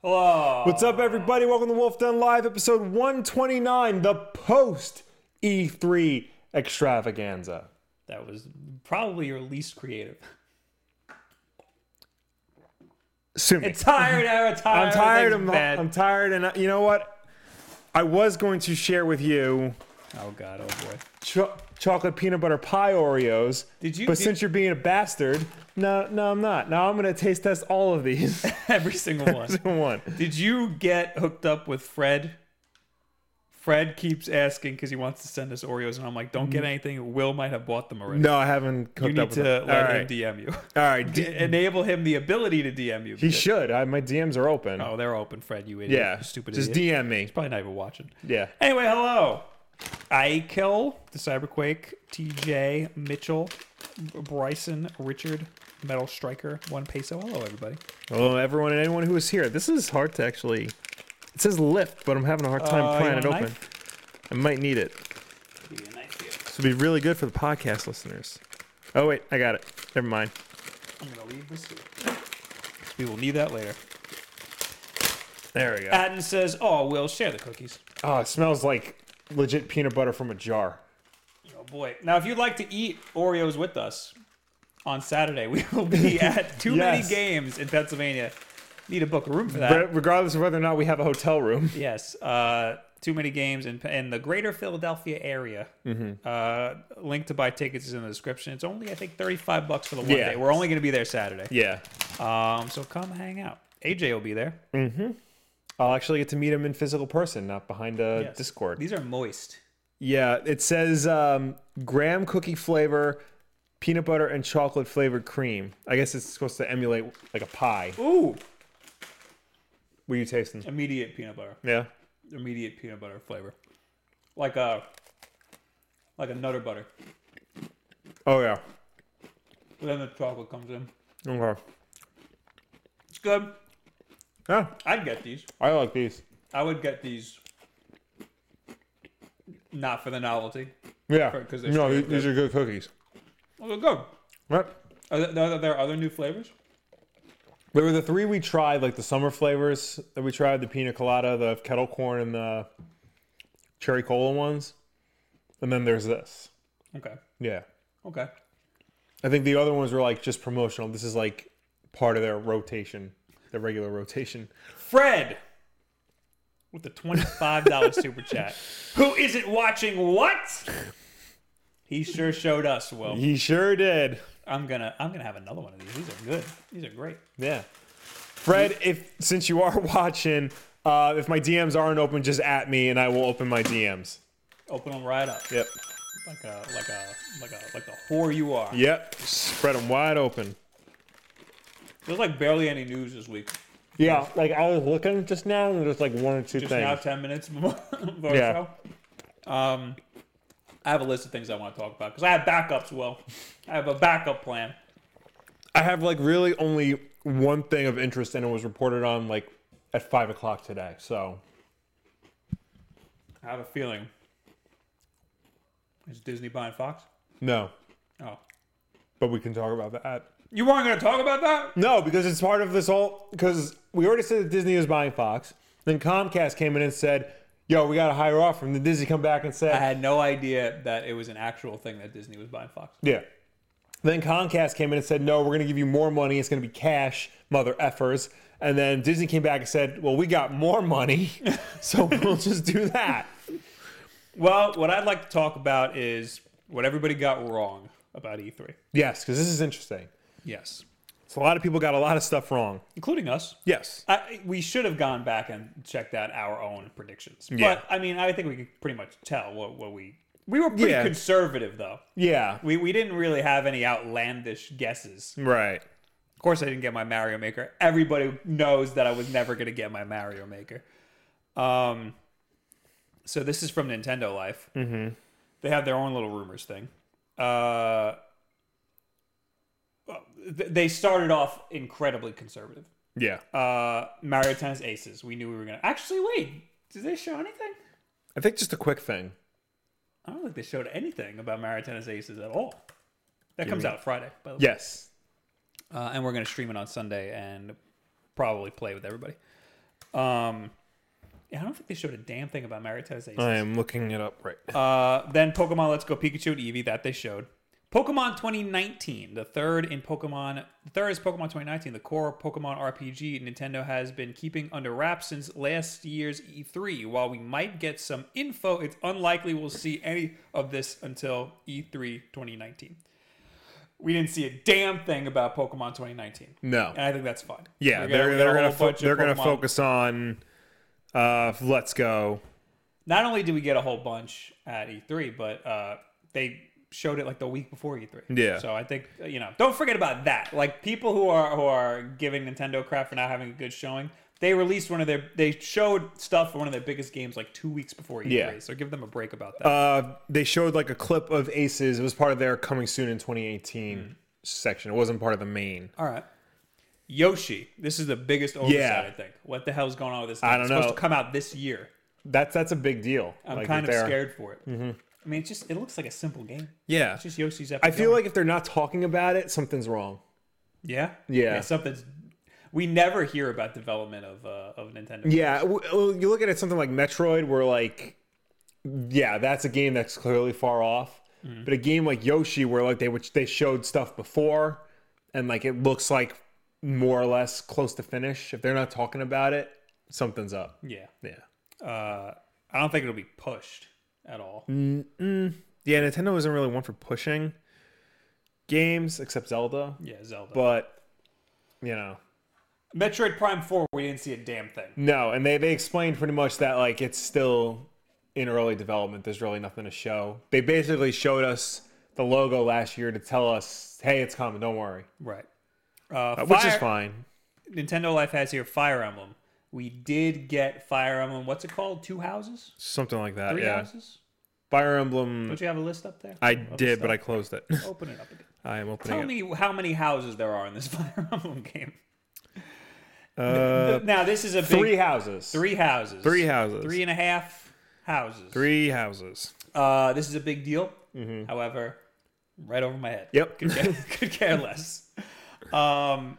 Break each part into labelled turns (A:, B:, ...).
A: Whoa.
B: What's up, everybody? Welcome to Wolf Den Live, episode 129, the post E3 extravaganza.
A: That was probably your least creative.
B: Sue me.
A: I'm tired. I'm tired.
B: I'm tired. I'm,
A: everything's bad.
B: I'm tired, and I, you know what? I was going to share with you
A: Oh god. Oh boy.
B: cho- chocolate peanut butter pie Oreos.
A: Did you-
B: But
A: did-
B: since you're being a bastard, no, no, I'm not. Now I'm going to taste test all of these.
A: Every single one.
B: One.
A: Did you get hooked up with Fred? Fred keeps asking because he wants to send us Oreos, and I'm like, don't get anything. Will might have bought them already.
B: No, I haven't Mm. hooked
A: you
B: up
A: need
B: with
A: to
B: them.
A: let
B: all
A: him
B: right.
A: DM you.
B: all right. D-
A: Enable him the ability to DM you.
B: he should. I, my DMs are open.
A: oh, they're open, Fred. You idiot.
B: yeah.
A: Stupid
B: Just
A: idiot.
B: DM me.
A: Probably not even watching.
B: Yeah.
A: Anyway, hello. I kill the Cyberquake, TJ, Mitchell, Bryson, Richard, Metal Striker, One Peso. Hello, everybody.
B: Hello, everyone, and anyone who is here. This is hard to actually. It says lift, but I'm having a hard time
A: Uh, you
B: prying it
A: want a
B: open. I might need it. This would be really good for the podcast listeners. Oh wait, I got it. Never mind.
A: I'm gonna leave this here. We will need that later.
B: There we go.
A: Patton says, "Oh, we'll share the cookies."
B: oh, it smells like legit peanut butter from a jar.
A: Oh boy! Now, if you'd like to eat Oreos with us on Saturday, we will be at too many
B: Yes.
A: games in Pennsylvania. Need to book a room for that.
B: Re- regardless of whether or not we have a hotel room.
A: Yes, uh, too many games in, in the greater Philadelphia area. Uh, link to buy tickets is in the description. It's only I think thirty five bucks for the one
B: Yeah.
A: day. We're only going to be there Saturday,
B: Yeah,
A: um, so come hang out. AJ will be there.
B: I'll actually get to meet him in physical person, not behind a
A: Yes.
B: Discord.
A: These are moist.
B: Yeah, it says um, graham cookie flavor, peanut butter, and chocolate flavored cream. I guess it's supposed to emulate like a pie.
A: Ooh,
B: Were you tasting?
A: immediate peanut butter.
B: Yeah.
A: Immediate peanut butter flavor, like a like a nutter butter.
B: Oh yeah.
A: But then the chocolate comes in.
B: Okay.
A: It's good.
B: Yeah,
A: I'd get these.
B: I like these.
A: I would get these. Not for the novelty.
B: Yeah.
A: 'Cause they're
B: No,
A: straight
B: these,
A: up
B: these are good cookies.
A: Well, they're good.
B: Right.
A: Are there, are there other new flavors?
B: There were the three we tried, like the summer flavors that we tried: the pina colada, the kettle corn, and the cherry cola ones. And then there's this.
A: Okay.
B: Yeah.
A: Okay.
B: I think the other ones were like just promotional. This is like part of their rotation, their regular rotation.
A: Fred with the $25 super chat. Who isn't watching what? He sure showed us, Will.
B: He sure did.
A: I'm gonna I'm gonna have another one of these. These are good. These are great.
B: Yeah. Fred, if since you are watching, uh, if my DMs aren't open, just at me and I will open my DMs.
A: Open them right up.
B: Yep.
A: Like a like a like a like the whore you are.
B: Yep. Spread them wide open.
A: There's like barely any news this week.
B: Yeah, like I was looking just now, and there's like one or two
A: Just
B: things.
A: now ten minutes before the
B: Yeah.
A: show. Um I have a list of things I want to talk about because I have backups, Will. I have a backup plan.
B: I have like really only one thing of interest, and it was reported on like at five o'clock today. So
A: I have a feeling. Is Disney buying Fox?
B: no,
A: Oh.
B: but we can talk about that.
A: You weren't going to talk about that?
B: No, because it's part of this whole. Because we already said that Disney was buying Fox. Then Comcast came in and said, "Yo, we got a higher offer." And then Disney come back and said,
A: I had no idea that it was an actual thing that Disney was buying Fox.
B: Yeah. Then Comcast came in and said, no, we're going to give you more money. It's going to be cash, mother effers. And then Disney came back and said, well, we got more money, so we'll just do that.
A: Well, what I'd like to talk about is what everybody got wrong about E E3.
B: Yes, because this is interesting.
A: Yes.
B: So a lot of people got a lot of stuff wrong.
A: Including us.
B: Yes.
A: I, we should have gone back and checked out our own predictions.
B: Yeah.
A: But, I mean, I think we could pretty much tell what, what we. We were pretty
B: Yeah.
A: conservative, though.
B: Yeah.
A: We, we didn't really have any outlandish guesses.
B: Right.
A: Of course, I didn't get my Mario Maker. Everybody knows that I was never going to get my Mario Maker. Um, so this is from Nintendo Life. Mm-hmm. They have their own little rumors thing. Uh, well, th- they started off incredibly conservative.
B: Yeah.
A: Uh, Mario Tennis Aces. We knew we were going to. Actually, wait. Did they show anything?
B: I think just a quick thing.
A: I don't think they showed anything about Mario Tennis Aces at all. That comes out Friday, by the way.
B: Yes.
A: uh, and we're going to stream it on Sunday and probably play with everybody. Um, yeah, I don't think they showed a damn thing about Mario Tennis.
B: I am looking it up right now.
A: Uh, then Pokemon Let's Go Pikachu and Eevee that they showed. Pokemon 2019, the third in Pokemon, the third is Pokemon 2019, the core Pokemon RPG Nintendo has been keeping under wraps since last year's E3. While we might get some info, it's unlikely we'll see any of this until E E3 2019. We didn't see a damn thing about Pokemon 2019,
B: No.
A: and I think that's fine.
B: Yeah,
A: We got- we
B: they're
A: got
B: they're
A: a
B: gonna
A: whole
B: fo-
A: bunch of
B: they're gonna
A: Pokemon.
B: focus on uh, Let's Go.
A: Not only did we get a whole bunch at E3, but uh, they showed it like the week before E3.
B: Yeah.
A: So I think uh, you know, don't forget about that. Like people who are who are giving Nintendo crap for not having a good showing, they released one of their they showed stuff for one of their biggest games like two weeks before E3.
B: Yeah.
A: So give them a break about that.
B: Uh, they showed like a clip of Aces. It was part of their coming soon in 2018
A: Hmm.
B: section. It wasn't part of the main.
A: All right. Yoshi, this is the biggest oversight
B: Yeah.
A: I think. What the hell's going on with this? Thing?
B: I don't
A: it's supposed
B: know.
A: to come out this year.
B: That's that's a big deal.
A: I'm
B: Like,
A: kind of
B: they're- Mm-hmm.
A: scared for it. I mean, it's just it looks like a simple game.
B: Yeah,
A: It's just Yoshi's epic.
B: I feel like if they're not talking about it, something's wrong.
A: Yeah.
B: Yeah.
A: Something's. We never hear about development of uh, of Nintendo.
B: Yeah, w- well, you look at it something like Metroid, where like, yeah, that's a game that's clearly far off.
A: Hmm.
B: But a game like Yoshi, where like they which they showed stuff before, and like it looks like more or less close to finish. If they're not talking about it, something's up.
A: Yeah.
B: Yeah,
A: Uh, I don't think it'll be pushed at all.
B: Mm. yeah. Nintendo isn't really one for pushing games except Zelda,
A: Yeah, Zelda.
B: but you know,
A: Metroid Prime Four, we didn't see a damn thing.
B: No, and they they explained pretty much that like it's still in early development. There's really nothing to show. They basically showed us the logo last year to tell us, "Hey, it's coming. Don't worry,"
A: Right. Uh,
B: which is
A: Fire-
B: fine.
A: Nintendo Life has here Fire Emblem. We did get Fire Emblem. What's it called? Two houses?
B: Something like that.
A: Three
B: yeah.
A: houses?
B: Fire Emblem.
A: Don't you have a list up there?
B: I did, but I closed it.
A: Open it up again.
B: I am
A: Tell
B: opening it.
A: me how many houses there are in this Fire Emblem game.
B: Uh,
A: now this is a big
B: three houses.
A: three houses.
B: Three houses.
A: Three and a half houses.
B: Three houses.
A: Uh, this is a big deal. However, right over my head.
B: Mm-hmm. Yep.
A: Could care, could care less. Um,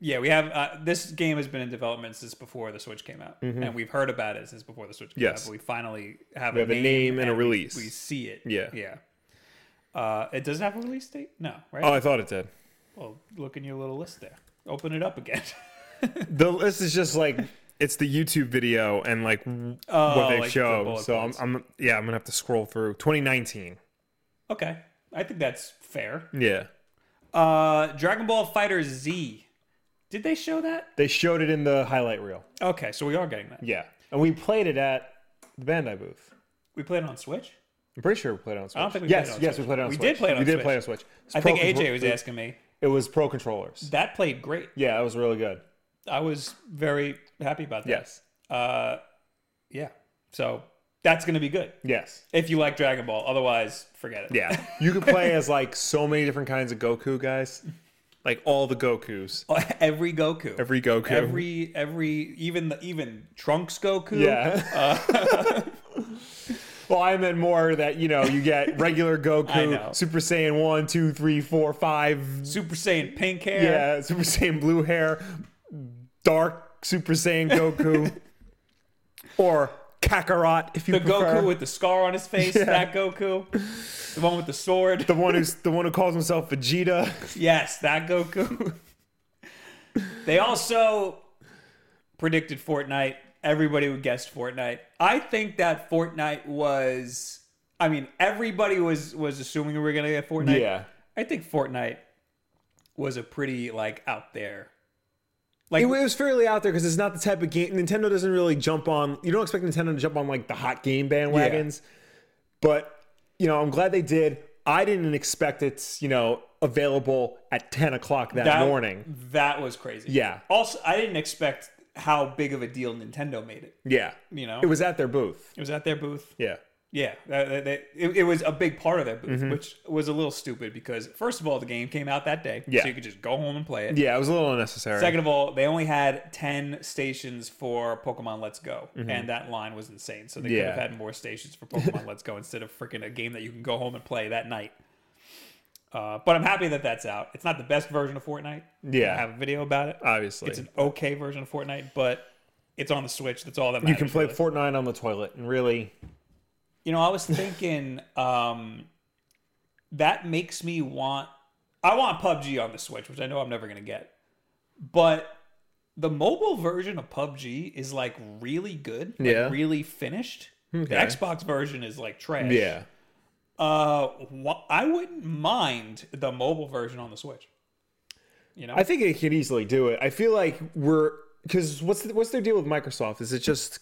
A: yeah, we have uh, this game has been in development since before the Switch came out, and we've heard about it since before the Switch came
B: Mm-hmm. Yes.
A: out. But we finally have, a,
B: have a
A: name
B: name and a
A: we-
B: release.
A: We, see it.
B: Yeah.
A: yeah. Uh, it doesn't have a release date. No, right?
B: Oh, I thought it did.
A: Well, look in your little list there. Open it up again.
B: The list is just like it's the YouTube video and like w- what
A: Oh,
B: they
A: like the
B: showed.
A: bullet
B: So I'm,
A: points.
B: I'm yeah, I'm gonna have to scroll through 2019.
A: okay, I think that's fair.
B: Yeah.
A: Uh, Dragon Ball Fighter Z. Did they show that?
B: They showed it in the highlight reel.
A: Okay, so we are getting that.
B: Yeah. And we played it at the Bandai booth.
A: We played it on Switch.
B: I'm pretty sure we played it on Switch.
A: don't think we
B: yes,
A: played it on
B: yes,
A: Switch.
B: we played it on
A: We
B: Switch.
A: did play it on
B: We did
A: Switch.
B: play it on Switch.
A: I
B: Pro
A: think AJ
B: contro-
A: was asking me.
B: It was pro controllers.
A: That played great.
B: Yeah, it was really good.
A: I was very happy about that.
B: Yes.
A: Uh, yeah. So that's going to be good
B: Yes.
A: if you like Dragon Ball. Otherwise, forget it.
B: Yeah. you could play as like so many different kinds of Goku guys. Like all the Gokus.
A: Every Goku.
B: Every Goku.
A: Every every even the even Trunks Goku.
B: yeah. Uh, well, I meant more that, you know, you get regular
A: I know.
B: Goku, Super Saiyan 1, 2, 3, 4, 5,
A: Super Saiyan pink hair.
B: Yeah, Super Saiyan blue hair, dark Super Saiyan Goku, or Kakarot if you
A: The
B: prefer.
A: Goku with the scar on his face. That Goku. The one with the sword.
B: the one who's the one who calls himself Vegeta.
A: Yes, that Goku. they also predicted Fortnite. Everybody would guess Fortnite. I think that Fortnite was. I mean, everybody was was assuming we were gonna get Fortnite. I think Fortnite was a pretty like out there. Like
B: It was fairly out there because it's not the type of game Nintendo doesn't really jump on. You don't expect Nintendo to jump on like the hot game bandwagons, but you know I'm glad they did. I didn't expect it's you know available at 10 o'clock that,
A: that
B: morning.
A: That was crazy.
B: Yeah.
A: Also, I didn't expect how big of a deal Nintendo made it.
B: Yeah,
A: You know,
B: it was at their booth.
A: it was at their booth.
B: Yeah,
A: Yeah, that- that- that- it, it was a big part of that booth,
B: Mm-hmm.
A: which was a little stupid because first of all, the game came out that day,
B: Yeah.
A: so you could just go home and play it.
B: yeah, it was a little unnecessary.
A: Second of all, they only had ten stations for Pokemon Let's Go, and that line was insane. So they could have
B: Mm-hmm. Yeah.
A: had more stations for Pokemon Let's Go instead of freaking a game that you can go home and play that night. Uh, but I'm happy that that's out. It's not the best version of Fortnite.
B: Yeah.
A: I have a video about it.
B: obviously,
A: It's an okay version of Fortnite, but it's on the Switch. That's all that
B: You
A: matters.
B: can play
A: really.
B: Fortnite on the toilet, and really,
A: You know, I was thinking um, that makes me want. I want PUBG on the Switch, which I know I'm never going to get. But the mobile version of PUBG is like really good, like,
B: Yeah.
A: really finished. The
B: Okay.
A: Xbox version is like trash.
B: yeah,
A: Uh, wh- I wouldn't mind the mobile version on the Switch. You know,
B: I think it could easily do it. I feel like we're because what's the, what's their deal with Microsoft? Is it just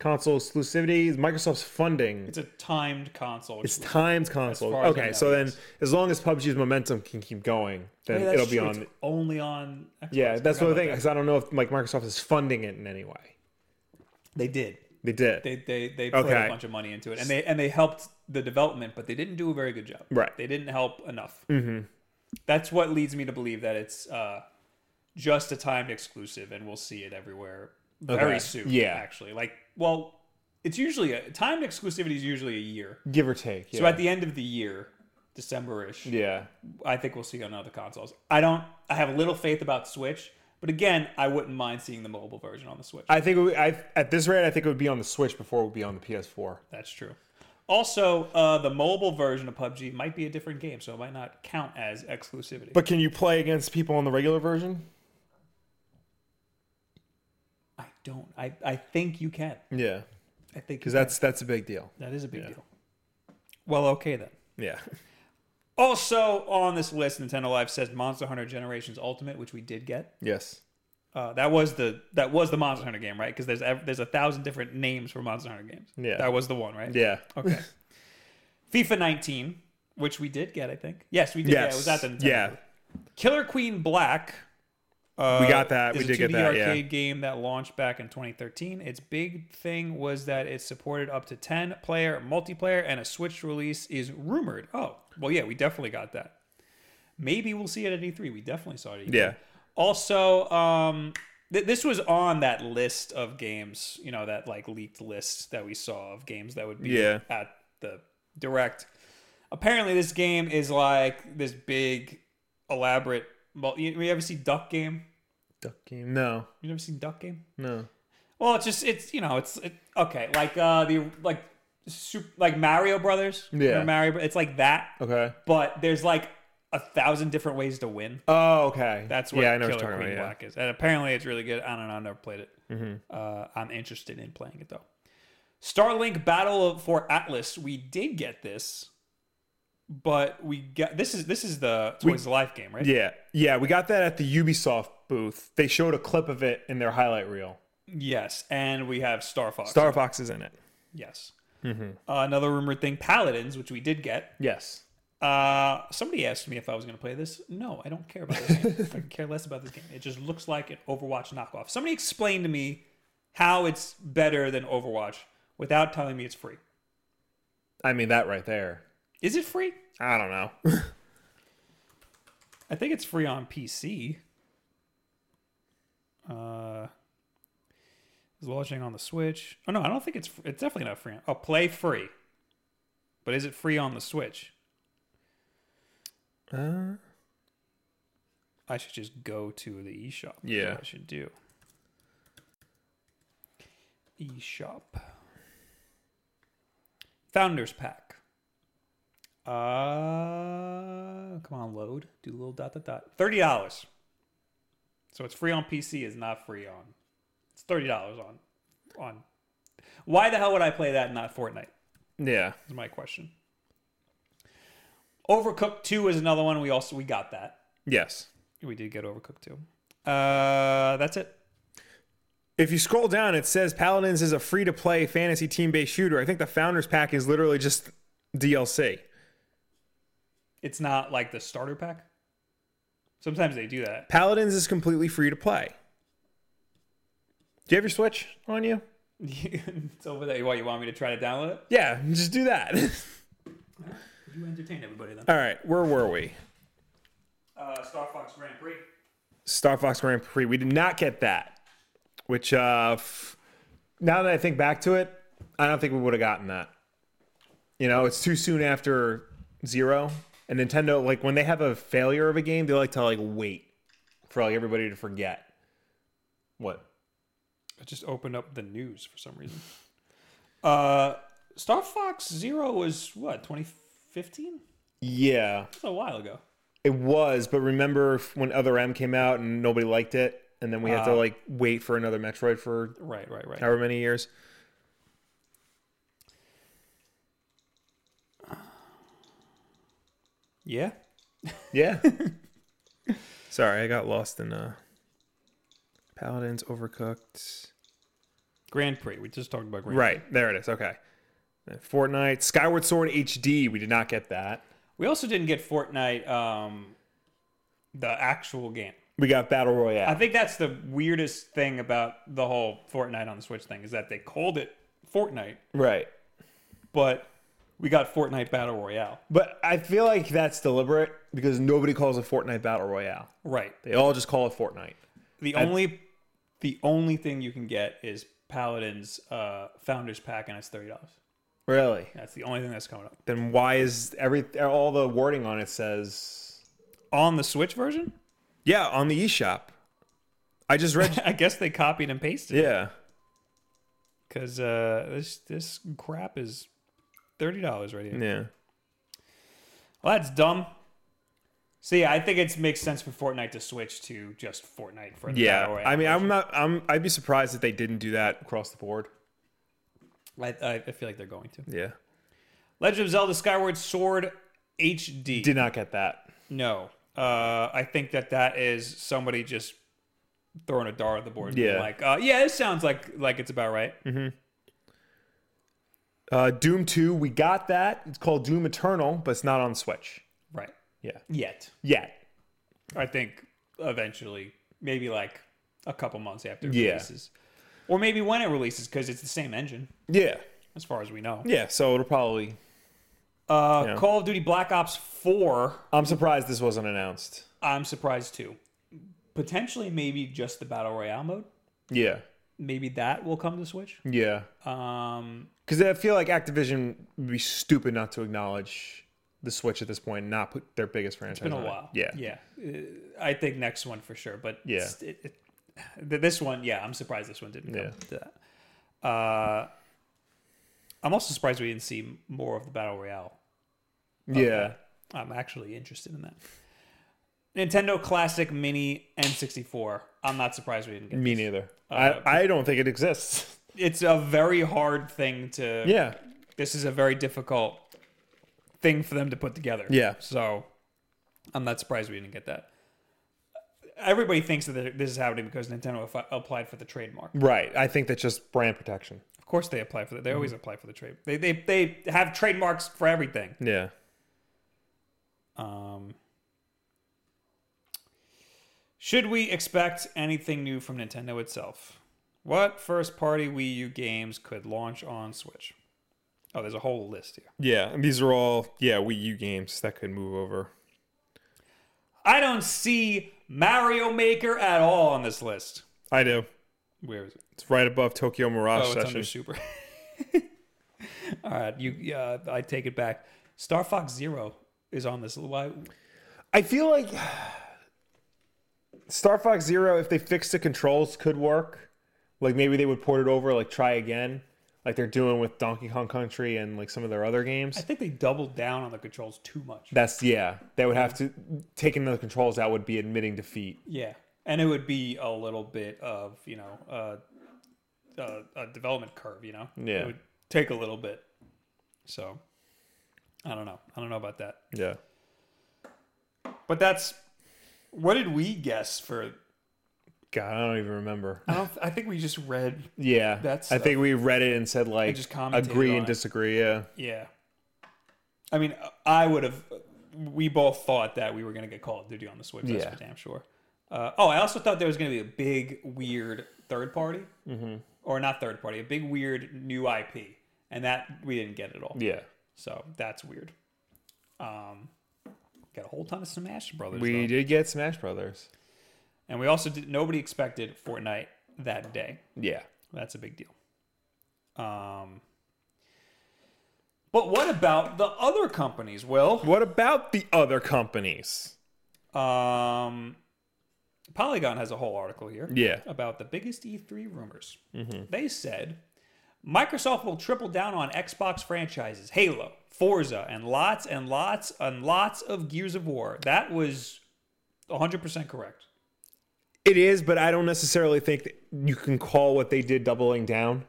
B: console exclusivity? Is Microsoft's funding.
A: it's a timed console.
B: It's timed console.
A: far as I
B: Okay,
A: know,
B: so then
A: yes.
B: as long as PUBG's momentum can keep going, then
A: Yeah, that's
B: it'll be
A: true.
B: on.
A: It's only on. Xbox.
B: yeah, that's
A: Forgot
B: what I
A: about
B: think.
A: that.
B: Because I don't know if like Microsoft is funding it in any way.
A: They did.
B: They did.
A: They they they put
B: Okay.
A: a bunch of money into it, and they and they helped the development, but they didn't do a very good job.
B: Right.
A: They didn't help enough. Mm-hmm. That's what leads me to believe that it's uh, just a timed exclusive, and we'll see it everywhere very
B: Okay.
A: soon.
B: Yeah.
A: actually, like well, it's usually a timed exclusivity is usually a year.
B: Give or take. Yeah.
A: So at the end of the year, December ish,
B: yeah.
A: I think we'll see on other consoles. I don't. I have little faith about Switch, but again, I wouldn't mind seeing the mobile version on the Switch.
B: I think it would, I, at this rate, I think it would be on the Switch before it would be on the PS4.
A: That's true. Also, uh, the mobile version of PUBG might be a different game, so it might not count as exclusivity.
B: But can you play against people on the regular version?
A: I don't. I, I think you can.
B: Yeah,
A: I think you
B: because
A: can.
B: that's that's a big deal.
A: that is a big deal. Well, okay then.
B: Yeah.
A: Also on this list, Nintendo Life says Monster Hunter Generations Ultimate, which we did get.
B: Yes.
A: Uh, that was the that was the Monster Hunter game, right? Because there's ev- there's a thousand different names for Monster Hunter games.
B: Yeah.
A: that was the one, right?
B: Yeah.
A: Okay. FIFA 19, which we did get, I think. Yes, we did. Yeah, it was at the Nintendo.
B: Yeah.
A: Killer Queen Black. Uh,
B: We got that.
A: is
B: We
A: a
B: did get
A: 2D
B: that, yeah.
A: arcade game that launched back in 2013. Its big thing was that it supported up to 10 player multiplayer, and a Switch release is rumored. Oh, well, yeah, we definitely got that. Maybe we'll see it at E3. We definitely saw it. At E E3.
B: Yeah.
A: Also, um, th- this was on that list of games, you know, that like leaked list that we saw of games that would be
B: Yeah.
A: at the direct. Apparently, this game is like this big, elaborate. Well, you, you ever see Duck Game?
B: Duck game. No.
A: You never seen Duck Game?
B: No.
A: Well, it's just it's you know it's it, okay like uh the like super, like Mario Brothers.
B: Yeah.
A: Remember Mario. Bro- It's like that,
B: Okay.
A: but there's like a thousand different ways to win.
B: Oh, okay.
A: That's what
B: yeah, I know
A: Killer
B: what you're talking
A: Queen
B: about. yeah. Mm-hmm.
A: Black is, and apparently it's really good. I don't know. I've never played it. Uh, I'm interested in playing it though. Starlink Battle of- for Atlas. We did get this, but we got this is this is the Toys to Life game, right?
B: Yeah, yeah, we got that at the Ubisoft booth. They showed a clip of it in their highlight reel.
A: Yes, and we have Star Fox.
B: Star Mm-hmm. Fox is in it.
A: yes. Uh, another rumored thing, Paladins, which we did get.
B: Yes.
A: Uh, somebody asked me if I was going to play this. No, I don't care about this game. I care less about this game. It just looks like an Overwatch knockoff. Somebody explained to me how it's better than Overwatch without telling me it's free.
B: I mean that right there.
A: Is it free?
B: I don't know.
A: I think it's free on PC. Uh, is launching on the Switch. Oh no, I don't think it's. fr- It's definitely not free. on- Oh, play free. But is it free on the Switch?
B: uh,
A: I should just go to the eShop. That's
B: Yeah.
A: what I should do. eShop. Founders Pack. Uh, come on, load. Do a little dot dot dot. Thirty dollars. So it's free on PC. Is not free on. It's thirty dollars on. On. Why the hell would I play that and not Fortnite?
B: yeah.
A: Is my question. Overcooked Two is another one. We also we got that.
B: Yes.
A: We did get overcooked too. Uh, that's it.
B: If you scroll down, it says Paladins is a free to play fantasy team based shooter. I think the Founders Pack is literally just DLC.
A: It's not like the starter pack. Sometimes they do that.
B: Paladins is completely free to play. Do you have your Switch on you?
A: it's over there. What you want me to try to download it?
B: Yeah, just do that.
A: You entertain everybody then.
B: All right, where were we?
A: Uh, Star Fox Grand Prix.
B: Star Fox Grand Prix. We did not get that, which uh, f- now that I think back to it, I don't think we would have gotten that. You know, it's too soon after zero, and Nintendo like when they have a failure of a game, they like to like wait for like everybody to forget. What?
A: I just opened up the news for some reason. Uh, Star Fox Zero was what 2015?
B: Yeah,
A: That's a while ago.
B: it was. But remember f- when Other M came out and nobody liked it, and then we had to like wait for another Metroid for
A: Right, right, right.
B: however many years.
A: Yeah.
B: Yeah. Sorry, I got lost in uh Paladins Overcooked.
A: Grand Prix. We just talked about Grand. Prix.
B: Right, there it is. Okay. And Fortnite, Skyward Sword HD, we did not get that.
A: We also didn't get Fortnite, um, the actual game.
B: We got Battle
A: I
B: Royale.
A: think that's the weirdest thing about the whole Fortnite on the Switch thing is that they called it Fortnite,
B: Right.
A: but we got Fortnite Battle Royale.
B: But I feel like that's deliberate because nobody calls it Fortnite Battle Royale.
A: Right.
B: They all just call it Fortnite.
A: The only the only thing you can get is Paladin's uh, Founders Pack, and it's thirty dollars.
B: Really?
A: That's the only thing that's coming up
B: Then why is every all the wording on it says
A: on the Switch version.
B: Yeah, on the eShop. I just read
A: I guess they copied and pasted
B: Yeah.
A: because uh, this this crap is thirty dollars right here.
B: Yeah.
A: Well, that's dumb. See, I think it makes sense for Fortnite to switch to just Fortnite for the
B: Yeah,
A: Battle Royale
B: I mean, I'm not. I'm. I'd be surprised if they didn't do that across the board.
A: I, uh, I, I feel like they're going to.
B: Yeah,
A: Legend of Zelda Skyward Sword HD.
B: did not get that.
A: no. Uh, I think that that is somebody just throwing a dart at the board. and being
B: Yeah.
A: Like, uh, yeah, this sounds like like it's about right.
B: Uh, Doom Two, we got that. It's called Doom Eternal, but it's not on Switch
A: Right.
B: Yeah.
A: Yet.
B: yet.
A: I think eventually, maybe like a couple months after it
B: Yeah.
A: releases. Or maybe when it releases because it's the same engine
B: Yeah,
A: as far as we know.
B: yeah. So it'll probably.
A: Uh,
B: Yeah.
A: Call of Duty Black Ops 4,
B: I'm surprised this wasn't announced.
A: I'm surprised too. Potentially, maybe just the Battle Royale mode.
B: Yeah,
A: Maybe that will come to Switch.
B: yeah.
A: Um,
B: Because I feel like Activision would be stupid not to acknowledge the Switch at this point, and not put their biggest franchise.
A: been a
B: on it.
A: while.
B: Yeah,
A: yeah. Uh, I think next one for sure, but
B: Yeah.
A: it's- it, it, th- this one, yeah, I'm surprised this one didn't come
B: Yeah.
A: to that. Uh, I'm also surprised we didn't see more of the battle royale.
B: yeah.
A: I'm actually interested in that. Nintendo Classic Mini N64. I'm not surprised we didn't get.
B: Me neither. I I don't think it exists.
A: It's a very hard thing to.
B: Yeah,
A: This is a very difficult thing for them to put together.
B: yeah.
A: So I'm not surprised we didn't get that. Everybody thinks that this is happening because Nintendo affi- applied for the trademark.
B: Right. I think that's just brand protection.
A: Of course, they apply for that. They always apply for the trade. They, they they have trademarks for everything.
B: Yeah.
A: Um, should we expect anything new from Nintendo itself? What first party Wii U games could launch on Switch? Oh, there's a whole list here.
B: Yeah, and these are all yeah Wii U games that could move over.
A: I don't see Mario Maker at all on this list.
B: I do.
A: Where is it?
B: It's right above Tokyo Mirage
A: Oh, it's under
B: Sessions.
A: super. All right, you. Uh, I take it back. Star Fox Zero is on this. Why?
B: I feel like Star Fox Zero, if they fix the controls, could work. Like maybe they would port it over, like try again, like they're doing with Donkey Kong Country and like some of their other
A: I
B: games.
A: think they doubled down on the controls too much.
B: That's yeah. They would have to taking the controls out would be admitting defeat.
A: Yeah, and it would be a little bit of you know uh, uh, a development curve. You know,
B: Yeah.
A: it would take a little bit. So, I don't know. I don't know about that.
B: Yeah.
A: But that's what did we guess for?
B: God, I don't even remember.
A: I don't. I think we just read.
B: Yeah,
A: That's
B: I
A: stuff.
B: think we read it and said like
A: just commented
B: agree
A: on
B: and
A: it.
B: disagree. Yeah.
A: Yeah. I mean, I would have. We both thought that we were going to get Call of Duty on the Switch. That's
B: Yeah.
A: for damn sure. Uh, oh, I also thought there was going to be a big weird third party,
B: Mm-hmm.
A: or not third party, a big weird new IP, and that we didn't get at all.
B: Yeah.
A: So that's weird. Um, got a whole ton of Smash Brothers.
B: We
A: though.
B: did get Smash Brothers.
A: and we also did. Nobody expected Fortnite that day.
B: Yeah.
A: That's a big deal. Um, but what about the other companies, Will?
B: What about the other companies?
A: Um, Polygon has a whole article here.
B: Yeah. Mm-hmm.
A: About the biggest E3 rumors. They said Microsoft will triple down on Xbox franchises, Halo, Forza, and lots and lots and lots of Gears of War. That was 100% correct.
B: It is, but I don't necessarily think that you can call what they did doubling down.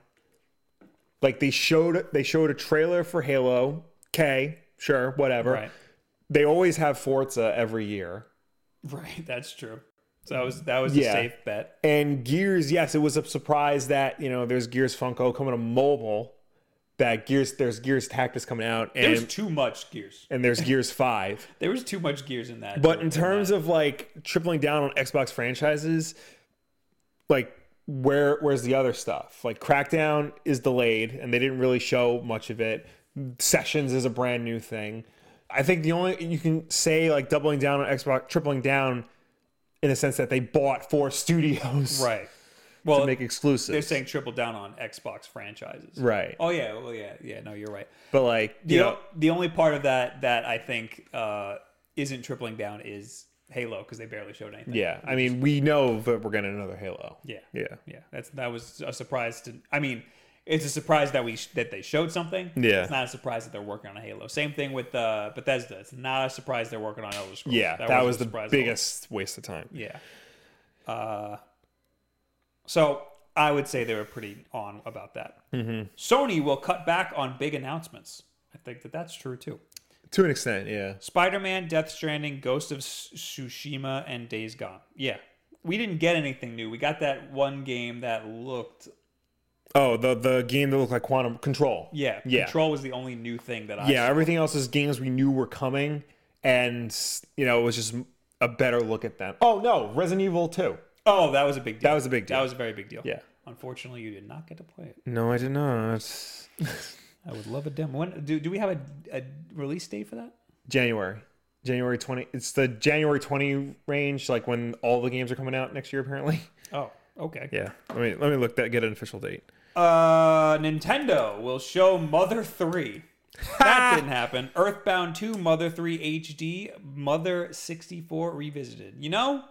B: Like they showed they showed a trailer for Halo. Okay, sure, whatever.
A: Right.
B: They always have Forza every year.
A: Right. That's true. So that was that was
B: Yeah.
A: a safe bet.
B: And Gears, yes, it was a surprise that, you know, there's Gears Funko coming to mobile, that Gears there's Gears Tactics coming out and
A: There's too much Gears.
B: and there's Gears 5.
A: There was too much Gears in that.
B: But in terms of like tripling down on Xbox franchises, like where where's the other stuff? Like Crackdown is delayed and they didn't really show much of it. Sessions is a brand new thing. I think the only you can say like doubling down on Xbox, tripling down in a sense that they bought four studios
A: right. Well,
B: to make
A: they're
B: exclusives.
A: saying triple down on Xbox franchises.
B: Right.
A: Oh yeah, well yeah, yeah. No, you're right.
B: But like,
A: The,
B: you know,
A: the only part of that that I think uh, isn't tripling down is Halo because they barely showed anything.
B: yeah. I mean, we know that we're getting another Halo.
A: yeah,
B: Yeah.
A: yeah. That's that was a surprise to. I mean, it's a surprise that we sh- that they showed something.
B: Yeah.
A: it's not a surprise that they're working on a Halo. Same thing with uh, Bethesda. It's not a surprise they're working on Elder Scrolls.
B: Yeah. That,
A: wasn't
B: was
A: a
B: the
A: surprise at all.
B: biggest waste of time.
A: Yeah. Uh, so I would say they were pretty on about that. Mm-hmm. Sony will cut back on big announcements. I think that that's true too.
B: To an extent, yeah.
A: Spider-Man, Death Stranding, Ghost of Ts- Tsushima, and Days Gone. Yeah, we didn't get anything new. We got that one game that looked.
B: Oh, the the game that looked like Quantum Control.
A: Yeah,
B: Yeah.
A: Control was the only new thing that I.
B: Yeah, everything else is games we knew were coming, and you know it was just a better look at them. Oh no, Resident Evil Two.
A: Oh, that was a big deal.
B: That was a big deal.
A: That was a very big deal.
B: Yeah.
A: Unfortunately, you did not get to play it.
B: No, I did not.
A: I would love a demo. When do, do we have a, a release date for that?
B: January, January twenty. It's the January twenty range, like when all the games are coming out next year, apparently.
A: Oh, okay.
B: Yeah. Let me let me look that get an official date.
A: Uh, Nintendo will show Mother 3. That didn't happen. Earthbound 2, Mother 3 HD, Mother 64 Revisited. You know,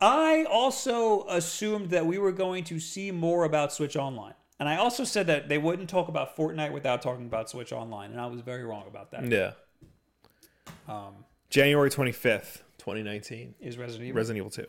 A: I also assumed that we were going to see more about Switch Online. And I also said that they wouldn't talk about Fortnite without talking about Switch Online. And I was very wrong about that.
B: Yeah.
A: Um,
B: January twenty fifth, twenty nineteen.
A: is Resident Evil.
B: Resident Evil Two.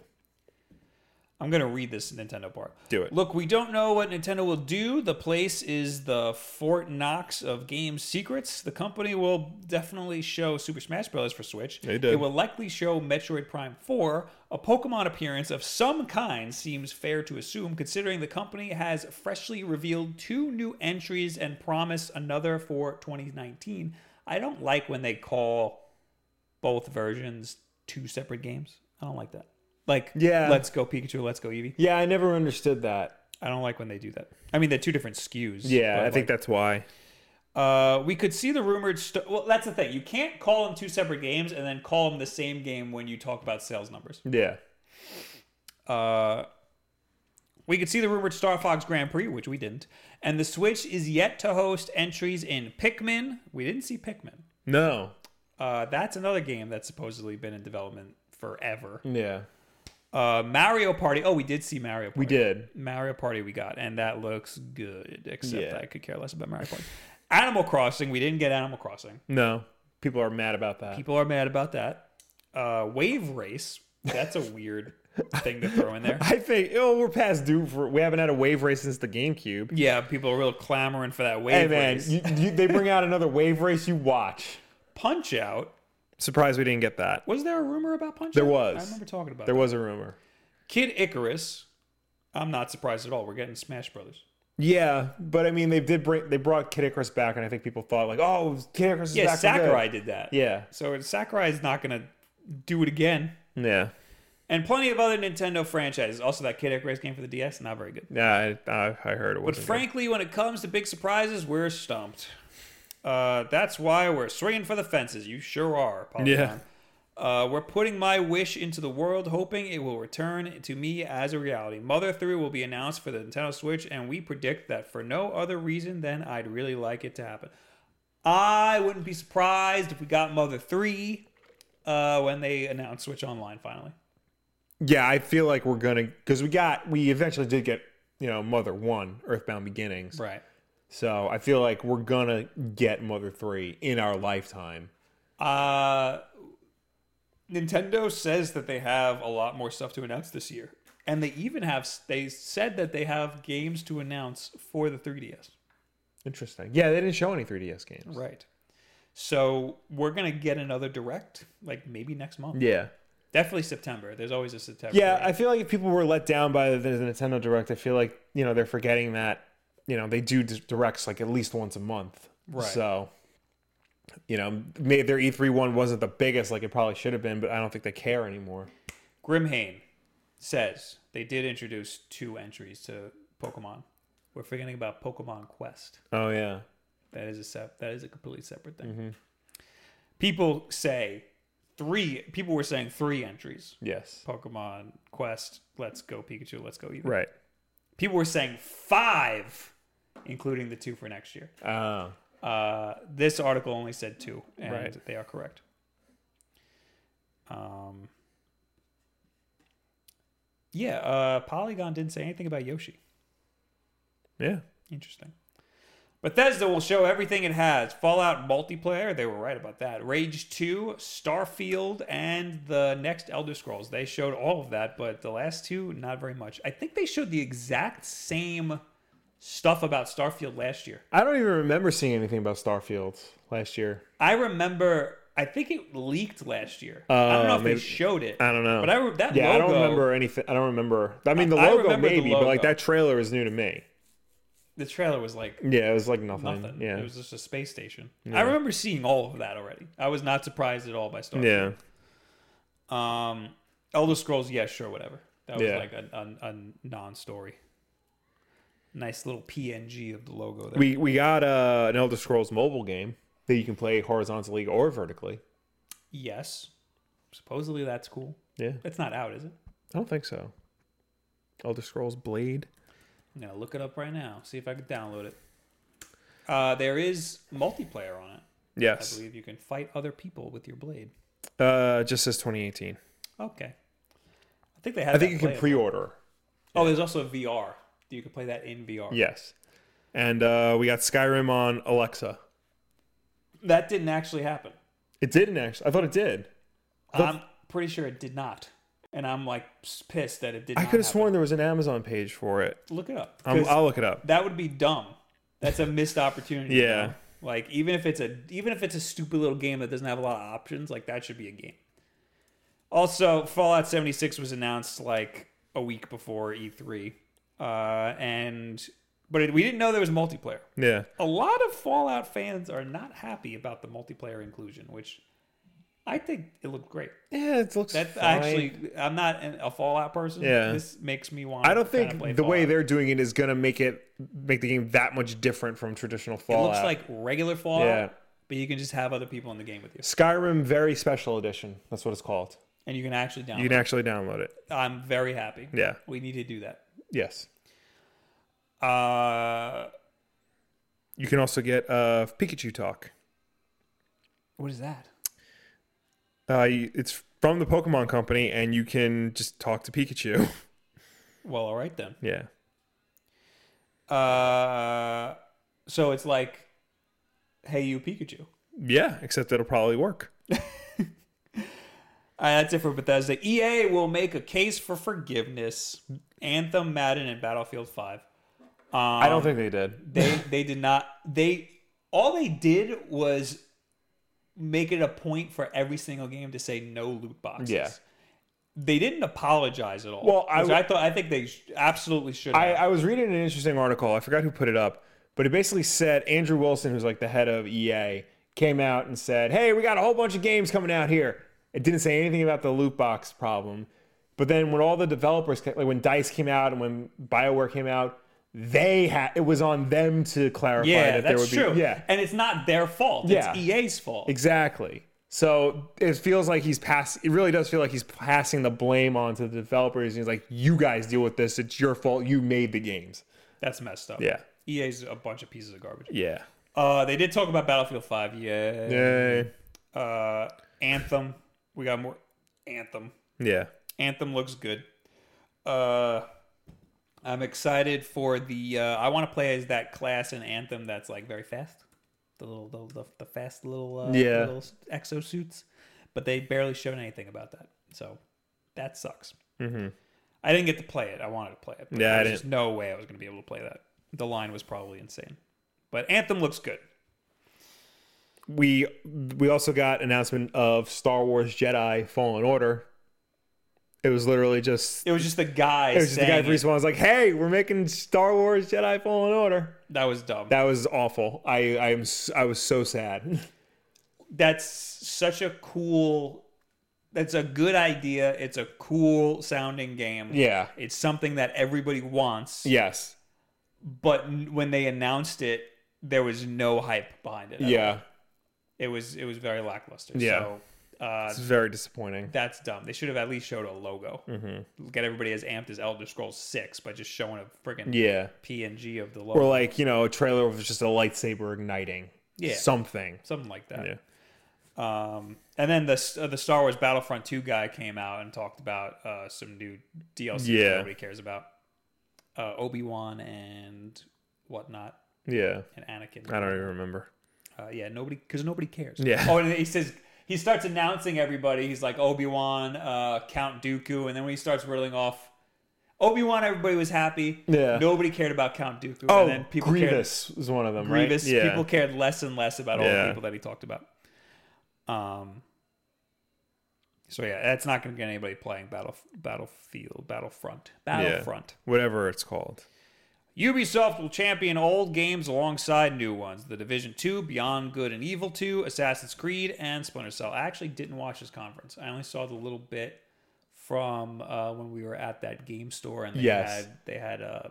A: I'm going to read this Nintendo part.
B: Do it.
A: Look, we don't know what Nintendo will do. The place is the Fort Knox of game secrets. The company will definitely show Super Smash Bros. for Switch.
B: They did.
A: It will likely show Metroid Prime 4. A Pokemon appearance of some kind seems fair to assume, considering the company has freshly revealed two new entries and promised another for 2019. I don't like when they call both versions two separate games. I don't like that. Like,
B: Yeah.
A: let's go Pikachu, let's go Eevee.
B: Yeah, I never understood that.
A: I don't like when they do that. I mean, they're two different SKUs.
B: Yeah,
A: but,
B: I think
A: like,
B: that's why.
A: uh, we could see the rumored. St- well, that's the thing. You can't call them two separate games and then call them the same game when you talk about sales numbers.
B: Yeah.
A: Uh, we could see the rumored Star Fox Grand Prix, which we didn't, and the Switch is yet to host entries in Pikmin. We didn't see Pikmin.
B: No.
A: Uh, that's another game that's supposedly been in development forever.
B: Yeah.
A: Uh, Mario Party. Oh, we did see Mario Party.
B: We did.
A: Mario Party we got, and that looks good. Except
B: Yeah.
A: I could care less about Mario Party. Animal Crossing, we didn't get Animal Crossing.
B: No. People are mad about that.
A: People are mad about that. Uh, Wave Race, that's a weird thing to throw in there.
B: I think oh we're past due for we haven't had a wave race since the GameCube.
A: Yeah, people are real clamoring for that
B: Hey
A: wave
B: man,
A: race.
B: you, you, they bring out another wave race. You watch.
A: Punch Out.
B: Surprised we didn't get that.
A: Was there a rumor about Punch
B: There
A: Out?
B: was.
A: I remember talking about
B: There
A: that.
B: was a rumor.
A: Kid Icarus. I'm not surprised at all. We're getting Smash Brothers.
B: Yeah, but I mean they did bring they brought Kid Icarus back, and I think people thought like oh Kid Icarus is
A: Yeah,
B: back. for good.
A: Sakurai did that.
B: Yeah,
A: So Sakurai's not going to do it again.
B: yeah.
A: And plenty of other Nintendo franchises. Also, that Kid Icarus game for the DS, not very good.
B: Yeah, I, I, I heard it
A: But
B: was.
A: frankly, when it comes to big surprises, we're stumped. Uh, that's why we're swinging for the fences. You sure are, Polygon.
B: Yeah.
A: Uh, we're putting my wish into the world, hoping it will return to me as a reality. Mother 3 will be announced for the Nintendo Switch, and we predict that for no other reason than I'd really like it to happen. I wouldn't be surprised if we got Mother 3 uh, when they announce Switch Online finally.
B: yeah, I feel like we're gonna because we got we eventually did get you know Mother One, Earthbound Beginnings.
A: Right.
B: So I feel like we're gonna get Mother Three in our lifetime.
A: Uh, Nintendo says that they have a lot more stuff to announce this year, and they even have they said that they have games to announce for the 3DS.
B: Interesting. Yeah, they didn't show any 3DS games.
A: Right. So we're gonna get another direct, like maybe next month.
B: Yeah.
A: Definitely September. There's always a September.
B: Yeah,
A: direct.
B: I feel like if people were let down by the, the Nintendo Direct, I feel like you know they're forgetting that you know they do d- directs like at least once a month.
A: Right.
B: So you know, maybe their E3 one wasn't the biggest like it probably should have been, but I don't think they care anymore.
A: Grimhain says they did introduce two entries to Pokemon. We're forgetting about Pokemon Quest.
B: Oh yeah.
A: That is a sep- that is a completely separate thing.
B: Mm-hmm.
A: People say three. People were saying three entries.
B: Yes.
A: Pokemon Quest, Let's Go Pikachu, Let's Go Eevee.
B: Right.
A: People were saying five, including the two for next year.
B: Uh,
A: Uh, this article only said two, and
B: Right.
A: they are correct. Um, yeah, uh, Polygon didn't say anything about Yoshi.
B: yeah.
A: Interesting. Bethesda will show everything it has. Fallout multiplayer, they were right about that. Rage 2, Starfield, and the next Elder Scrolls. They showed all of that, but the last two, not very much. I think they showed the exact same stuff about Starfield last year.
B: I don't even remember seeing anything about Starfield last year.
A: I remember, I think it leaked last year. I don't know if
B: Uh, maybe-
A: they showed it.
B: I don't know.
A: But I, re- that
B: Yeah,
A: logo,
B: I don't remember anything. I don't remember. I mean, the
A: I- I
B: logo
A: remember the
B: maybe, but like
A: logo.
B: that trailer is new to me.
A: the trailer was like
B: Yeah, it was like nothing.
A: nothing.
B: Yeah.
A: It was just a space station. I remember seeing all of that already. I was not surprised at all by Starfield.
B: yeah.
A: Um, Elder Scrolls, yeah, sure, whatever. That was
B: Yeah.
A: like a, a, a non-story. Nice little PNG of the logo there.
B: We we got uh, an Elder Scrolls mobile game that you can play horizontally or vertically.
A: yes, supposedly that's cool.
B: Yeah,
A: It's not out, is it?
B: I don't think so. Elder Scrolls Blade.
A: I'm gonna look it up right now. See if I can download it. Uh, there is multiplayer on it. I
B: Yes.
A: believe you can fight other people with your blade.
B: Uh, just says 2018.
A: Okay. I think they had.
B: I think
A: that
B: you can
A: playable.
B: pre-order.
A: Oh, there's also VR. You can play that in VR.
B: Yes. And uh, we got Skyrim on Alexa.
A: That didn't actually happen.
B: It didn't actually. I thought it did.
A: I'm pretty sure it did not, and I'm like pissed that it did.
B: I
A: not
B: could have
A: happen.
B: sworn there was an Amazon page for it.
A: Look it up.
B: Um,
A: 'Cause
B: I'll look it up.
A: that would be dumb. That's a missed opportunity. you
B: Yeah.
A: know? Like even if it's a even if it's a stupid little game that doesn't have a lot of options, like that should be a game. Also, Fallout 76 was announced like a week before E3. Uh, and but it, we didn't know there was multiplayer.
B: Yeah.
A: A lot of Fallout fans are not happy about the multiplayer inclusion, which I think it looked great.
B: Yeah, it looks.
A: That's
B: fine.
A: actually I'm not an, a Fallout person.
B: Yeah.
A: This makes me want
B: I don't
A: kinda play
B: think the way
A: Fallout.
B: they're doing it is gonna make it make the game that much different from traditional
A: It
B: Fallout.
A: looks like regular Fallout,
B: Yeah.
A: but you can just have other people in the game with you,
B: Skyrim Very Special Edition. That's what it's called.
A: and you can actually download.
B: You can actually download it.
A: it. I'm very happy.
B: Yeah.
A: we need to do that.
B: Yes.
A: Uh,
B: You can also get uh, Pikachu Talk.
A: what is that?
B: Uh, you- it's from the Pokemon Company, and you can just talk to Pikachu.
A: Well, all right then.
B: yeah.
A: Uh, so it's like, hey, you Pikachu.
B: Yeah, except it'll probably work.
A: Uh, that's it for Bethesda. EA will make a case for forgiveness. Anthem, Madden, and Battlefield Five. Um,
B: I don't think they did.
A: they they did not they all they did was make it a point for every single game to say no loot boxes.
B: Yeah.
A: They didn't apologize at all.
B: Well, I
A: which
B: w-
A: I thought I think they sh- absolutely should.
B: I,
A: Have.
B: I was reading an interesting article. I forgot who put it up, but it basically said Andrew Wilson, who's like the head of EA, came out and said, "Hey, we got a whole bunch of games coming out here." It didn't say anything about the loot box problem. But then when all the developers, ca- like when Dice came out and when Bioware came out, they had it was on them to clarify
A: yeah,
B: that there
A: that's
B: would
A: true.
B: be yeah
A: and it's not their fault.
B: Yeah.
A: It's EA's fault.
B: exactly. So it feels like he's pass. It really does feel like he's passing the blame on to the developers. And he's like, "You guys deal with this. It's your fault. You made the games."
A: That's messed up.
B: Yeah.
A: EA's a bunch of pieces of garbage.
B: Yeah.
A: Uh, they did talk about Battlefield Five. Yeah.
B: Yay.
A: Uh, Anthem. We got more Anthem.
B: Yeah.
A: Anthem looks good. Uh, I'm excited for the. Uh, I want to play as that class in Anthem that's like very fast, the little the, the, the fast little uh,
B: Yeah.
A: little exosuits, but they barely showed anything about that, so that sucks.
B: Mhm.
A: I didn't get to play it. I wanted to play it. but
B: Yeah, I
A: there's just no way I was going to be able to play that. The line was probably insane, but Anthem looks good.
B: We we also got announcement of Star Wars Jedi Fallen Order. It was literally just
A: It was just the guy.
B: it was just the guy
A: saying
B: from Respawn was like, "Hey, we're making Star Wars Jedi Fallen Order."
A: That was dumb.
B: That was awful. I I am s- I was so sad.
A: that's such a cool that's a good idea it's a cool sounding game
B: yeah.
A: it's something that everybody wants
B: Yes.
A: but n- when they announced it there was no hype behind it at all.
B: Yeah.
A: it was it was very lackluster
B: Yeah.
A: so uh,
B: It's very disappointing.
A: that's dumb they should have at least showed a logo
B: Mm-hmm.
A: get everybody as amped as elder scrolls 6 by just showing a freaking
B: Yeah.
A: png of the
B: Or
A: logo
B: like you know, a trailer with just a lightsaber igniting.
A: Yeah.
B: Something.
A: something like that Um, and then the uh, the Star Wars Battlefront Two guy came out and talked about uh, some new DLC
B: Yeah.
A: that nobody cares about, uh, Obi Wan and whatnot,
B: Yeah.
A: and Anakin.
B: I don't even remember.
A: Uh, yeah, nobody because nobody cares.
B: Yeah.
A: Oh, and he says he starts announcing everybody. He's like Obi Wan, uh, Count Dooku, and then when he starts whirling off. Obi Wan, everybody was happy.
B: Yeah.
A: Nobody cared about Count Dooku.
B: Oh,
A: and then people cared
B: Grievous was one of them, right?
A: Grievous.
B: Yeah.
A: People cared less and less about all the
B: Yeah.
A: people that he talked about. Um. So yeah, that's not going to get anybody playing Battle Battlefield Battlefront Battlefront.
B: Whatever it's called.
A: Ubisoft will champion old games alongside new ones: The Division Two, Beyond Good and Evil Two, Assassin's Creed, and Splinter Cell. I actually didn't watch this conference. I only saw the little bit from uh, when we were at that game store, and they
B: Yes.
A: had they had uh,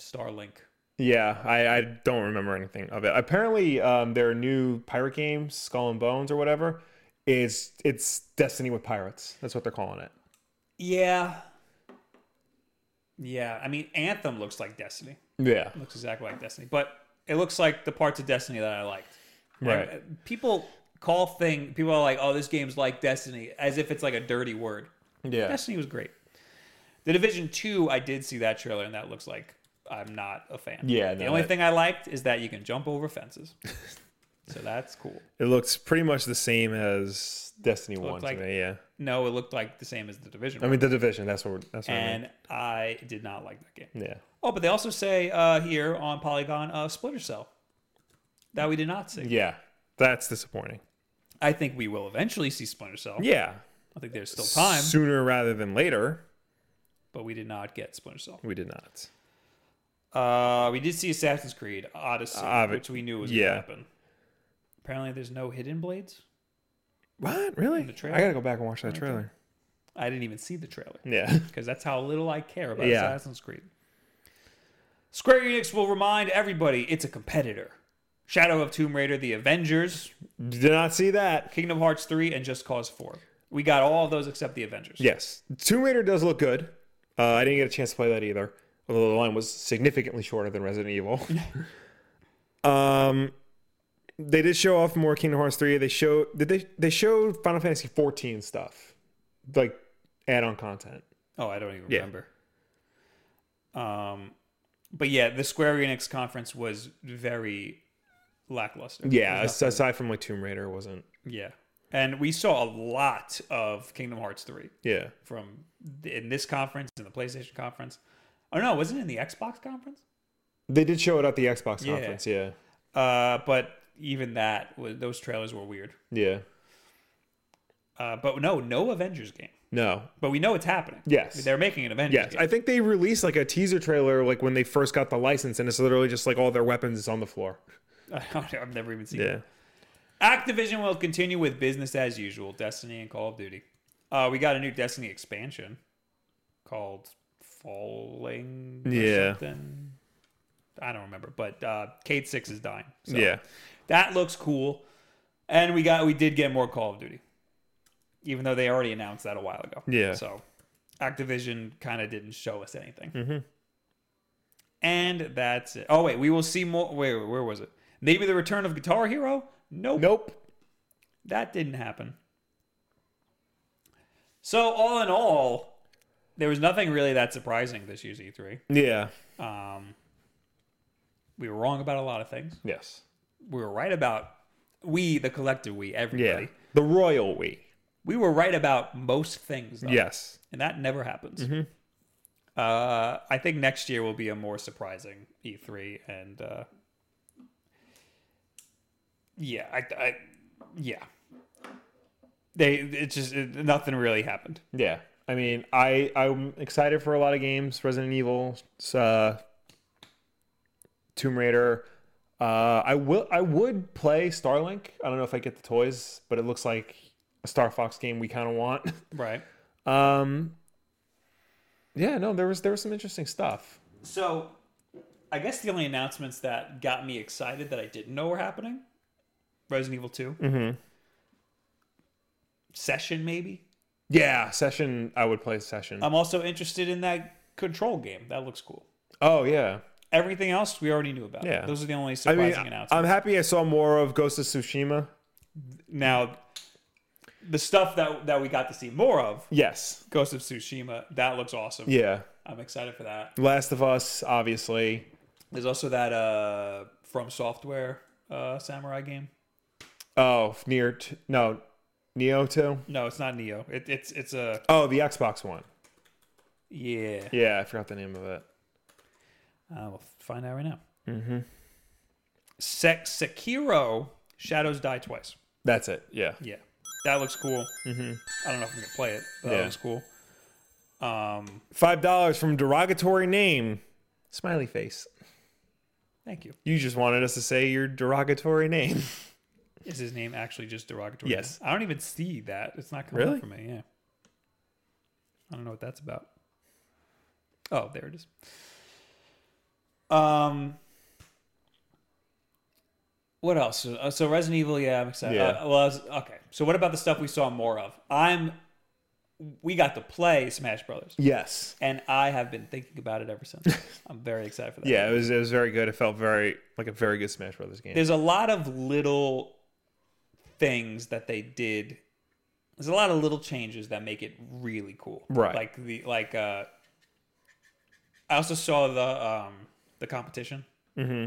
A: Starlink.
B: Yeah, I, I don't remember anything of it. Apparently, um, their new pirate game, Skull and Bones or whatever, is it's Destiny with pirates. That's what they're calling it.
A: Yeah. Yeah, I mean, Anthem looks like Destiny.
B: Yeah,
A: It looks exactly like Destiny, but it looks like the parts of Destiny that I liked.
B: Right.
A: And uh, people call thing. People are like, "Oh, this game's like Destiny," as if it's like a dirty word.
B: yeah,
A: Destiny was great. The Division Two, I did see that trailer, and that looks like I'm not a fan.
B: Yeah,
A: the
B: no,
A: only
B: that-
A: thing I liked is that you can jump over fences, so that's cool.
B: It looks pretty much the same as Destiny One. to
A: like-
B: me, yeah,
A: No, it looked like the same as the Division,
B: I mean the Division. That's what we're, that's what
A: and I did not like that game.
B: I mean. Yeah,
A: Oh, but they also say uh, here on Polygon uh, Splinter Cell that we did not see.
B: yeah, that's disappointing.
A: I think we will eventually see Splinter Cell.
B: Yeah,
A: I think there's still time,
B: sooner rather than later.
A: but we did not get Splinter Cell.
B: We did not.
A: Uh, we did see Assassin's Creed Odyssey,
B: Uh, but-
A: which we knew was
B: yeah.
A: going to happen. Apparently, there's no hidden blades.
B: What really?
A: the trailer.
B: I gotta go back and watch that trailer.
A: I didn't even see the trailer
B: Yeah.
A: because that's how little I care about
B: Yeah.
A: Assassin's Creed. Square Enix will remind everybody it's a competitor. Shadow of Tomb Raider, The Avengers,
B: Did not see that.
A: Kingdom Hearts 3, and Just Cause 4. We got all of those except The Avengers.
B: Yes, Tomb Raider does look good. Uh, I didn't get a chance to play that either, although the line was significantly shorter than Resident Evil. um, they did show off more Kingdom Hearts three. They showed did they they showed Final Fantasy fourteen stuff, like add on content.
A: Oh, I don't even remember. Um, but yeah, the Square Enix conference was very lackluster.
B: Yeah, as- aside from like Tomb Raider, it wasn't.
A: yeah, and we saw a lot of Kingdom Hearts three
B: Yeah,
A: from th- in this conference in the PlayStation conference. Oh no, wasn't it in the Xbox conference?
B: they did show it at the Xbox conference. Yeah,
A: Uh, but even that, was, those trailers were weird.
B: yeah.
A: Uh, but no, no Avengers game.
B: No,
A: But we know it's happening.
B: Yes.
A: they're making an Avengers
B: yes,
A: game.
B: I think they released like a teaser trailer like when they first got the license, and it's literally just like all their weapons is on the floor.
A: I've never even seen. it. Activision will continue with business as usual, Destiny and Call of Duty. Uh, we got a new Destiny expansion called Falling. Or
B: Yeah.
A: Something. I don't remember, but uh, Kate Six is dying. So
B: yeah.
A: That looks cool, and we got we did get more Call of Duty, even though they already announced that a while ago.
B: Yeah.
A: So Activision kind of didn't show us anything.
B: Mm-hmm.
A: And that's it. Oh wait, we will see more. Wait, wait, where was it? Maybe the return of Guitar Hero? Nope.
B: Nope.
A: That didn't happen. So, all in all, there was nothing really that surprising this year's E E3.
B: Yeah.
A: Um, we were wrong about a lot of things.
B: Yes.
A: We were right about we, the collective we, everybody.
B: Yeah. The royal we.
A: We were right about most things. Though,
B: Yes.
A: and that never happens. Uh, I think next year will be a more surprising E3, and uh, yeah, I, I, yeah, they it just it, nothing really happened.
B: Yeah. I mean, I I'm excited for a lot of games. Resident Evil, uh, Tomb Raider. Uh, I will. I would play Starlink. I don't know if I get the toys, but it looks like a Star Fox game we kind of want.
A: Right.
B: Um, yeah. No, there was there was some interesting stuff.
A: So, I guess the only announcements that got me excited that I didn't know were happening: Resident Evil 2
B: Mm-hmm.
A: Session maybe.
B: Yeah, Session. I would play Session.
A: I'm also interested in that Control game. That looks cool.
B: oh yeah.
A: Everything else we already knew about.
B: Yeah.
A: Those are the only
B: I
A: surprising
B: mean,
A: announcements.
B: I'm happy I saw more of Ghost of Tsushima.
A: Now, the stuff that that we got to see more of,
B: Yes.
A: Ghost of Tsushima, that looks awesome.
B: Yeah.
A: I'm excited for that.
B: Last of Us, obviously.
A: There's also that uh, From Software uh, samurai game.
B: Oh, near t- no, Neo two.
A: No, it's not Neo. It, it's it's a
B: Oh, the Xbox One.
A: yeah.
B: Yeah, I forgot the name of it.
A: Uh, we'll find out right now. Mm-hmm. Sek- Sekiro Shadows Die Twice.
B: That's it. Yeah.
A: Yeah, that looks cool. Mm-hmm. I don't know if I'm gonna play it, but that
B: Yeah.
A: looks cool. Um,
B: Five dollars from derogatory name. Smiley face.
A: thank you.
B: You just wanted us to say your derogatory name.
A: Is his name actually just derogatory?
B: Yes.
A: I don't even see that. It's not coming
B: Really?
A: up for me. Yeah. I don't know what that's about. Oh, there it is. Um. What else? So, uh, so Resident Evil, yeah, I'm excited.
B: Yeah.
A: Uh, well, I was- okay. So what about the stuff we saw more of? I'm. We got to play Smash Brothers,
B: Yes.
A: and I have been thinking about it ever since. I'm very excited for that.
B: Yeah, it was it was very good. It felt very like a very good Smash Brothers game.
A: there's a lot of little things that they did there's a lot of little changes that make it really cool
B: Right.
A: like the like uh i also saw the um the competition mm-hmm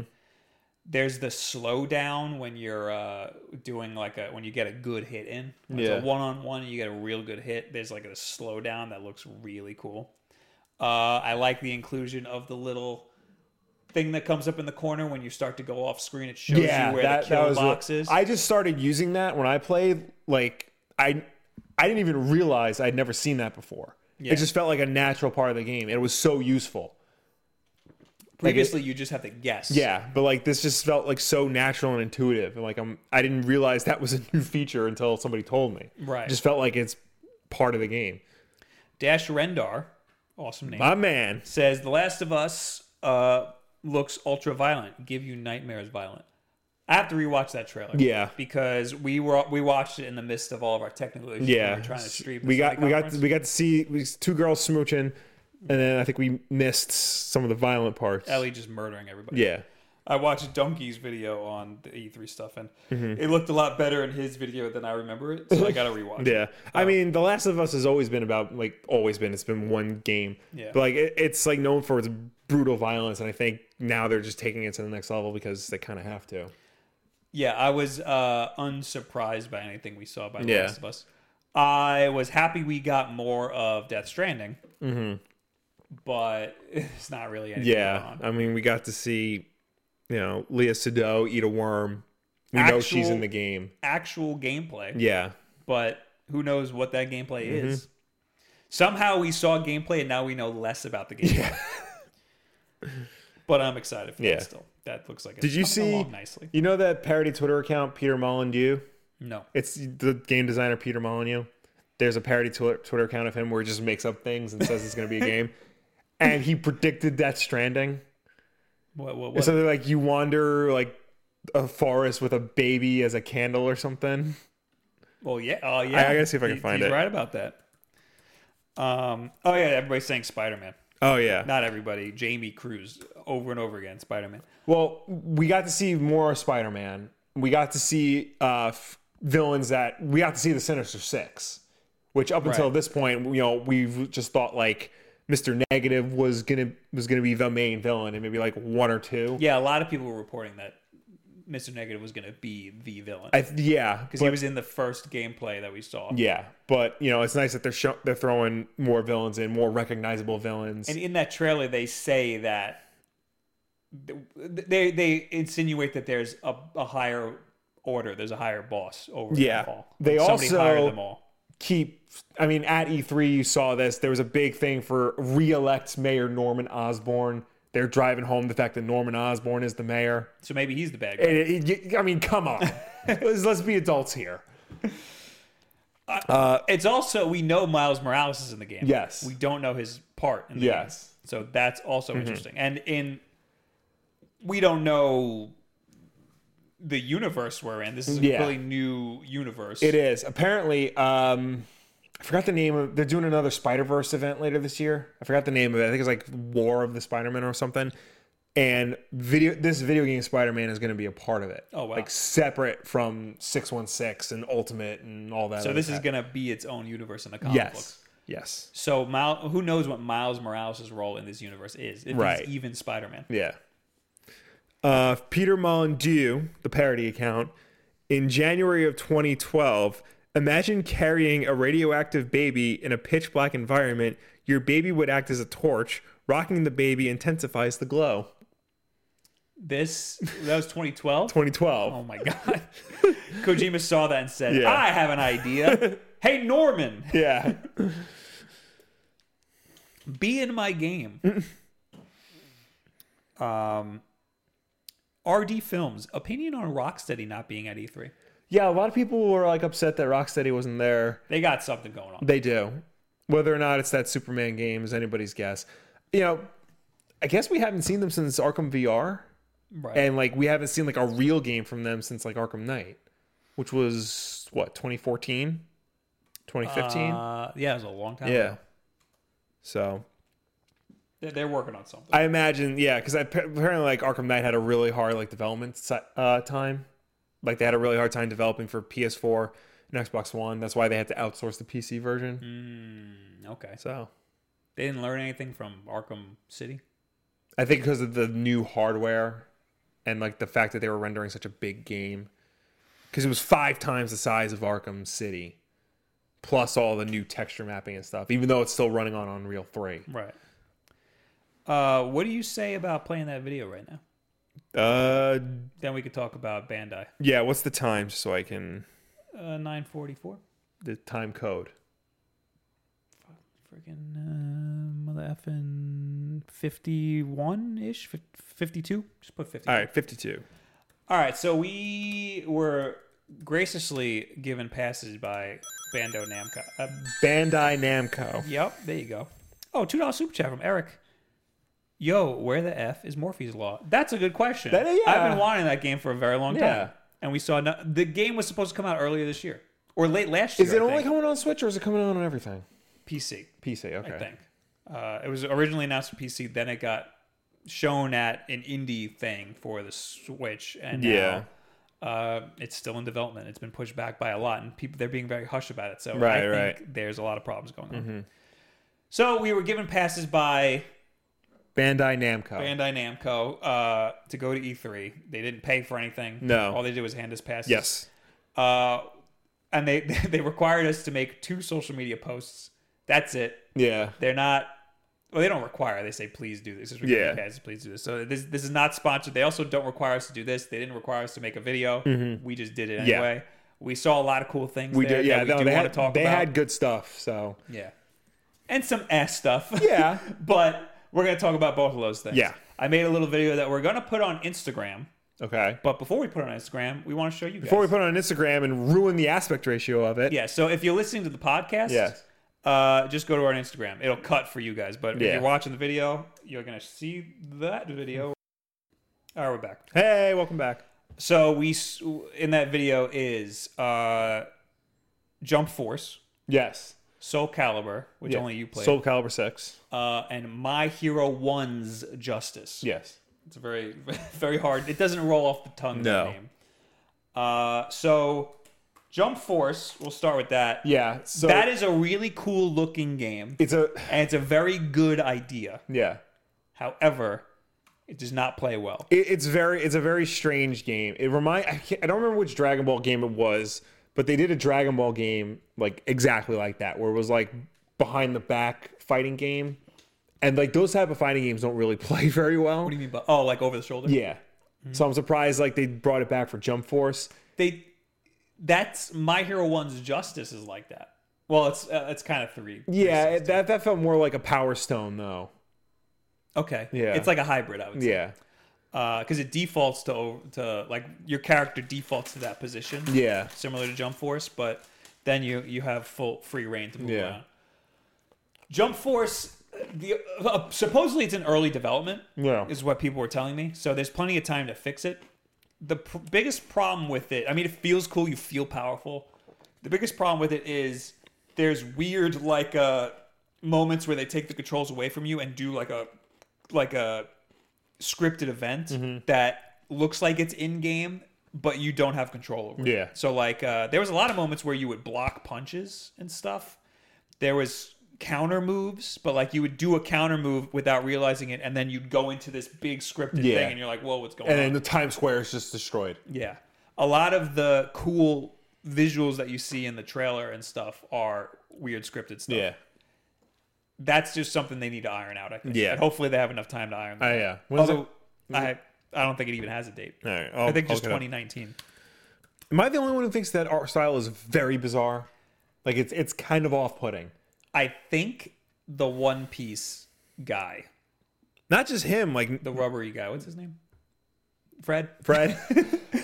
A: there's the slowdown when you're uh doing like a when you get a good hit in when
B: Yeah.
A: it's a one-on-one and you get a real good hit there's like a slowdown that looks really cool uh i like the inclusion of the little thing that comes up in the corner when you start to go off screen it shows you where the kill
B: what-
A: box is
B: I just started using that when I played. Like I, I didn't even realize I'd never seen that before.
A: Yeah.
B: It just felt like a natural part of the game. It was so useful.
A: Previously, you just have to guess.
B: Yeah, but like this just felt like so natural and intuitive, and like I'm I didn't realize that was a new feature until somebody told me.
A: Right.
B: It just felt like it's part of the game.
A: Dash Rendar, awesome name,
B: My man.
A: says The Last of Us uh, looks ultra violent, give you nightmares violent. I have to rewatch that trailer.
B: Yeah.
A: Because we were we watched it in the midst of all of our technical issues.
B: Yeah.
A: We were trying to stream.
B: we
A: the
B: got we got
A: teleconference.
B: we got to see we, two girls smooching, and then I think we missed some of the violent parts.
A: Ellie just murdering everybody.
B: Yeah.
A: I watched Donkey's video on the E3 stuff, and
B: Mm-hmm.
A: it looked a lot better in his video than I remember it. So I got to rewatch. it.
B: Yeah,
A: Oh.
B: I mean, The Last of Us has always been about like always been. It's been one game,
A: Yeah.
B: but like it, it's like known for its brutal violence, and I think now they're just taking it to the next level because they kind of have to.
A: Yeah, I was uh, unsurprised by anything we saw by The
B: Yeah.
A: Last of Us. I was happy we got more of Death Stranding, mm-hmm. but it's not really anything. going
B: Yeah,
A: on.
B: I mean, we got to see, you know, Leah Sado eat a worm. We know she's
A: Actual-
B: in the game.
A: actual gameplay,
B: Yeah, Mm-hmm.
A: but who knows what that gameplay is? Somehow we saw gameplay and now we know less about the gameplay. but I'm excited for
B: Yeah.
A: that still. That looks like it's
B: Did you
A: coming
B: see-
A: along nicely?
B: you know that parody Twitter account, Peter Molyneux.
A: No,
B: It's the game designer Peter Molyneux. There's a parody tw- Twitter account of him where he just makes up things and says it's going to be a game, and he predicted Death Stranding.
A: what? What?
B: It's
A: what?
B: something like you wander like a forest with a baby as a candle or something.
A: Well, yeah. Oh, yeah.
B: I gotta see if I can
A: He-
B: find
A: he's
B: it.
A: Right about that. Um. Oh yeah. Everybody's saying Spider Man.
B: Oh yeah.
A: Not everybody. Jamie Cruz over and over again. Spider Man.
B: Well, we got to see more Spider Man. We got to see uh, f- villains that we got to see the Sinister Six, which up until
A: Right.
B: this point, you know, we've just thought like Mr. Negative was gonna was gonna be the main villain and maybe like one or two.
A: Yeah, a lot of people were reporting that Mr. Negative was going to be the villain
B: I, yeah,
A: because he was in the first gameplay that we saw.
B: yeah, but you know it's nice that they're show, they're throwing more villains in, more recognizable villains.
A: And in that trailer, they say that they they insinuate that there's a, a higher order, there's a higher boss over
B: Yeah.
A: them all.
B: They
A: Somebody
B: also-
A: hired them all.
B: keep I mean at E3 you saw this there was a big thing for re-elect mayor Norman Osborn they're driving home the fact that Norman Osborn is the mayor
A: So maybe he's the bad guy.
B: and it, it- I mean come on let's, let's be adults here
A: It's also we know Miles Morales is in the game.
B: Yes.
A: we don't know his part. In the
B: Yes. Mm-hmm.
A: game. so that's also interesting. And in we don't know the universe we're in. This is a
B: Yeah.
A: really new universe.
B: it is apparently um I forgot the name of they're doing another Spider-Verse event later this year I forgot the name of it I think it's like War of the Spider-Man or something and video this video game Spider-Man is going to be a part of it
A: Oh, wow.
B: like separate from 616 and Ultimate and all that
A: So
B: other
A: this is
B: crap.
A: gonna be its own universe in the comic books.
B: yes yes
A: So Mal- who knows what Miles Morales' role in this universe is? If
B: Right.
A: he's even Spider-Man.
B: Yeah. Uh, Peter Molyneux, the parody account, in January of 2012, imagine carrying a radioactive baby in a pitch black environment. Your baby would act as a torch. Rocking the baby intensifies the glow.
A: This that was 2012.
B: 2012.
A: Oh my god. Kojima saw that and said,
B: Yeah.
A: "I have an idea. hey Norman,
B: Yeah.
A: be in my game." um RD Films opinion on Rocksteady not being at E E3.
B: yeah, a lot of people were like upset that Rocksteady wasn't there.
A: They got something going on.
B: They do. Whether or not it's that Superman game is anybody's guess. You know, I guess we haven't seen them since Arkham VR.
A: Right.
B: and like we haven't seen like a real game from them since like Arkham Knight, which was what 2014, 2015.
A: Uh, yeah, it was a long time.
B: yeah.
A: ago.
B: So
A: They- They're working on something.
B: I imagine, yeah, because apparently like Arkham Knight had a really hard like development si- uh, time, like they had a really hard time developing for PS4 and Xbox One. That's why they had to outsource the PC version.
A: Mm. okay.
B: So
A: They didn't learn anything from Arkham City.
B: I think because of the new hardware and like the fact that they were rendering such a big game, because it was five times the size of Arkham City, plus all the new texture mapping and stuff. Even though it's still running on Unreal Three,
A: Right. Uh, what do you say about playing that video right now?
B: uh,
A: Then we could talk about Bandai.
B: yeah. What's the time, just so I can
A: Uh, Nine forty-four.
B: the time code?
A: Freaking uh, mother effing fifty-one ish, fifty-two. Just put fifty.
B: All right, fifty-two.
A: All right. So we were graciously given passes by Bando Namco. Uh,
B: Bandai Namco.
A: yep. There you go. Oh, two dollar super chat from Eric. Yo, where the f is Morphe's Law? That's a good question.
B: That- yeah.
A: I've been wanting that game for a very long
B: Yeah.
A: time, and we saw no- the game was supposed to come out earlier this year or late last year.
B: Is it
A: I
B: only
A: think.
B: coming on Switch or is it coming out on everything?
A: PC?
B: PC. Okay.
A: I think. Uh, it was originally announced for PC, then it got shown at an indie thing for the Switch, and
B: Yeah.
A: now, uh, it's still in development. It's been pushed back by a lot, and people they're being very hush about it. So I
B: Right,
A: think
B: right. Mm-hmm.
A: there's a lot of problems going on. So we were given passes by
B: Bandai Namco.
A: Bandai Namco uh, to go to E3. They didn't pay for anything.
B: No.
A: all they did was hand us passes.
B: yes.
A: uh, and they they required us to make two social media posts. That's it
B: Yeah.
A: they're not well they don't require they say please do this, this is what
B: Yeah.
A: yeah. guys please do this so this this is not sponsored they also don't require us to do this they didn't require us to make a video we just did it
B: Mm-hmm. Yeah.
A: anyway we saw a lot of cool things
B: We
A: there
B: did. Yeah.
A: that we
B: no,
A: do
B: they
A: want
B: had,
A: to talk
B: they
A: about
B: had good stuff. So
A: yeah and some ass stuff
B: Yeah.
A: but we're going to talk about both of those things
B: Yeah.
A: i made a little video that we're going to put on instagram
B: okay.
A: but before we put it on instagram we want to show you guys
B: before we put it on Instagram and ruin the aspect ratio of it.
A: yeah so if you're listening to the podcast
B: Yes.
A: uh, just go to our Instagram. It'll cut for you guys, but if
B: Yeah.
A: you're watching the video, you're gonna see that video. All right, we're back.
B: Hey, welcome back.
A: So we s- in that video is uh, Jump Force,
B: Yes.
A: Soul Calibur, which only you played,
B: Soul Calibur 6.
A: uh, and My Hero One's Justice.
B: Yes.
A: It's very very hard. It doesn't roll off the tongue. that
B: No.
A: name. Uh, so Jump Force, we'll start with that.
B: Yeah. So
A: that is a really cool looking game,
B: it's a
A: and it's a very good idea.
B: yeah.
A: However, it does not play well.
B: It, it's very it's a very strange game. It remind I, can't, I don't remember which Dragon Ball game it was, but they did a Dragon Ball game like exactly like that, where it was like behind the back fighting game, and like those type of fighting games don't really play very well.
A: What do you mean by oh, like over the shoulder?
B: yeah. So I'm surprised like they brought it back for Jump Force.
A: They that's My Hero One's Justice is like that. Well, it's uh, it's kind of three.
B: Yeah, it- that that felt more like a Power Stone though.
A: Okay.
B: Yeah.
A: It's like a hybrid. I would say.
B: Yeah.
A: because it defaults to to like your character defaults to that position.
B: Yeah.
A: similar to Jump Force, but then you you have full free reign to move
B: Yeah.
A: around. Jump Force, the uh, supposedly it's an early development,
B: Yeah.
A: is what people were telling me. So there's plenty of time to fix it. The pr- biggest problem with it, I mean, it feels cool, you feel powerful. The biggest problem with it is there's weird like uh, moments where they take the controls away from you and do like a like a scripted event
B: Mm-hmm.
A: that looks like it's in game, but you don't have control over. it.
B: Yeah.
A: So like uh, there was a lot of moments where you would block punches and stuff. There was counter moves, but like you would do a counter move without realizing it, and then you'd go into this big scripted
B: Yeah.
A: thing, and you're like, "Whoa, what's going
B: And
A: on?"
B: then the Times Square is just destroyed.
A: Yeah. A lot of the cool visuals that you see in the trailer and stuff are weird scripted stuff.
B: Yeah.
A: That's just something they need to iron out, I think.
B: Yeah.
A: And hopefully they have enough time to iron that.
B: Oh yeah. When's
A: Although I I don't think it even has a date.
B: it? All right.
A: I think just
B: twenty.
A: 2019.
B: Am I the only one who thinks that art style is very bizarre? Like it's it's kind of off-putting.
A: I think the One Piece guy,
B: Not just him, like
A: the rubbery guy, what's his name? Fred?
B: Fred.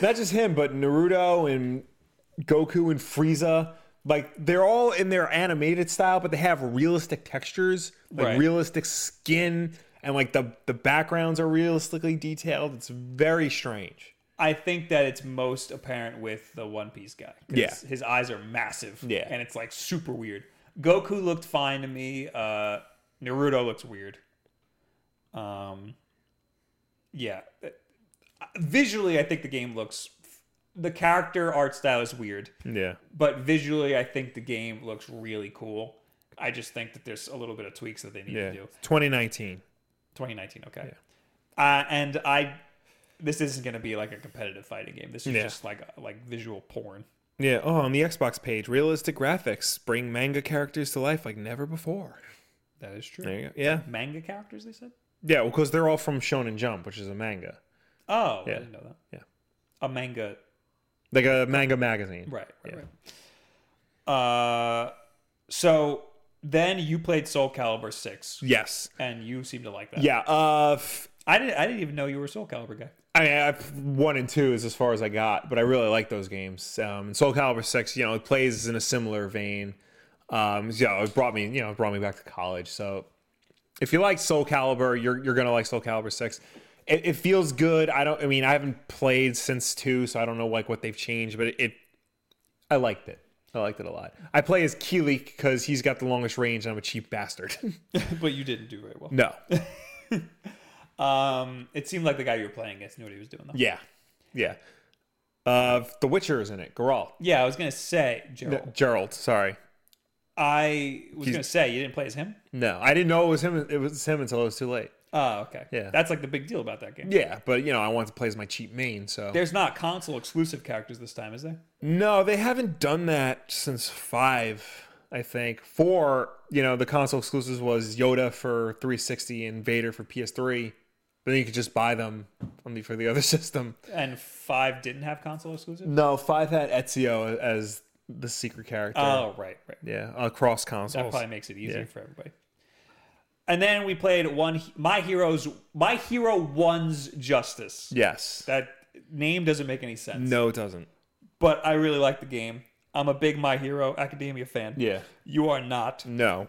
B: Not just him, but Naruto and Goku and Frieza. Like they're all in their animated style, but they have realistic textures, like
A: Right.
B: realistic skin, and like the the backgrounds are realistically detailed. It's very strange.
A: I think that it's most apparent with the One Piece guy. 'cause
B: Yeah.
A: His eyes are massive.
B: Yeah.
A: And it's like super weird. Goku looked fine to me. Uh, Naruto looks weird. Um, yeah. uh, Visually, I think the game looks. The character art style is weird,
B: Yeah.
A: but visually, I think the game looks really cool. I just think that there's a little bit of tweaks that they need
B: Yeah.
A: to do.
B: 2019.
A: 2019. Okay. Uh, and I, this isn't going to be like a competitive fighting game. This is
B: Yeah.
A: just like like visual porn.
B: Yeah. Oh, on the Xbox page, realistic graphics bring manga characters to life like never before.
A: That is true.
B: There you go. Yeah.
A: Manga characters, they said.
B: Yeah, well, because they're all from Shonen Jump, which is a manga,
A: Oh, I
B: Yeah.
A: didn't know that.
B: Yeah.
A: A manga,
B: like a manga magazine.
A: right? Right. Right. Uh, so then you played Soul Calibur six,
B: Yes.
A: and you seem to like that.
B: Yeah. Uh, f-
A: I didn't. I didn't even know you were a Soul Calibur guy.
B: I mean, I, one and two is as far as I got, but I really like those games. Um, and Soul Calibur Six, you know, it plays in a similar vein. Um, so, yeah, it brought me, you know, it brought me back to college. So, if you like Soul Calibur, you're you're gonna like Soul Calibur Six. It, it feels good. I don't. I mean, I haven't played since two, so I don't know like what they've changed, but it. it I liked it. I liked it a lot. I play as Keelik because he's got the longest range, and I'm a cheap bastard.
A: but you didn't do very well.
B: no.
A: Um, it seemed like the guy you were playing against knew what he was doing. Though.
B: Yeah. Yeah. Uh, The Witcher is in it. Geralt.
A: Yeah, I was gonna say, Gerald.
B: Gerald, sorry.
A: I was gonna say you didn't play as him.
B: No, I didn't know it was him. It was him until it was too late.
A: Oh, okay.
B: Yeah.
A: That's like the big deal about that game.
B: Yeah, but you know, I wanted to play as my cheap main. So
A: There's not console exclusive characters this time, is there?
B: no, they haven't done that since five. I think four. You know, the console exclusives was Yoda for 360 and Vader for PS3. But then you could just buy them on the, for the other system.
A: And five didn't have console exclusive?
B: No, five had Ezio as the secret character.
A: Oh, right, right.
B: yeah, across
A: That
B: consoles.
A: probably makes it easier
B: Yeah.
A: for everybody. And then we played one My Heroes My Hero One's Justice.
B: yes.
A: That name doesn't make any sense.
B: No, it doesn't.
A: But I really like the game. I'm a big My Hero Academia fan.
B: Yeah.
A: You are not.
B: No.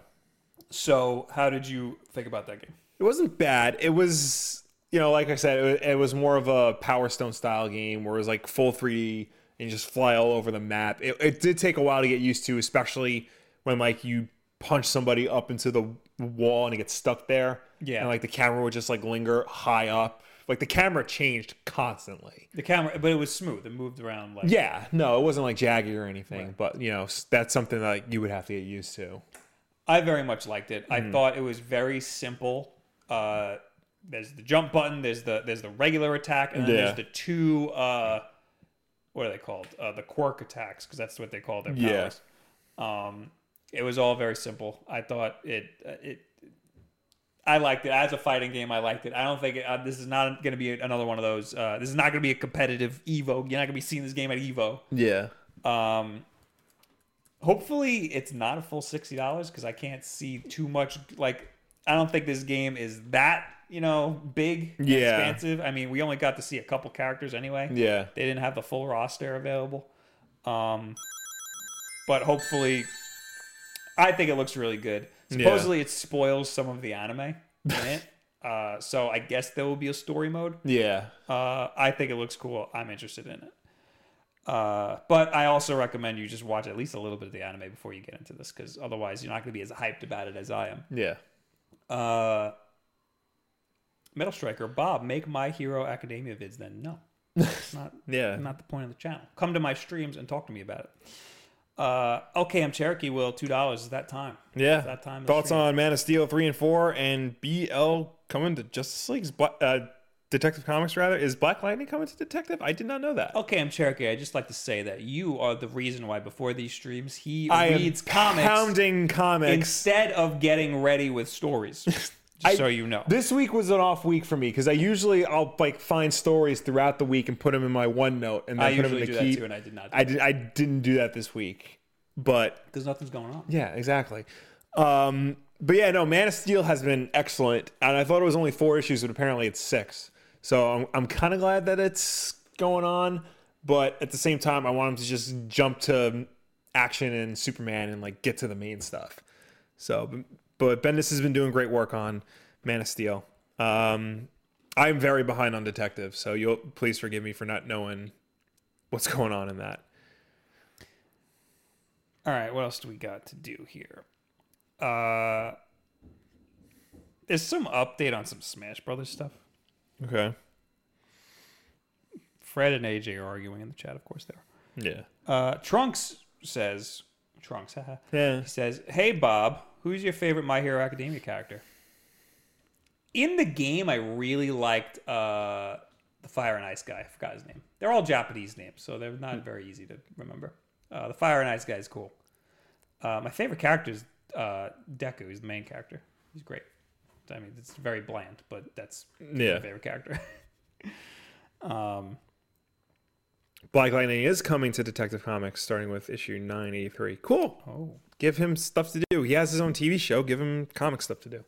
A: So how did you think about that game?
B: It wasn't bad. It was, you know, like I said, it wa- it was more of a Power Stone style game where it was like full 3D and you just fly all over the map. It, it did take a while to get used to, especially when like you punch somebody up into the wall and it gets stuck there.
A: Yeah.
B: And like the camera would just like linger high up Like the camera changed constantly.
A: The camera, but it was smooth. It moved around like
B: Yeah, no, it wasn't like jaggy or anything, but you know s- that's something that you would have to get used to.
A: I very much liked it.
B: Mm-hmm.
A: I thought it was very simple. Uh, there's the jump button. There's the there's the regular attack, and then
B: Yeah.
A: there's the two. Uh, what are they called? Uh, the quirk attacks, because that's what they call their
B: Yeah.
A: powers. Um, it was all very simple. I thought it uh, it. I liked it as a fighting game. I liked it. I don't think it, uh, this is not going to be another one of those. Uh, this is not going to be a competitive Evo. You're not going to be seeing this game at Evo.
B: Yeah.
A: Um, hopefully, it's not a full sixty dollars because I can't see too much. Like, I don't think this game is that you know big, and
B: Yeah.
A: expansive. I mean, we only got to see a couple characters anyway.
B: Yeah.
A: They didn't have the full roster available. Um, but hopefully, I think it looks really good. Supposedly, it spoils some of the anime. In it. Uh, so I guess there will be a story mode.
B: Yeah.
A: Uh, I think it looks cool. I'm interested in it. Uh, but I also recommend you just watch at least a little bit of the anime before you get into this, because otherwise you're not going to be as hyped about it as I am.
B: Yeah.
A: Uh, Metal Striker, Bob, make My Hero Academia vids. Then no, it's not
B: Yeah.
A: not the point of the channel. Come to my streams and talk to me about it. Uh, okay, I'm Cherokee. Will two dollars is that time?
B: Yeah.
A: that time of
B: Thoughts
A: stream.
B: on Man of Steel three and four and BL coming to Justice League's Bla- uh, Detective Comics rather is Black Lightning coming to Detective? I did not know that.
A: Okay, I'm Cherokee. I just like to say that you are the reason why before these streams he
B: I am
A: reads comics.
B: Pounding comics.
A: instead of getting ready with stories. Just so you know.
B: this week was an off week for me because I usually I'll like find stories throughout the week and put them in my OneNote and then
A: I
B: put them
A: usually
B: in the
A: do
B: key.
A: that too, and I did not
B: I did. I didn't do that this week, but
A: because nothing's going on.
B: Yeah, exactly. Um, but yeah, no, Man of Steel has been excellent, and I thought it was only four issues, but apparently it's six. So I'm, I'm kind of glad that it's going on, but at the same time, I want them to just jump to action and Superman and like get to the main stuff. So, but Bendis has been doing great work on Man of Steel. Um, I'm very behind on Detective, so you'll please forgive me for not knowing what's going on in that.
A: All right, what else do we got to do here? Uh, there's some update on some Smash Brothers stuff.
B: Okay.
A: Fred and AJ are arguing in the chat, of course they are.
B: Yeah.
A: Uh, Trunks says, Trunks, haha.
B: Yeah.
A: He says, "Hey Bob, who's your favorite My Hero Academia character?" In the game, I really liked uh, the Fire and Ice guy. I forgot his name. They're all Japanese names, so they're not very easy to remember. Uh, the Fire and Ice guy is cool. Uh, my favorite character is uh, Deku. He's the main character. He's great. I mean, it's very bland, but that's
B: Yeah.
A: my favorite character. um,
B: Black Lightning is coming to Detective Comics starting with issue 983. Cool.
A: oh.
B: Give him stuff to do. He has his own TV show. Give him comic stuff to do.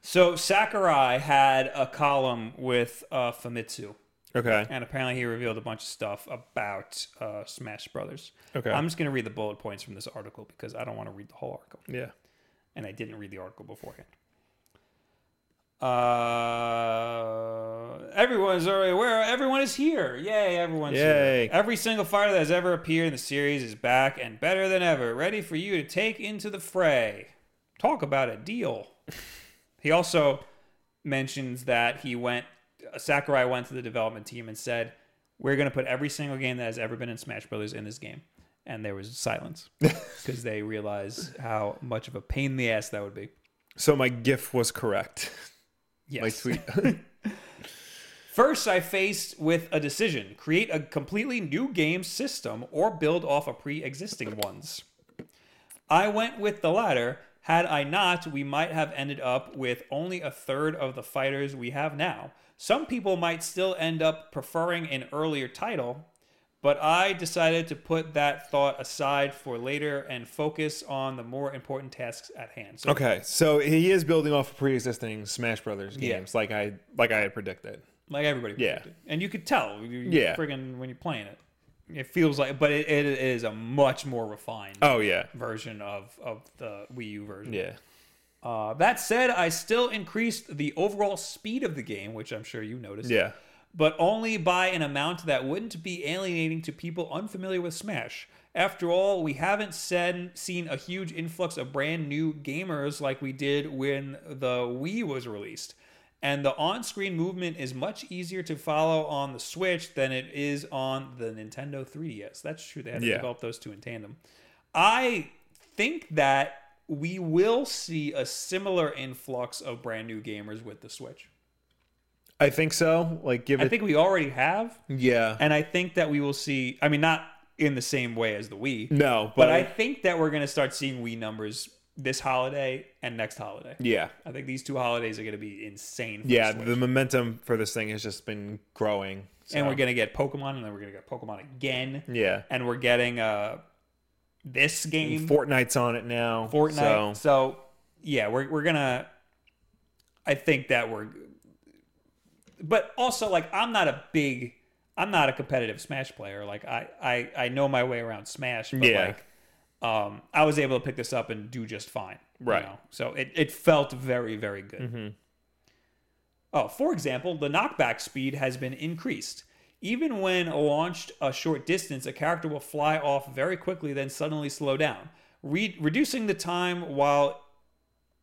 A: So Sakurai had a column with uh, Famitsu.
B: Okay.
A: and apparently he revealed a bunch of stuff about uh, Smash Brothers.
B: Okay.
A: I'm just going to read the bullet points from this article because I don't want to read the whole article,
B: Yeah.
A: and I didn't read the article beforehand. Uh, everyone's already aware. Everyone is here. Yay! Everyone's
B: Yay.
A: here. Every single fighter that has ever appeared in the series is back and better than ever, ready for you to take into the fray. Talk about a deal. He also mentions that he went uh, Sakurai went to the development team and said, "We're going to put every single game that has ever been in Smash Brothers in this game." And there was silence because they realized how much of a pain in the ass that would be.
B: So my GIF was correct. My
A: Yes.
B: tweet.
A: First, I faced with a decision: create a completely new game system or build off of pre-existing ones. I went with the latter. Had I not, we might have ended up with only a third of the fighters we have now. Some people might still end up preferring an earlier title, but I decided to put that thought aside for later and focus on the more important tasks at hand. So
B: okay. So he is building off of pre-existing Smash Brothers
A: Yeah.
B: games, like I like I had predicted.
A: like everybody.
B: Yeah.
A: predicted. and you could tell. You, you
B: Yeah.
A: friggin' when you're playing it, it feels like, but it, it is a much more refined
B: Oh yeah.
A: version of of the Wii U version.
B: Yeah.
A: Uh, that said, I still increased the overall speed of the game, which I'm sure you noticed.
B: Yeah.
A: But only by an amount that wouldn't be alienating to people unfamiliar with Smash. After all, we haven't sen- seen a huge influx of brand new gamers like we did when the Wii was released. and the on-screen movement is much easier to follow on the Switch than it is on the Nintendo 3DS. That's true. They had to
B: Yeah.
A: develop those two in tandem. I think that we will see a similar influx of brand new gamers with the Switch.
B: I think so. Like, give
A: I
B: it.
A: think we already have,
B: yeah.
A: and I think that we will see. I mean, not in the same way as the Wii,
B: No, but,
A: but I think that we're going to start seeing Wii numbers this holiday and next holiday.
B: yeah,
A: I think these two holidays are going to be insane. For
B: yeah.
A: the Switch.
B: The momentum for this thing has just been growing. so- Mm.
A: and we're gonna get Pokemon, and then we're gonna get Pokemon again,
B: yeah,
A: and we're getting uh this game
B: Fortnite's on it now.
A: Fortnite. So,
B: So
A: yeah, we're we're gonna. I think that we're, but also like I'm not a big, I'm not a competitive Smash player. Like I I I know my way around Smash, but
B: Yeah.
A: like. Um, I was able to pick this up and do just fine. you
B: Right.
A: know? So it, it felt very, very good. Oh, for example, the knockback speed has been increased. Even when launched a short distance, a character will fly off very quickly, then suddenly slow down. Re- reducing the time while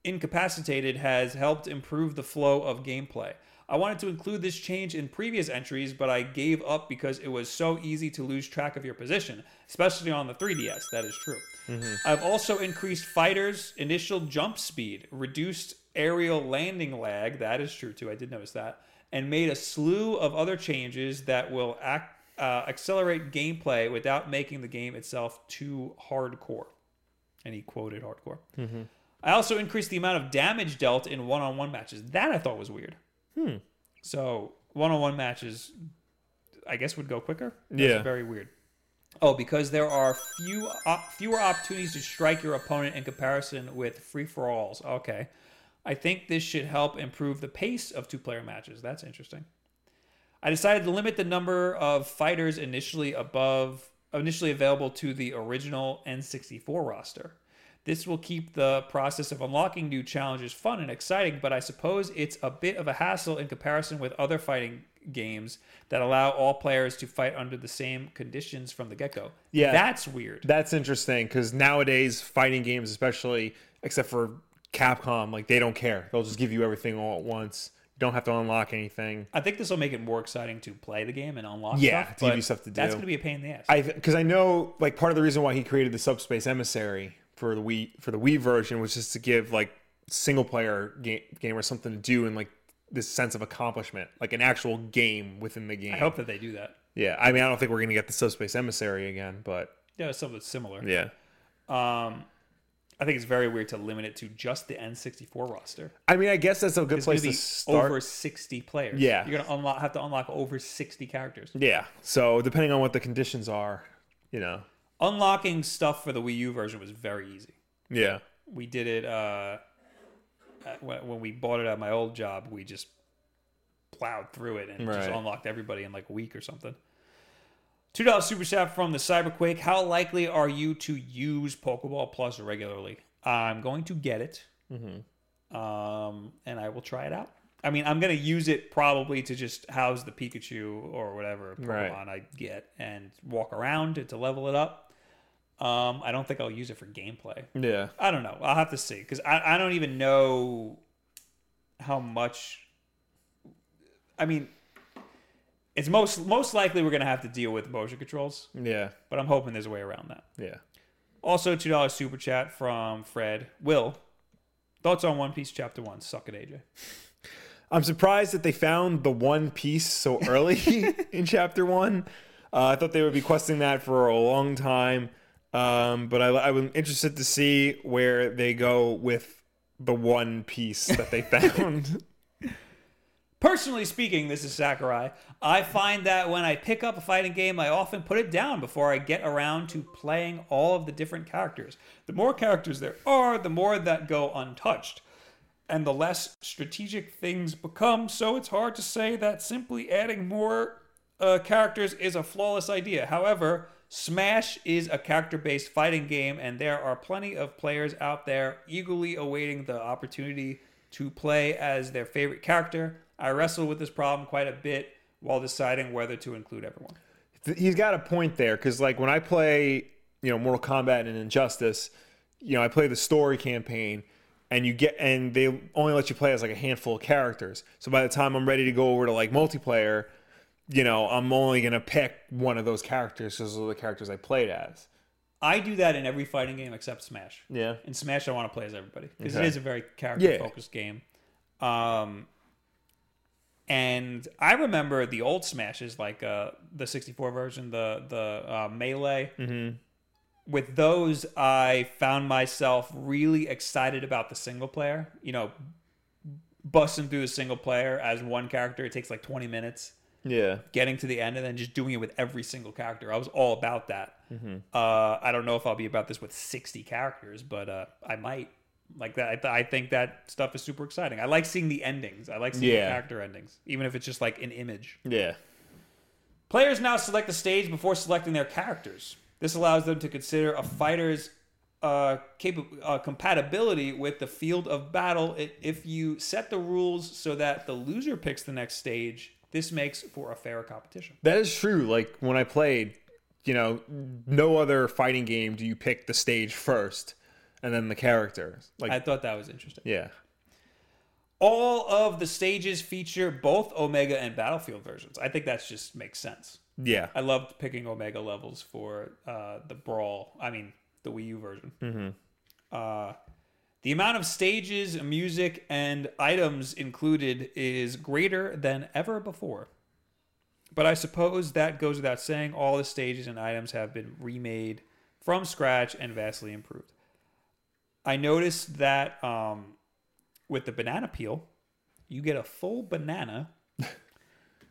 A: incapacitated has helped improve the flow of gameplay. I wanted to include this change in previous entries, but I gave up because it was so easy to lose track of your position, especially on the 3DS. That is true. I've also increased fighters' initial jump speed, reduced aerial landing lag. That is true too. I did notice that. And made a slew of other changes that will ac- uh, accelerate gameplay without making the game itself too hardcore. And he quoted hardcore. I also increased the amount of damage dealt in one-on-one matches. That I thought was weird. Hmm. So one-on-one matches, I guess, would go quicker. That's
B: Yeah.
A: Very weird. Oh, because there are few op- fewer opportunities to strike your opponent in comparison with free-for-alls. Okay. I think this should help improve the pace of two-player matches. That's interesting. I decided to limit the number of fighters initially above initially available to the original N64 roster. This will keep the process of unlocking new challenges fun and exciting, but I suppose it's a bit of a hassle in comparison with other fighting games that allow all players to fight under the same conditions from the get-go.
B: Yeah.
A: That's weird.
B: that's interesting because nowadays fighting games, especially except for Capcom, like they don't care. They'll just give you everything all at once. You don't have to unlock anything.
A: I think this will make it more exciting to play the game and unlock
B: Yeah,
A: stuff.
B: it's gonna
A: but
B: be stuff to
A: That's
B: do.
A: going to be a pain in the ass.
B: I because I know like part of the reason why he created the Subspace Emissary for the Wii for the Wii version was just to give like single player game gamer something to do and like this sense of accomplishment, like an actual game within the game.
A: I hope that they do that.
B: yeah, I mean, I don't think we're gonna get the Subspace Emissary again, but
A: Yeah, something similar.
B: yeah,
A: Um, I think it's very weird to limit it to just the N64 roster.
B: I mean, I guess that's a good
A: It's going
B: place
A: to
B: to
A: be
B: start.
A: over 60 players.
B: Yeah.
A: You're going to unlock, have to unlock over 60 characters.
B: Yeah, so depending on what the conditions are, you know,
A: Unlocking stuff for the Wii U version was very easy.
B: yeah,
A: We did it uh, at- when when we bought it at my old job. We just plowed through it and just
B: Right.
A: unlocked everybody in like a week or something. Two dollar super chat from the Cyberquake. How likely are you to use Pokeball Plus regularly? I'm going to get it,
B: Mm-hmm.
A: um, and I will try it out. I mean, I'm going to use it probably to just house the Pikachu or whatever Pokemon
B: Right.
A: I get and walk around to, to level it up. Um, I don't think I'll use it for gameplay.
B: yeah,
A: I don't know. I'll have to see because I, I don't even know how much. I mean, it's most most likely we're gonna have to deal with motion controls,
B: yeah,
A: but I'm hoping there's a way around that.
B: yeah.
A: Also, two dollars super chat from Fred Will. Thoughts on One Piece Chapter One? Suck it, AJ.
B: I'm surprised that they found the one piece so early in chapter one. Uh, I thought they would be questing that for a long time, um, but I, I was interested to see where they go with the one piece that they found.
A: Personally speaking, this is Sakurai. I find that when I pick up a fighting game, I often put it down before I get around to playing all of the different characters. The more characters there are, the more that go untouched, and the less strategic things become, so it's hard to say that simply adding more uh, characters is a flawless idea. However, Smash is a character based fighting game, and there are plenty of players out there eagerly awaiting the opportunity to play as their favorite character. I wrestle with this problem quite a bit while deciding whether to include everyone.
B: Th- He's got a point there because, like, when I play, you know, Mortal Kombat and Injustice, you know, I play the story campaign, and you get and they only let you play as like a handful of characters. So by the time I'm ready to go over to like multiplayer, you know, I'm only gonna pick one of those characters because those are the characters I played as.
A: I do that in every fighting game except Smash.
B: Yeah.
A: In Smash, I want to play as everybody because
B: Okay.
A: it is a very character focused game. Um, and I remember the old Smashes, like uh, the 64 version, the the uh, melee. With those, I found myself really excited about the single player. You know, busting through the single player as one character, it takes like 20 minutes
B: Yeah.
A: getting to the end and then just doing it with every single character. I was all about that. Uh, I don't know if I'll be about this with 60 characters, but uh, I might. Like that, I, th- I think that stuff is super exciting. I like seeing the endings. I like seeing
B: Yeah.
A: the character endings, even if it's just like an image.
B: Yeah.
A: Players now select the stage before selecting their characters. This allows them to consider a fighter's uh, capa- uh, compatibility with the field of battle. I if you set the rules so that the loser picks the next stage, this makes for a fair competition.
B: That is true. Like when I played, you know, no other fighting game do you pick the stage first and then the characters. Like
A: I thought that was interesting.
B: yeah.
A: All of the stages feature both Omega and Battlefield versions. I think that's just makes sense.
B: Yeah.
A: I loved picking Omega levels for uh, the Brawl. I mean, the Wii U version.
B: Mm-hmm.
A: Uh, the amount of stages, music, and items included is greater than ever before. But I suppose that goes without saying. All the stages and items have been remade from scratch and vastly improved. I noticed that um, with the banana peel, you get a full banana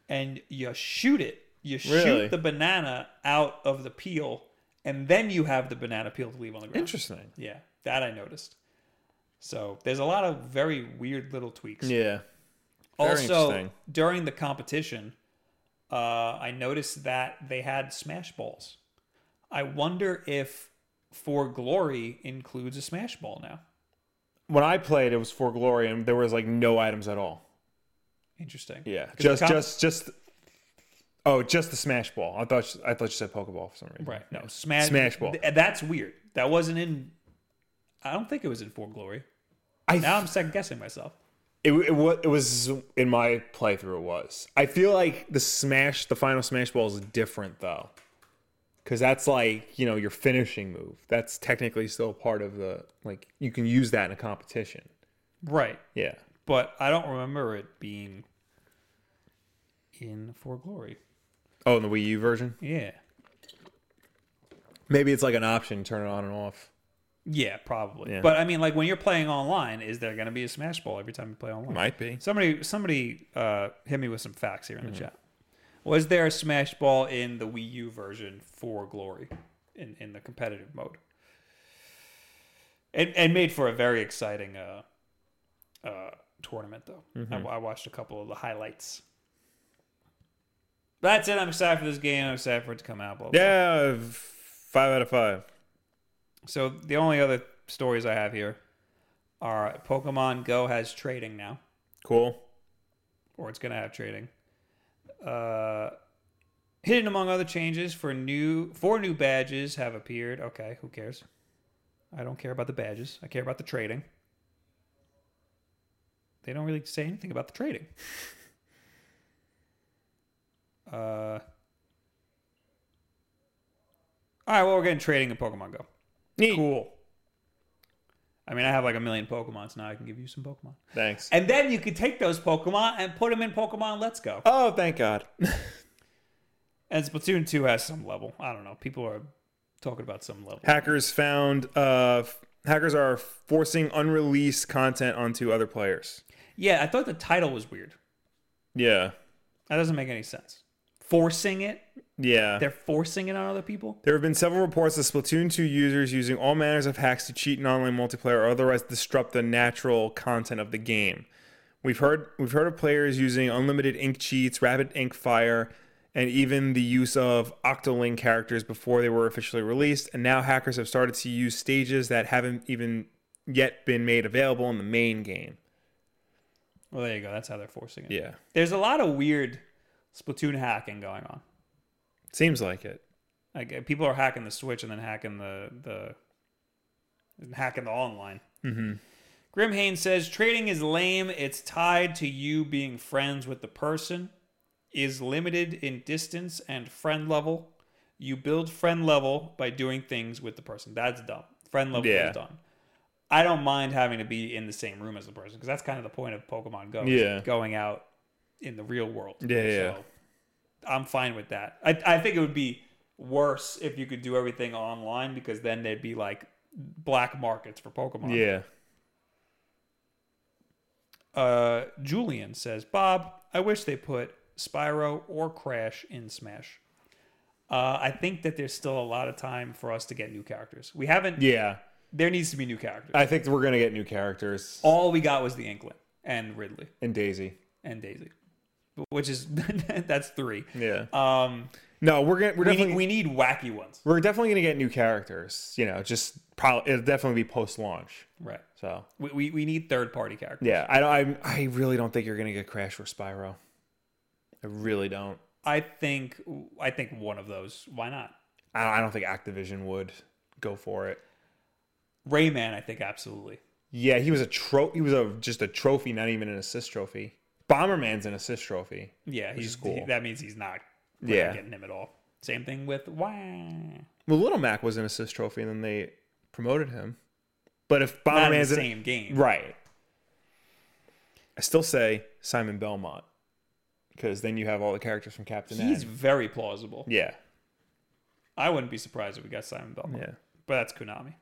A: and you shoot it. You
B: Really?
A: shoot the banana out of the peel, and then you have the banana peel to leave on the ground.
B: Interesting.
A: Yeah, that I noticed. So there's a lot of very weird little tweaks.
B: Yeah. very
A: also,
B: interesting.
A: during the competition, uh, I noticed that they had smash balls. I wonder if For Glory includes a smash ball now.
B: When I played it was for glory and there was like no items at all.
A: Interesting.
B: Yeah.
A: 'Cause the
B: Just
A: comp-
B: just just Oh, just the smash ball. I thought I thought you said pokeball for some reason.
A: right. No smash
B: Smash ball.
A: th- that's weird. That wasn't in. I don't think it was in For Glory.
B: I
A: Now I'm second guessing myself.
B: It, it, wa- it was in my playthrough. It was. I feel like the smash, the final smash ball is different though, because that's like you know your finishing move. That's technically still part of the like you can use that in a competition.
A: Right.
B: Yeah.
A: But I don't remember it being in For Glory.
B: Oh, in the Wii U version,
A: Yeah.
B: maybe it's like an option, turn it on and off.
A: Yeah, probably.
B: Yeah.
A: But I mean, like when you're playing online, is there going to be a smash ball every time you play online?
B: Might be.
A: Somebody, somebody, uh, hit me with some facts here in the chat. Was there a smash ball in the Wii U version for Glory, in in the competitive mode? And and made for a very exciting uh, uh, tournament though. I, I watched a couple of the highlights. That's it. I'm excited for this game. I'm excited for it to come out. Blah, blah,
B: Yeah, five out of five.
A: So the only other stories I have here are Pokemon Go has trading now,
B: Cool.
A: or it's going to have trading. Uh, hidden among other changes for new four new badges have appeared. Okay, who cares? I don't care about the badges. I care about the trading. They don't really say anything about the trading. Uh, all right, well, we're getting trading in Pokemon Go.
B: Neat.
A: Cool. I mean, I have like a million Pokemon, so now I can give you some Pokemon.
B: Thanks.
A: And then you could take those Pokemon and put them in Pokemon Let's Go.
B: Oh, thank God.
A: And Splatoon 2 has some level. I don't know. People are talking about some level.
B: hackers found. Uh, f- hackers are forcing unreleased content onto other players.
A: Yeah, I thought the title was weird.
B: Yeah.
A: That doesn't make any sense. Forcing it?
B: Yeah.
A: They're forcing it on other people?
B: There have been several reports of Splatoon 2 users using all manners of hacks to cheat in online multiplayer or otherwise disrupt the natural content of the game. We've heard we've heard of players using unlimited ink cheats, rapid ink fire, and even the use of Octoling characters before they were officially released, and now hackers have started to use stages that haven't even yet been made available in the main game.
A: Well, there you go. That's how they're forcing it.
B: Yeah.
A: There's a lot of weird Splatoon hacking going on.
B: Seems like it.
A: Like uh, people are hacking the Switch and then hacking the the and hacking the online. Mm-hmm. Grim Hain says trading is lame. It's tied to you being friends with the person. Is limited in distance and friend level. You build friend level by doing things with the person. That's dumb. Friend level
B: Yeah.
A: is dumb. I don't mind having to be in the same room as the person because that's kind of the point of Pokemon Go. is
B: Yeah.
A: Going out in the real world.
B: Yeah, yeah.
A: I'm fine with that. I, I think it would be worse if you could do everything online because then there'd be like black markets for Pokemon.
B: Yeah.
A: Uh, Julian says, Bob, I wish they put Spyro or Crash in Smash. Uh, I think that there's still a lot of time for us to get new characters. We haven't.
B: Yeah. Uh,
A: There needs to be new characters.
B: I think we're going to get new characters.
A: All we got was the Inkling and Ridley
B: And Daisy.
A: and Daisy, which is that's three.
B: Yeah.
A: Um,
B: No, we're going to we're
A: we
B: definitely
A: need, we need wacky ones,
B: we're definitely going to get new characters, you know, just probably it'll definitely be post launch.
A: right?
B: So,
A: We, we, we need third party characters.
B: yeah, I don't I, I really don't think you're going to get Crash or Spyro. I really don't.
A: I think I think one of those. Why not?
B: I, I don't think Activision would go for it.
A: Rayman, I think absolutely.
B: Yeah, he was a tro he was a just a trophy, not even an assist trophy. Bomberman's an assist trophy.
A: Yeah, he's
B: cool.
A: he- that means he's not. we're not
B: Yeah.
A: getting him at all. Same thing with Wah.
B: Well, Little Mac was an assist trophy, and then they promoted him. But if
A: Not in the
B: Bomberman's in-
A: same game.
B: right, I still say Simon Belmont because then you have all the characters from Captain
A: He's
B: N.
A: very plausible.
B: Yeah,
A: I wouldn't be surprised if we got Simon Belmont.
B: yeah,
A: But that's Konami.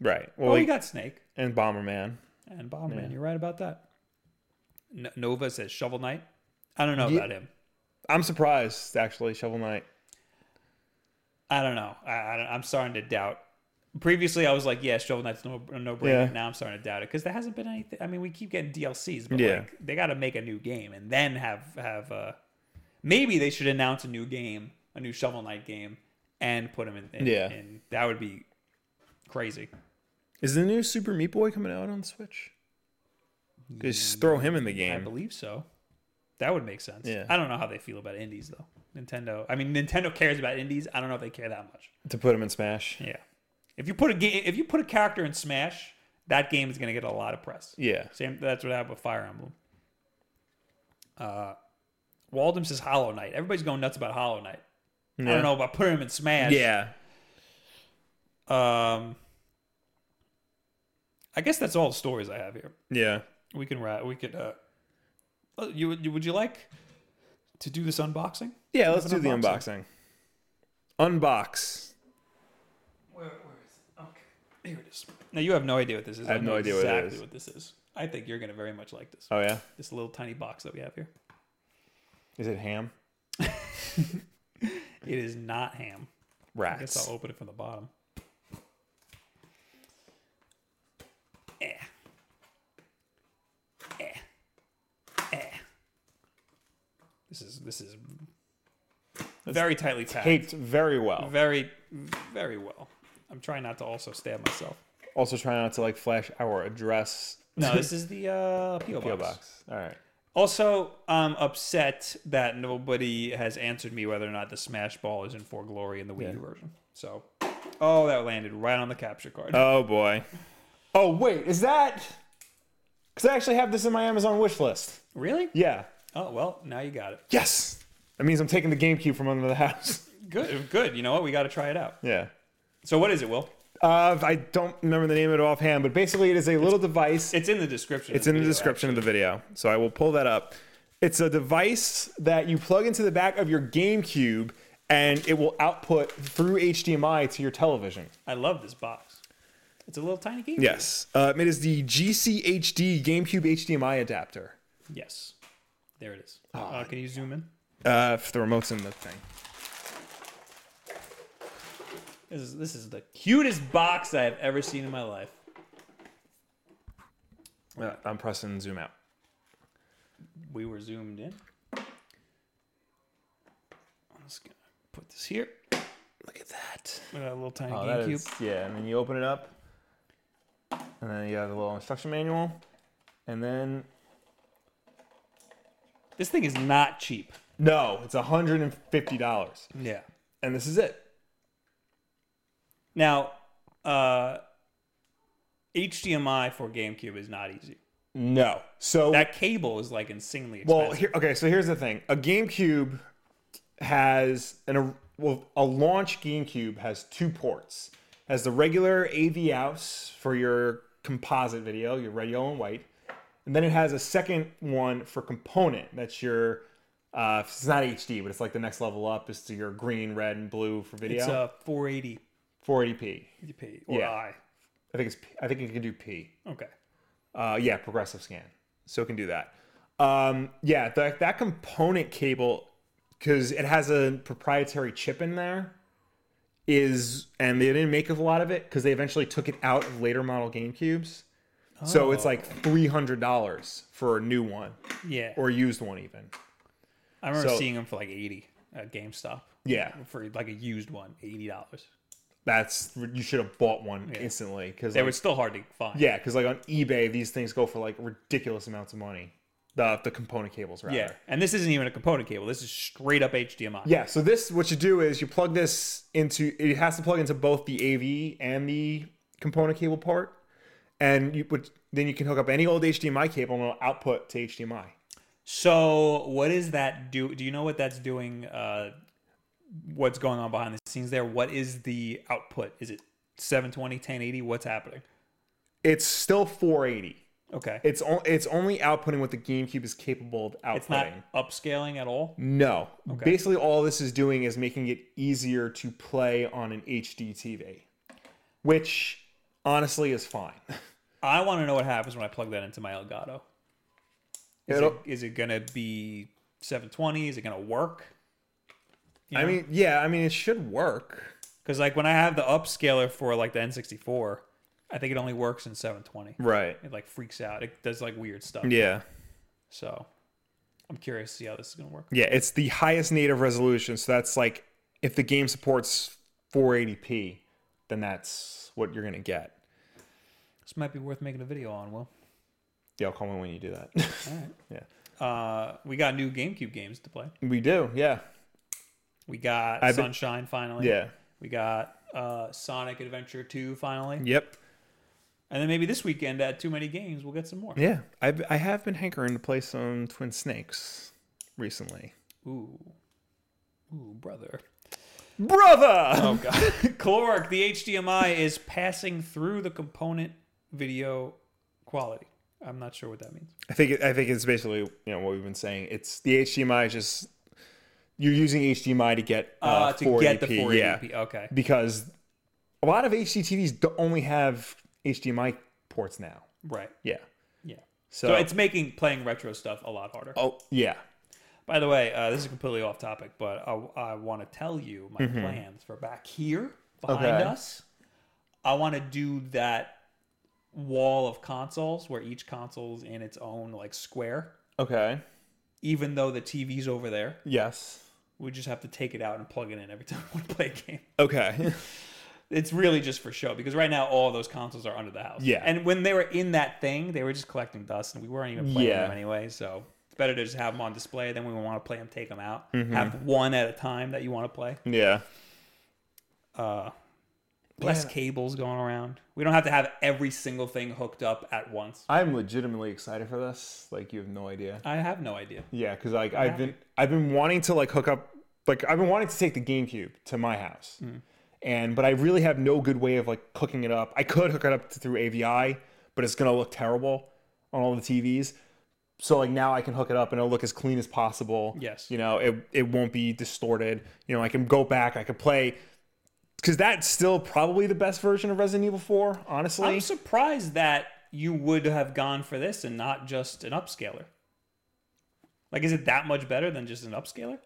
B: right. Well,
A: Well, we
B: like-
A: got Snake
B: and Bomberman.
A: and Bomberman. You're right about that. N- Nova says Shovel Knight. I don't know
B: Ye-
A: about him.
B: I'm surprised actually. Shovel Knight.
A: I don't know. I, I don't, I'm starting to doubt. Previously, I was like, "Yeah, Shovel Knight's no no brainer."
B: Yeah.
A: Now I'm starting to doubt it because there hasn't been anything. I mean, we keep getting DLCs, but
B: Yeah.
A: like they got to make a new game and then have have uh maybe they should announce a new game, a new Shovel Knight game, and put him in. in
B: Yeah.
A: in, that would be crazy.
B: Is the new Super Meat Boy coming out on Switch? Just throw him in the
A: Mm, I
B: game.
A: believe so. That would make sense.
B: Yeah.
A: I don't know how they feel about indies though. Nintendo. I mean, Nintendo cares about indies. I don't know if they care that much.
B: To put him in Smash.
A: Yeah. If you put a game, if you put a character in Smash, that game is going to get a lot of press.
B: Yeah.
A: Same. That's what happened with Fire Emblem. Uh, Waldem says Hollow Knight. Everybody's going nuts about Hollow Knight. I
B: Yeah.
A: don't know about putting him in Smash.
B: Yeah.
A: Um. I guess that's all the stories I have here.
B: Yeah.
A: We can wrap. We could. Uh, oh, you would. you- Would you like to do this unboxing?
B: Yeah. Let's
A: an
B: do the
A: unboxing.
B: unboxing. Unbox.
A: Where, where is it? Okay. Here it is. Now you have no idea what this is. I
B: have
A: know
B: no idea what it
A: exactly
B: is.
A: what this is. I think you're going to very much like this.
B: Oh yeah.
A: This little tiny box that we have here.
B: Is it ham?
A: It is not ham. I guess
B: Rats.
A: I'll open it from the bottom. Eh. Eh. Eh. This is this is very tightly packed.
B: Taped very well.
A: Very very well. I'm trying not to also stab myself.
B: Also, try not to like flash our address.
A: No, this is the uh, PO,
B: PO
A: box.
B: box. All right.
A: Also, I'm upset that nobody has answered me whether or not the Smash Ball is in For Glory in the Wii U version. So, oh, that landed right on the capture card.
B: Oh boy. Oh wait, is that? Because I actually have this in my Amazon wish list.
A: really?
B: Yeah.
A: Oh well, now you got it.
B: Yes. That means I'm taking the GameCube from under the house.
A: Good, good. You know what? We got to try it out.
B: Yeah.
A: So, what is it, Will?
B: Uh, I don't remember the name of it offhand, but basically, it is a little device.
A: It's in the description.
B: It's in the description of the video, so I will pull that up. It's a device that you plug into the back of your GameCube, and it will output through HDMI to your television.
A: I love this box. It's a little tiny game.
B: Yes, um, it is the GCHD GameCube HDMI adapter.
A: Yes. There it is.
B: Ah.
A: uh, can you zoom in?
B: Uh, if the remote's in the thing.
A: This is this is the cutest box I have ever seen in my life.
B: Uh, I'm pressing zoom out.
A: we were zoomed in. I'm just gonna put this here.
B: Look at that.
A: We got a little tiny
B: Oh, that
A: GameCube.
B: is, yeah, and then you open it up, and then you have the little instruction manual, and then
A: This thing is not cheap.
B: no, it's hundred and fifty dollars,
A: Yeah.
B: and this is it.
A: Now, uh, HDMI for GameCube is not easy.
B: No. So
A: That cable is like insanely expensive.
B: Well, here, okay, so here's the thing: a GameCube has an a, well, a launch GameCube has two ports. Has the regular AV out for your composite video, your red, yellow, and white, and then it has a second one for component. That's your uh, it's not HD, but it's like the next level up is to your green, red, and blue for video.
A: it's uh, a 480p
B: 480p.
A: or
B: Yeah.
A: I.
B: I think it's P- I think it can do P.
A: Okay.
B: Uh, yeah, progressive scan. So it can do that. Um, yeah, that that component cable, because it has a proprietary chip in there, is and they didn't make a lot of it because they eventually took it out of later model GameCubes.
A: Oh.
B: So it's like three hundred dollars for a new one
A: Yeah.
B: or a used one even.
A: I remember
B: so-
A: seeing them for like 80 at GameStop
B: Yeah,
A: for like a used one, $80.
B: that's you should have bought one instantly because
A: They were still hard to find.
B: yeah, because like on eBay these things go for like ridiculous amounts of money. The the component cables, rather.
A: Yeah. And this isn't even a component cable. This is straight up HDMI.
B: Yeah, so this what you do is you plug this into it has to plug into both the AV and the component cable part, and you would then you can hook up any old HDMI cable and it'll output to HDMI.
A: So what is that do? Do you know what that's doing? Uh, what's going on behind the scenes there? What is the output? Is it 720, 1080? What's happening?
B: It's still 480.
A: Okay.
B: It's on, it's only outputting what the GameCube is capable of outputting.
A: It's not upscaling at all.
B: no, basically all this is doing is making it easier to play on an HD TV, which honestly is fine.
A: I want to know what happens when I plug that into my Elgato. Is it,
B: It'll-
A: is it gonna be 720? Is it gonna work?
B: I mean, yeah, I mean it should work.
A: Because like when I have the upscaler for like the N64, I think it only works in 720.
B: Right.
A: It like freaks out. It does like weird stuff.
B: Yeah.
A: So I'm curious to see how this is gonna work.
B: Yeah, it's the highest native resolution. So that's like if the game supports 480p, then that's what you're gonna get.
A: This might be worth making a video on. Will.
B: Yeah, I'll call me when you do that.
A: Uh, we got new GameCube games to play.
B: we do, yeah,
A: We got
B: I've been-
A: Sunshine finally.
B: yeah,
A: We got uh, Sonic Adventure 2 finally.
B: yep,
A: And then maybe this weekend at Too Many Games, we'll get some more.
B: yeah. I've, I have been hankering to play some Twin Snakes recently,
A: Ooh. Ooh, brother.
B: brother.
A: Oh, God. Clork, the HDMI is passing through the component video quality. I'm not sure what that means.
B: I think it, I think it's basically you know what we've been saying. It's the HDMI is just you're using HDMI to get uh,
A: Uh, to get the
B: 480p, yeah.
A: 480p. Okay.
B: because a lot of HDTVs do only have HDMI ports now.
A: Right.
B: Yeah.
A: Yeah.
B: So,
A: So it's making playing retro stuff a lot harder.
B: oh yeah.
A: By the way, uh, this is completely off topic, but I, I want to tell you my plans for back here behind
B: Okay.
A: us. I want to do that wall of consoles where each console's in its own like square,
B: Okay.
A: even though the TV's over there.
B: Yes.
A: We just have to take it out and plug it in every time we want to play a game.
B: Okay.
A: It's really just for show because right now all those consoles are under the house.
B: Yeah.
A: And when they were in that thing, they were just collecting dust and we weren't even playing
B: Yeah.
A: them anyway. So it's better to just have them on display. Then when we want to play them, take them out.
B: Mm-hmm.
A: Have one at a time that you want to play.
B: yeah.
A: uh, less cables going around. We don't have to have every single thing hooked up at once.
B: I'm legitimately excited for this. Like you have no idea.
A: I have no idea.
B: Yeah, because like I've been I've been wanting to like hook up like I've been wanting to take the GameCube to my house. And but I really have no good way of like hooking it up. I could hook it up through AVI, but it's gonna look terrible on all the TVs. So like now I can hook it up and it'll look as clean as possible.
A: Yes.
B: You know, it it won't be distorted. You know, I can go back, I can play because that's still probably the best version of Resident Evil 4, honestly.
A: I'm surprised that you would have gone for this and not just an upscaler. Like, is it that much better than just an upscaler?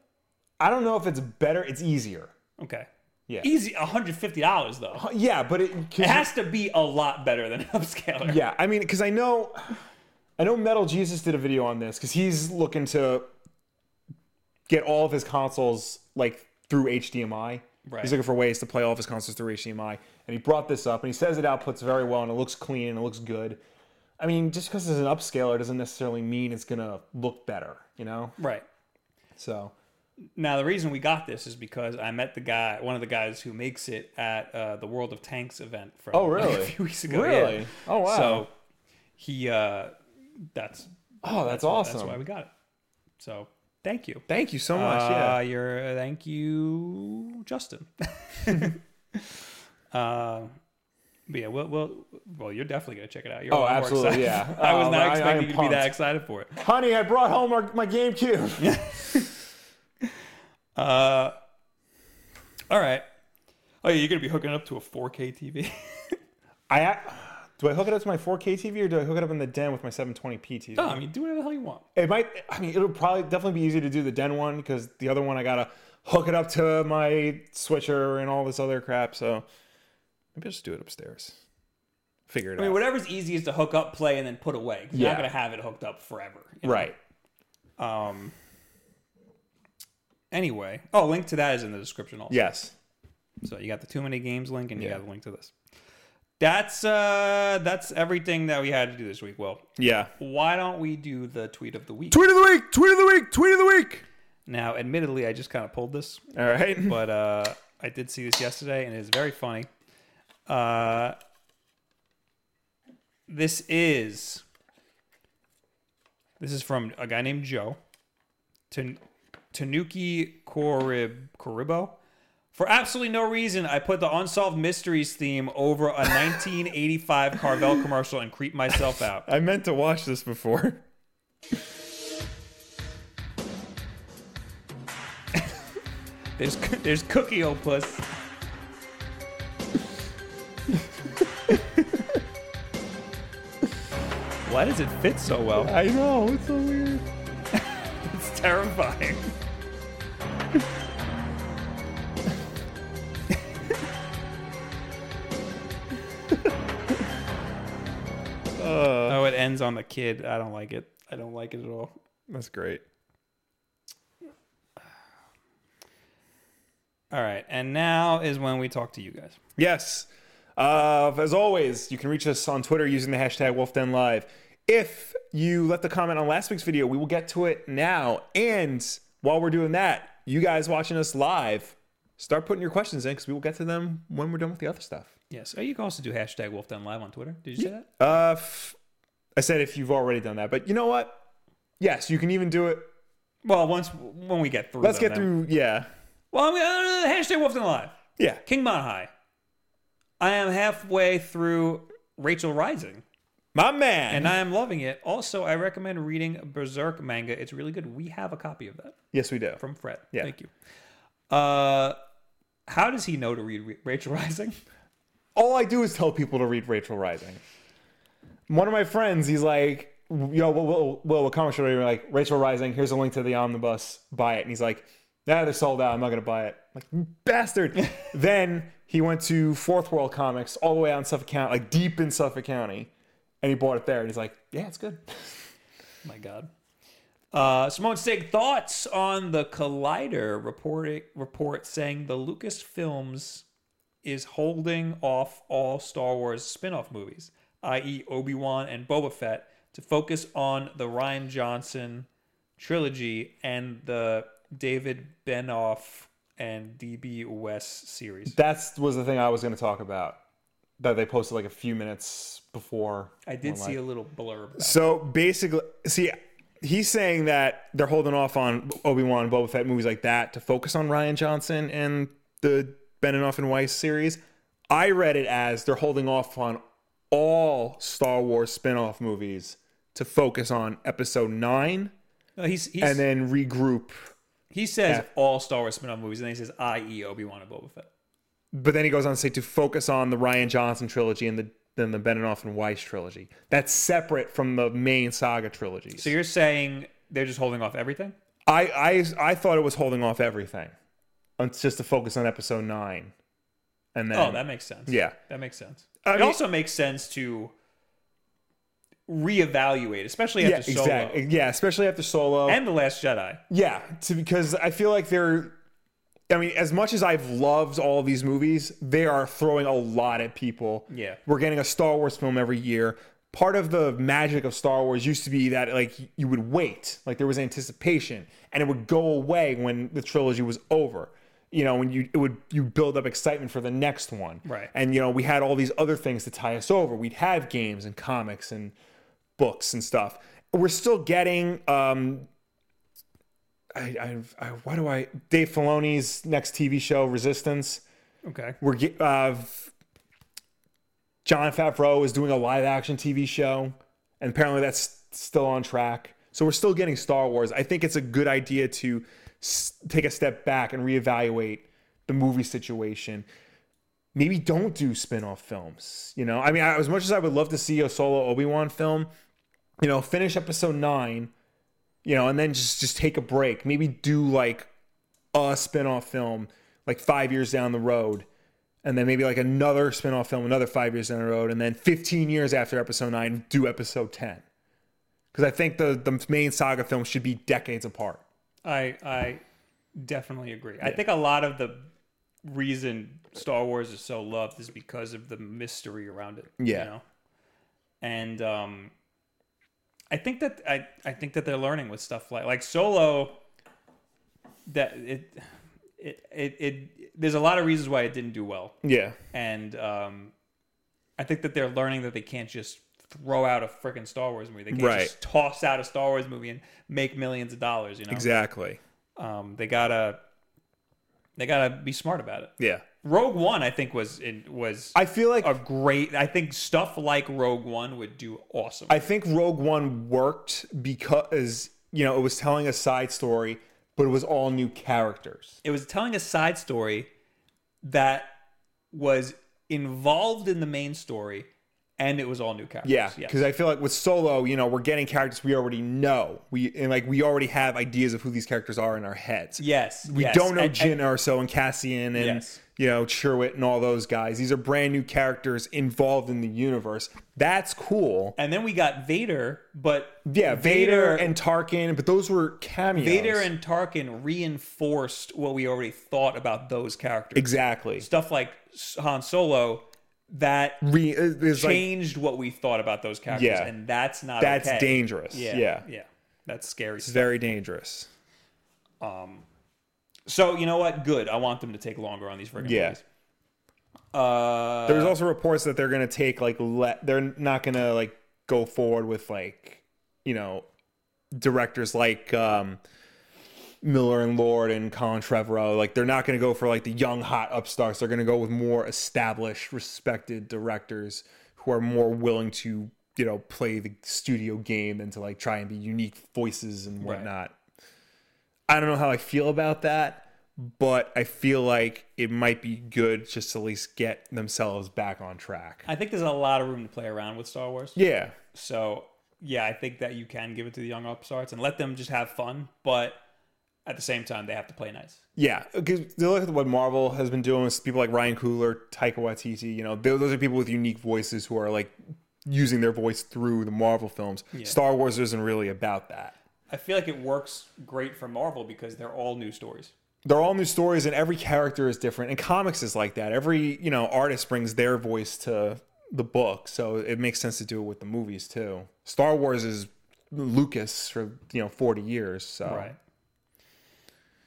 B: I don't know if it's better. It's easier.
A: Okay.
B: Yeah.
A: Easy, $150 though.
B: Yeah, but it.
A: It has to be a lot better than an upscaler.
B: yeah, I mean, because I know, I know Metal Jesus did a video on this because he's looking to get all of his consoles like through HDMI.
A: Right.
B: He's looking for ways to play all of his consoles through HDMI, and he brought this up, and he says it outputs very well, and it looks clean, and it looks good. I mean, just because it's an upscaler doesn't necessarily mean it's gonna look better, you know.
A: Right.
B: So
A: Now the reason we got this is because I met the guy, one of the guys who makes it at uh, the World of Tanks event from
B: Oh,
A: like,
B: really?
A: a few weeks ago.
B: Really?
A: yeah.
B: Oh, wow.
A: So he uh, that's
B: Oh, that's,
A: That's
B: awesome.
A: why we got it. So thank you.
B: Thank you so much.
A: Uh,
B: yeah.
A: Your thank you, Justin. uh, but yeah, well, well, well, you're definitely gonna check it out. You're
B: Oh,
A: a lot more
B: absolutely,
A: excited.
B: yeah.
A: I was
B: Oh,
A: not
B: I- I
A: expecting
B: am
A: you to be that
B: pumped.
A: excited for it.
B: Honey, I brought home our, my GameCube.
A: Uh, all right. Oh yeah, you're gonna be hooking up to a 4K TV.
B: I a- do I hook it up to my 4K TV or do I hook it up in the den with my 720p TV?
A: no, I mean, do whatever the hell you want.
B: It might. I mean, it'll probably definitely be easy to do the den one because the other one I gotta hook it up to my switcher and all this other crap. So maybe I'll just do it upstairs. Figure it
A: I mean,
B: out.
A: whatever's easiest to hook up, play, and then put away. 'cause You're
B: Yeah.
A: not gonna have it hooked up forever. you know?
B: Right.
A: Um. Anyway, oh, link to that is in the description also.
B: Yes.
A: So you got the too many games link, and you
B: Yeah.
A: got the link to this. That's uh, that's everything that we had to do this week. Well,
B: Yeah.
A: why don't we do the tweet of the week?
B: Tweet of the week. Tweet of the week. Tweet of the week.
A: Now, admittedly, I just kind of pulled this,
B: All right.
A: but uh, I did see this yesterday, and it is very funny. Uh, this is this is from a guy named Joe Tan- Tanuki Korib Koribo. For absolutely no reason, I put the unsolved mysteries theme over a 1985 Carvel commercial and creeped myself out.
B: I meant to watch this before.
A: There's there's Cookie Opus. Why does it fit so well?
B: I know. It's so weird.
A: It's terrifying.
B: Uh,
A: Oh, it ends on the kid. I don't like it. I don't like it at all.
B: that's great.
A: All right, and now is when we talk to you guys.
B: Yes. Uh, as always, you can reach us on Twitter using the hashtag WolfDenLive. If you left a comment on last week's video, we will get to it now. And while we're doing that, you guys watching us live, start putting your questions in because we will get to them when we're done with the other stuff.
A: Yes. Oh, you can also do hashtag Wolf Done Live on Twitter. Did you say that?
B: Uh, f- I said if you've already done that, but you know what? Yes, you can even do it.
A: Well, once when we get through.
B: Let's
A: them,
B: get
A: then-
B: through. Yeah.
A: Well, I'm gonna, uh, hashtag Wolf Done Live.
B: Yeah.
A: King Monhai. I am halfway through Rachel Rising.
B: My man.
A: and I am loving it. Also, I recommend reading Berserk manga. It's really good. We have a copy of that
B: yes, we do.
A: from Fred.
B: Yeah.
A: Thank you. Uh, how does he know to read Ra- Rachel Rising?
B: all I do is tell people to read Rachel Rising. One of my friends, he's like, yo, well, well, well what comic should I read? Like, Rachel Rising, here's a link to the omnibus, buy it. And he's like, nah, they're sold out, I'm not gonna buy it. I'm like, "You bastard. then he went to Fourth World Comics, all the way out in Suffolk County, like deep in Suffolk County, and he bought it there. And he's like, yeah, it's good.
A: My God. Uh, Simone Stig, thoughts on the Collider report, report saying the Lucasfilms is holding off all Star Wars spin off movies, i.e., Obi Wan and Boba Fett, to focus on the Ryan Johnson trilogy and the David Benoff and D.B. West series.
B: That was the thing I was gonna talk about that they posted like a few minutes before.
A: I did see a little blurb.
B: So basically, see, he's saying that they're holding off on Obi Wan, Boba Fett movies like that to focus on Ryan Johnson and the Benioff and Weiss series. I read it as they're holding off on all Star Wars spin off movies to focus on Episode Nine
A: No, he's, he's,
B: and then regroup.
A: he says all Star Wars spin off movies, and then he says, i.e., Obi Wan and Boba Fett.
B: But then he goes on to say to focus on the Ryan Johnson trilogy and the then the Benioff and Weiss trilogy. That's separate from the main saga trilogy.
A: So you're saying they're just holding off everything?
B: I, I I thought it was holding off everything, it's just to focus on episode nine, and then
A: Oh, that makes sense.
B: yeah,
A: That makes sense.
B: I
A: it
B: mean-
A: also makes sense to reevaluate, especially
B: yeah,
A: after Solo
B: exactly, yeah, especially after Solo,
A: and The Last Jedi.
B: yeah, to, because I feel like they're, I mean, as much as I've loved all these movies, they are throwing a lot at people.
A: Yeah.
B: we're getting a Star Wars film every year. part of the magic of Star Wars used to be that like you would wait, like there was anticipation, and it would go away when the trilogy was over. You know, when you it would you build up excitement for the next one,
A: Right.
B: And you know, we had all these other things to tie us over. We'd have games and comics and books and stuff. We're still getting um, I, I, I, why do I? Dave Filoni's next TV show, Resistance.
A: Okay.
B: We're ge- uh, John Favreau is doing a live action TV show, and apparently that's still on track. So we're still getting Star Wars. I think it's a good idea to s- take a step back and reevaluate the movie situation. Maybe don't do spin off films. You know, I mean, I, as much as I would love to see a solo Obi Wan film, you know, finish episode nine, you know, and then just just take a break. Maybe do like a spin-off film like 5 years down the road and then maybe like another spin-off film another 5 years down the road and then 15 years after episode 9 do episode 10. Cuz I think the the main saga films should be decades apart.
A: I I definitely agree. I think a lot of the reason Star Wars is so loved is because of the mystery around it.
B: Yeah.
A: You know? And um I think that I, I think that they're learning with stuff like like solo that it it, it it there's a lot of reasons why it didn't do well.
B: Yeah.
A: And um I think that they're learning that they can't just throw out a freaking Star Wars movie. They can't
B: Right.
A: just toss out a Star Wars movie and make millions of dollars, you know.
B: Exactly.
A: Um, they gotta they gotta be smart about it.
B: Yeah. Uh,
A: Rogue One, I think, was it was
B: I feel like
A: a great. I think stuff like Rogue One would do awesome.
B: I think Rogue One worked because you know, it was telling a side story, but it was all new characters.
A: it was telling a side story that was involved in the main story, and it was all new characters.
B: Yeah, because I feel like with Solo, you know, we're getting characters we already know. We and like we already have ideas of who these characters are in our heads.
A: yes,
B: we
A: yes.
B: don't know
A: And-
B: Jyn Erso and Cassian and
A: Yes.
B: you know Chirwit and all those guys. These are brand new characters involved in the universe. That's cool.
A: And then we got Vader, but
B: Yeah, Vader, and Tarkin, but those were cameos.
A: Vader and Tarkin reinforced what we already thought about those characters.
B: exactly.
A: Stuff like Han Solo that
B: Re, uh, it's like
A: changed what we thought about those characters,
B: Yeah.
A: and that's not
B: that's
A: okay.
B: dangerous.
A: Yeah,
B: Yeah, yeah,
A: that's scary.
B: it's
A: stuff.
B: very dangerous.
A: So you know what? Good. I want them to take longer on these friggin'
B: Yeah.
A: movies. Uh,
B: There's also reports that they're going to take like let they're not going to like go forward with like you know directors like um Miller and Lord and Colin Trevorrow like they're not going to go for like the young hot upstarts they're going to go with more established respected directors who are more willing to you know play the studio game and to like try and be unique voices and whatnot I don't know how I feel about that, but I feel like it might be good just to at least get themselves back on track.
A: I think there's a lot of room to play around with Star Wars.
B: Yeah.
A: So yeah, I think that you can give it to the young upstarts and let them just have fun, but at the same time, they have to play nice.
B: Yeah. Because look at what Marvel has been doing with people like Ryan Coogler, Taika Waititi, you know, tho- those are people with unique voices who are like using their voice through the Marvel films. Star Wars isn't really about that.
A: I feel like it works great for Marvel because they're all new stories.
B: They're all new stories and every character is different. And comics is like that. Every, you know, artist brings their voice to the book. So it makes sense to do it with the movies too. Star Wars is Lucas for, you know, 40 years. So
A: Right.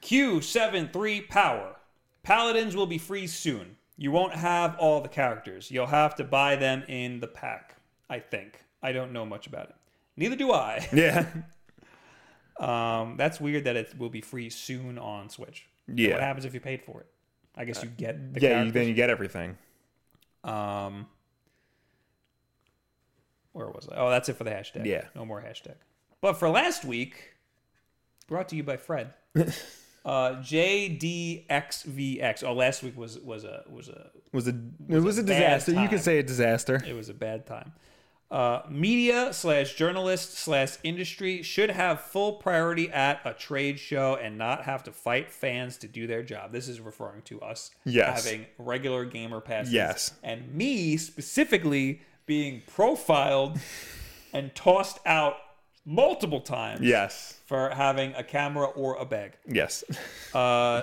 A: Q73 power. Paladins will be free soon. You won't have all the characters. You'll have to buy them in the pack, I think. I don't know much about it. Neither do I.
B: yeah.
A: Um, that's weird that it will be free soon on Switch.
B: Yeah.
A: What happens if you paid for it? I guess you get the
B: Yeah. You,
A: characters.
B: then you get everything.
A: Um, where was I? Oh, that's it for the hashtag.
B: Yeah.
A: No more hashtag. But for last week, brought to you by Fred. uh, JDXVX. Oh, last week was was a was a
B: Was a, it was a
A: bad
B: disaster. You
A: time.
B: could say a disaster.
A: it was a bad time. Uh, media slash journalist slash industry should have full priority at a trade show and not have to fight fans to do their job. This is referring to us
B: Yes.
A: having regular gamer passes.
B: Yes.
A: And me specifically being profiled and tossed out multiple times
B: Yes.
A: for having a camera or a bag.
B: Yes.
A: Uh,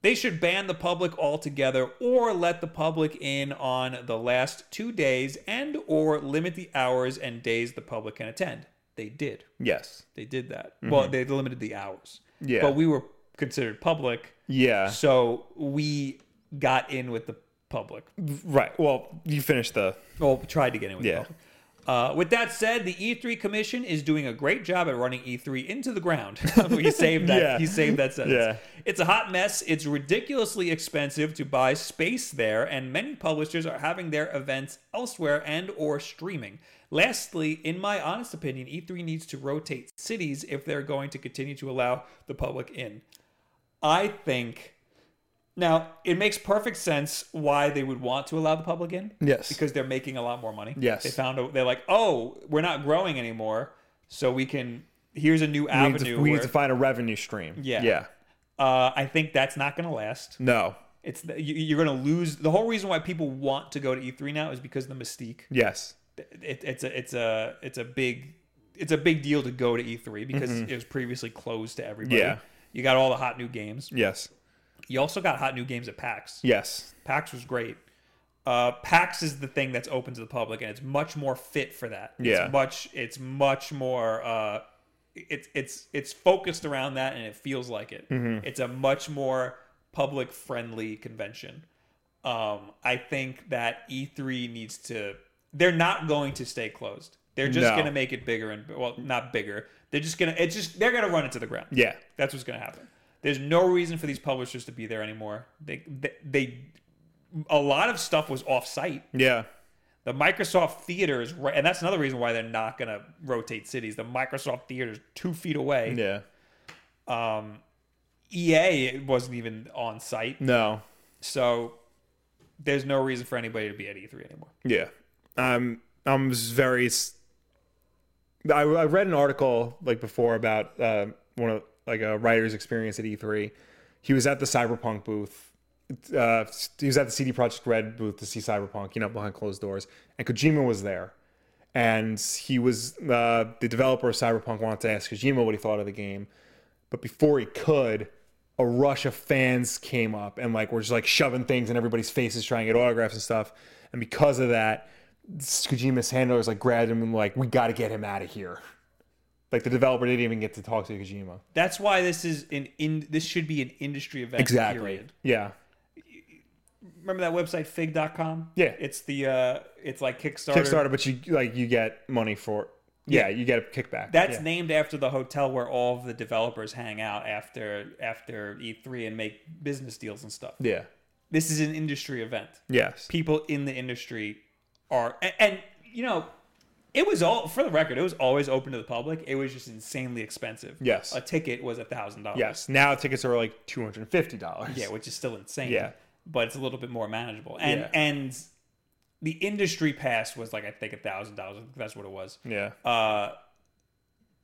A: They should ban the public altogether or let the public in on the last 2 days and or limit the hours and days the public can attend. They did.
B: Yes.
A: They did that. Well, they limited the hours.
B: Mm-hmm. Yeah.
A: But we were considered public,
B: Yeah.
A: so we got in with the public.
B: Right. Well, you finished the.
A: Well, tried to get in with
B: Yeah.
A: the public. Uh, with that said, the E3 Commission is doing a great job at running E3 into the ground. you saved that.
B: Yeah.
A: You saved that sentence.
B: Yeah.
A: It's a hot mess. It's ridiculously expensive to buy space there, and many publishers are having their events elsewhere and or streaming. Lastly, in my honest opinion, E3 needs to rotate cities if they're going to continue to allow the public in. I think now it makes perfect sense why they would want to allow the public in.
B: Yes.
A: Because they're making a lot more money.
B: Yes.
A: They found a, they're like, "Oh, we're not growing anymore, so we can here's a new
B: We need,
A: avenue."
B: to, we need
A: where-
B: to find a revenue stream.
A: Yeah.
B: Yeah.
A: uh, I think that's not going to last.
B: No.
A: It's you, you're going to lose the whole reason why people want to go to E3 now is because of the mystique.
B: Yes.
A: It, it's a it's a it's a big it's a big deal to go to E3 because it was previously closed to everybody.
B: Mm-hmm. Yeah.
A: You got all the hot new games.
B: Yes.
A: You also got hot new games at PAX.
B: Yes.
A: PAX was great. Uh, PAX is the thing that's open to the public, and it's much more fit for that.
B: Yeah.
A: it's much. It's much more. Uh, it's it's it's focused around that, and it feels like it.
B: Mm-hmm.
A: It's a much more public friendly convention. Um, I think that E3 needs to. They're not going to stay closed. They're just
B: No.
A: going to make it bigger and well, not bigger. They're just gonna. It's just they're gonna run it to the ground.
B: Yeah.
A: That's what's going to happen. There's no reason for these publishers to be there anymore. They, they, they a lot of stuff was off site.
B: Yeah.
A: The Microsoft Theater is, right, and that's another reason why they're not going to rotate cities. The Microsoft Theater is two feet away.
B: Yeah.
A: EA wasn't even on site,
B: No.
A: so there's no reason for anybody to be at E3 anymore.
B: Yeah. Um, I'm s- very. s- I, I read an article like before about uh, one of like a writer's experience at E3. He was at the Cyberpunk booth. Uh, he was at the CD Projekt Red booth to see Cyberpunk, you know, behind closed doors. And Kojima was there, and he was uh, the developer of Cyberpunk wanted to ask Kojima what he thought of the game, but before he could, a rush of fans came up and like were just like shoving things in everybody's faces, trying to get autographs and stuff. And because of that, Kojima's handlers like grabbed him and like, we got to get him out of here. Like the developer didn't even get to talk to Kojima.
A: That's why this is an in. This should be an industry event. Period.
B: Yeah.
A: Remember that website fig.com?
B: Yeah.
A: It's the uh, it's like Kickstarter.
B: Kickstarter, but you like you get money for. Yeah, you get a kickback.
A: That's
B: yeah.
A: named after the hotel where all of the developers hang out after after E3 and make business deals and stuff.
B: yeah.
A: This is an industry event.
B: Yes.
A: People in the industry are and, and you know, it was all for the record, it was always open to the public. It was just insanely expensive.
B: Yes.
A: A ticket was a thousand dollars.
B: Yes. Now tickets are like two hundred and fifty dollars.
A: Yeah, which is still insane.
B: Yeah.
A: But it's a little bit more manageable. And
B: Yeah.
A: and the industry pass was like I think a thousand dollars. That's what it was.
B: Yeah.
A: Uh,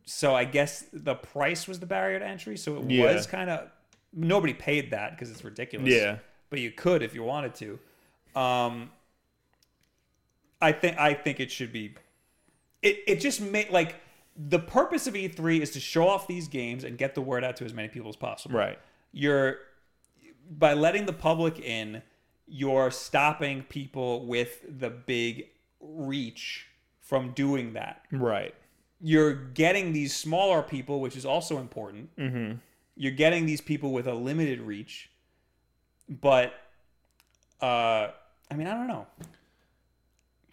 A: so I guess the price was the barrier to entry. So it
B: Yeah.
A: was kind of nobody paid that because it's ridiculous.
B: Yeah.
A: but you could if you wanted to. Um, I think I think it should be. It it just made like the purpose of E three is to show off these games and get the word out to as many people as possible.
B: right.
A: You're by letting the public in, you're stopping people with the big reach from doing that
B: Right.
A: you're getting these smaller people, which is also important. Mm-hmm. You're getting these people with a limited reach, but uh, I mean, I don't know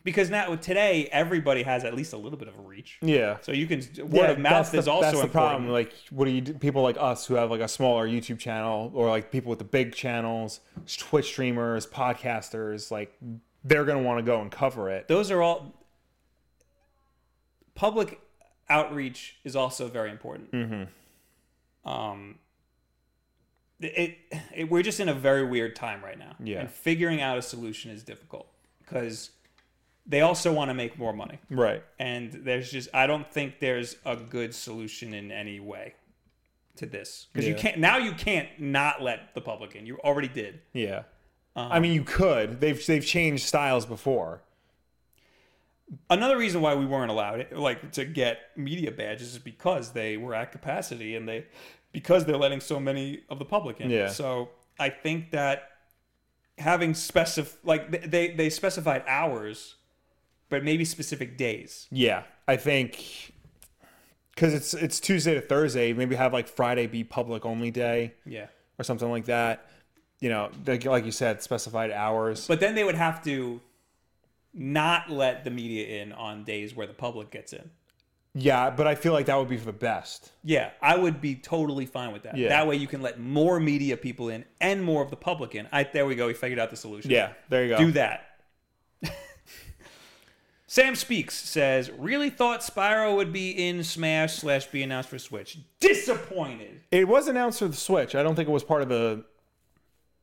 A: because now today everybody has at least a little bit of a reach,
B: Yeah.
A: so you can word
B: Yeah,
A: of mouth
B: the-
A: is also
B: that's the
A: important.
B: problem. Like, what do you do? People like us who have like a smaller YouTube channel, or like people with the big channels, Twitch streamers, podcasters, like they're gonna want to go and cover it.
A: Those are all public outreach is also very important.
B: Mm-hmm.
A: Um, it, it we're just in a very weird time right now.
B: Yeah.
A: and figuring out a solution is difficult because they also want to make more money,
B: Right.
A: and there's just I don't think there's a good solution in any way to this because you
B: Yeah.
A: can't now you can't not let the public in. You already did.
B: Yeah.
A: Uh-huh.
B: I mean, you could. They've they've changed styles before.
A: another reason why we weren't allowed like to get media badges is because they were at capacity and they because they're letting so many of the public in
B: Yeah.
A: so I think that having specif like th- they they specified hours, but maybe specific days.
B: Yeah, I think because it's it's Tuesday to Thursday. Maybe have like Friday be public only day
A: Yeah.
B: or something like that. You know, like, like you said, specified hours.
A: But then they would have to not let the media in on days where the public gets in.
B: Yeah, but I feel like that would be for the best.
A: Yeah, I would be totally fine with that.
B: Yeah.
A: That way you can let more media people in and more of the public in. I there we go. We figured out the solution.
B: Yeah, there you go.
A: Do that. Sam Speaks says, really thought Spyro would be in Smash slash be announced for Switch. Disappointed.
B: It was announced for the Switch. I don't think it was part of the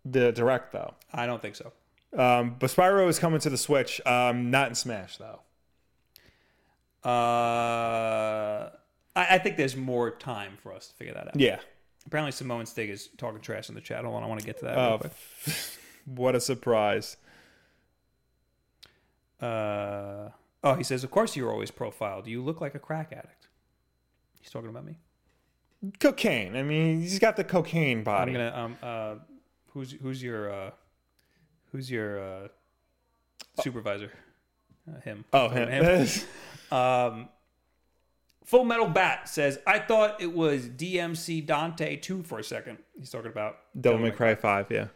B: the direct though.
A: I don't think so.
B: Um, but Spyro is coming to the Switch. Um, not in Smash though.
A: Uh, I, I think there's more time for us to figure that out.
B: Yeah.
A: Apparently, Samoan Stig is talking trash in the chat. Hold on, I want to get to that. real
B: Oh, what a surprise.
A: quick. Uh, oh, he says, of course you were always profiled. You look like a crack addict. He's talking about me.
B: Cocaine. I mean, he's got the cocaine
A: I'm
B: body.
A: gonna um uh, who's who's your uh, who's your uh, supervisor? Uh, him.
B: Oh, him.
A: Um, Full Metal Bat says, I thought it was DMC Dante 2 for a second. He's talking about
B: Devil May Cry Five. Yeah.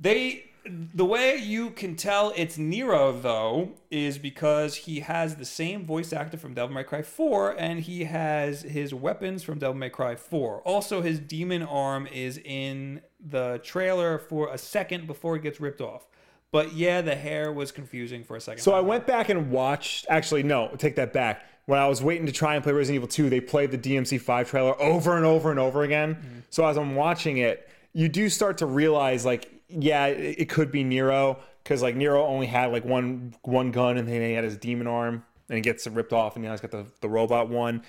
A: They the way you can tell it's Nero though is because he has the same voice actor from Devil May Cry 4 and he has his weapons from Devil May Cry 4. Also his demon arm is in the trailer for a second before it gets ripped off. But yeah, the hair was confusing for a second.
B: So I went back and watched. Actually, no, take that back. When I was waiting to try and play Resident Evil 2, they played the DMC5 trailer over and over and over again. So as I'm watching it, you do start to realize, like, yeah, it, it could be Nero because like Nero only had like one one gun, and then he had his demon arm, and it gets ripped off, and now he's got the the robot one.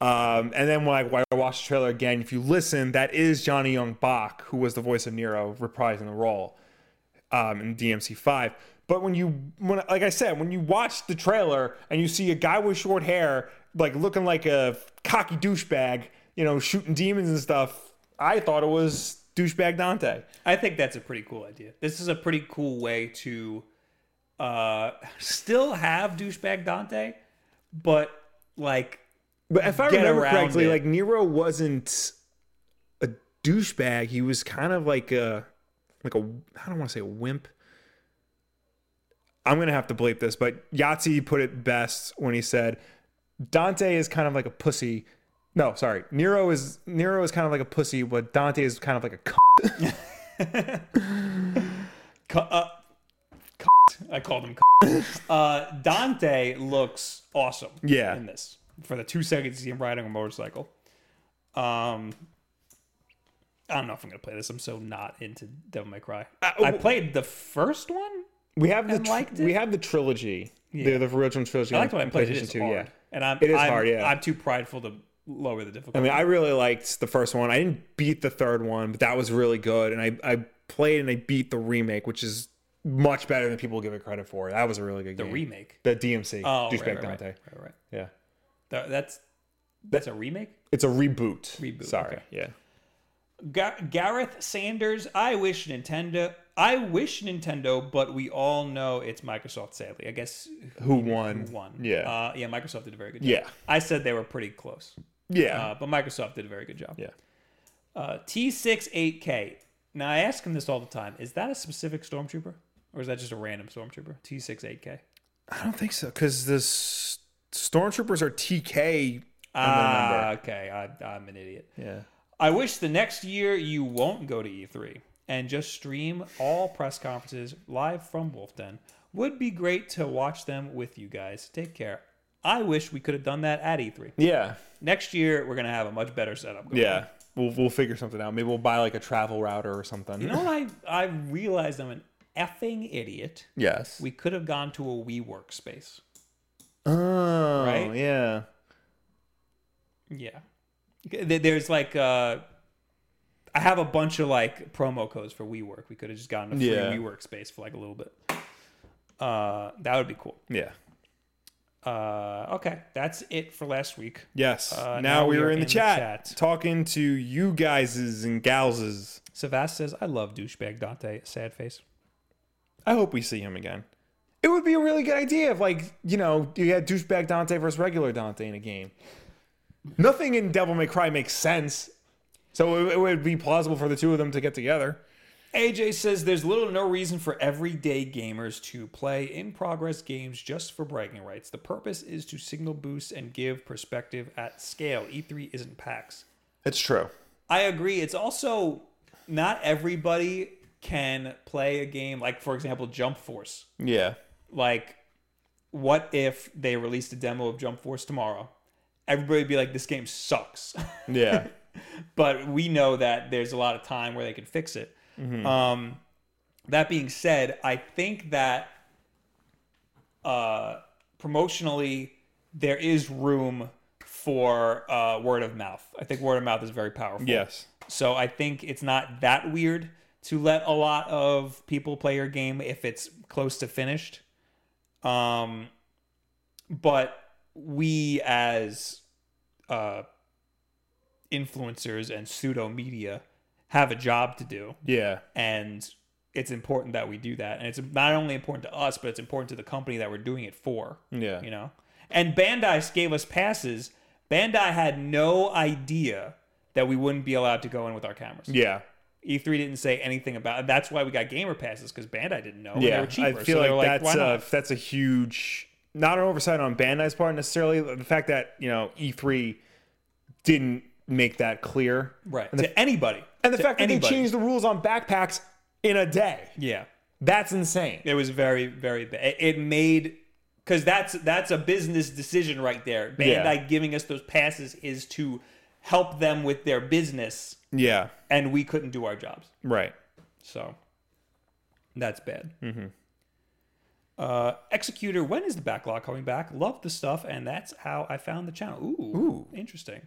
B: Um, and then when I, when I watched the trailer again, if you listen, that is Johnny Young Bach, who was the voice of Nero, reprising the role um, in DMC five. But when you when like I said, when you watch the trailer and you see a guy with short hair, like looking like a cocky douchebag, you know, shooting demons and stuff, I thought it was douchebag Dante.
A: I think that's a pretty cool idea. This is a pretty cool way to uh still have douchebag Dante, but like
B: But if I
A: Get
B: remember
A: around
B: correctly,
A: it.
B: like Nero wasn't a douchebag. He was kind of like a like a I don't want to say a wimp. I'm gonna have to bleep this, but Yahtzee put it best when he said Dante is kind of like a pussy. No, sorry, Nero is Nero is kind of like a pussy, but Dante is kind of like a. C-
A: cu- uh, c- I called him. c- Uh, Dante looks awesome.
B: Yeah.
A: In this, for the two seconds you see him riding a motorcycle. Um, I don't know if I'm gonna play this. I'm so not into Devil May Cry.
B: Uh,
A: I, I played the first one.
B: we have the
A: And
B: tr-
A: liked it.
B: we have the trilogy,
A: Yeah.
B: the, the original trilogy.
A: I liked when I played it. It's
B: PlayStation 2,
A: hard.
B: yeah.
A: And I'm
B: It is
A: I'm-
B: hard, yeah.
A: I'm too prideful to lower the difficulty.
B: I mean, I really liked the first one. I didn't beat the third one, but that was really good. And I, I played and I beat the remake, which is much better than people give it credit for. That was a really good
A: the
B: game.
A: remake.
B: the DMC,
A: Oh, right, right,
B: Douchebag
A: right,
B: Dante.
A: right, right.
B: Yeah,
A: Th- That's that's a remake.
B: it's a reboot.
A: Reboot,
B: Sorry.
A: okay.
B: Yeah.
A: Ga- Gareth Sanders, I wish Nintendo, I wish Nintendo, but we all know it's Microsoft. Sadly, I guess
B: Who won?
A: who won?
B: Yeah.
A: uh, yeah. Microsoft did a very good job.
B: Yeah.
A: I said they were pretty close,
B: yeah.
A: uh, but Microsoft did a very good job.
B: Yeah.
A: Uh, T68K. Now I ask him this all the time: Is that a specific stormtrooper, or is that just a random stormtrooper? T68K.
B: I don't think so because the s- stormtroopers are TK.
A: Ah, okay. I, I'm an idiot.
B: Yeah.
A: I wish the next year you won't go to E3 and just stream all press conferences live from Wolf Den. Would be great to watch them with you guys. Take care. I wish we could have done that at E3.
B: Yeah.
A: Next year we're gonna have a much better setup. Going.
B: Yeah. We'll we'll figure something out. Maybe we'll buy like a travel router or something.
A: You know what I I realized I'm an effing idiot.
B: yes.
A: We could have gone to a WeWork space.
B: oh.
A: Right?
B: Yeah.
A: Yeah. There- There's like uh I have a bunch of like promo codes for WeWork. We could have just gotten a free
B: Yeah.
A: WeWork space for like a little bit. Uh that would be cool.
B: Yeah.
A: Uh okay, that's it for last week.
B: Yes.
A: Uh,
B: now, we are in, the, chat,
A: chat.
B: talking to you guyses and galses.
A: Savas says, I love douchebag Dante. Sad face.
B: I hope we see him again. It would be a really good idea if, like, you know, you had douchebag Dante versus regular Dante in a game. Nothing in Devil May Cry makes sense, so it, it would be plausible for the two of them to get together.
A: AJ says there's little to no reason for everyday gamers to play in progress games just for bragging rights. The purpose is to signal boost and give perspective at scale. E3 isn't PAX.
B: It's true.
A: I agree. It's also not everybody can play a game like, for example, Jump Force.
B: Yeah.
A: Like, what if they released a demo of Jump Force tomorrow? Everybody would be like, this game sucks.
B: Yeah.
A: but we know that there's a lot of time where they can fix it. Um, that being said, I think that uh, promotionally there is room for uh, word of mouth. I think word of mouth is very powerful.
B: yes.
A: So I think it's not that weird to let a lot of people play your game if it's close to finished. Um, but we as uh, influencers and pseudo media have a job to do,
B: Yeah.
A: and it's important that we do that. And it's not only important to us, but it's important to the company that we're doing it for
B: Yeah.
A: you know. And Bandai gave us passes. Bandai had no idea that we wouldn't be allowed to go in with our cameras.
B: Yeah.
A: E3 didn't say anything about. That's why we got gamer passes because Bandai didn't know. and they
B: Yeah.
A: were cheaper.
B: I feel
A: so they
B: like,
A: were like
B: that's uh,
A: why not?
B: a, that's a huge not an oversight on Bandai's part necessarily. The fact that you know E3 didn't make that clear,
A: right to anybody.
B: and the
A: To
B: fact that
A: anybody.
B: they changed the rules on backpacks in a day.
A: Yeah,
B: That's insane.
A: it was very very bad. It- It made because that's that's a business decision right there. Bandai
B: Yeah.
A: giving us those passes is to help them with their business,
B: Yeah.
A: and we couldn't do our jobs.
B: Right.
A: So that's bad. Mm-hmm. Uh, Executor, when is the backlog coming back? Love the stuff, and that's how I found the channel. Ooh, interesting.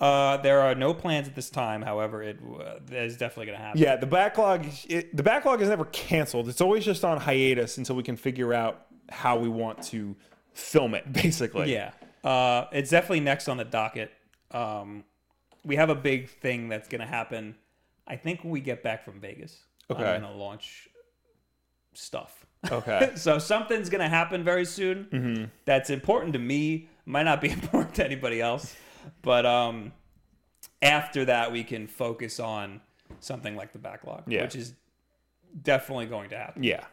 A: Uh, there are no plans at this time. However, it uh, is definitely going to happen.
B: Yeah. The backlog. It, the backlog is never canceled. It's always just on hiatus until we can figure out how we want to film it. Basically.
A: Yeah. Uh, it's definitely next on the docket. Um, we have a big thing that's going to happen. I think when we get back from Vegas,
B: Okay.
A: I'm going to launch stuff.
B: Okay.
A: so something's gonna happen very soon
B: Mm-hmm.
A: that's important to me might not be important to anybody else but um after that we can focus on something like the backlog
B: Yeah.
A: which is definitely going to happen
B: yeah.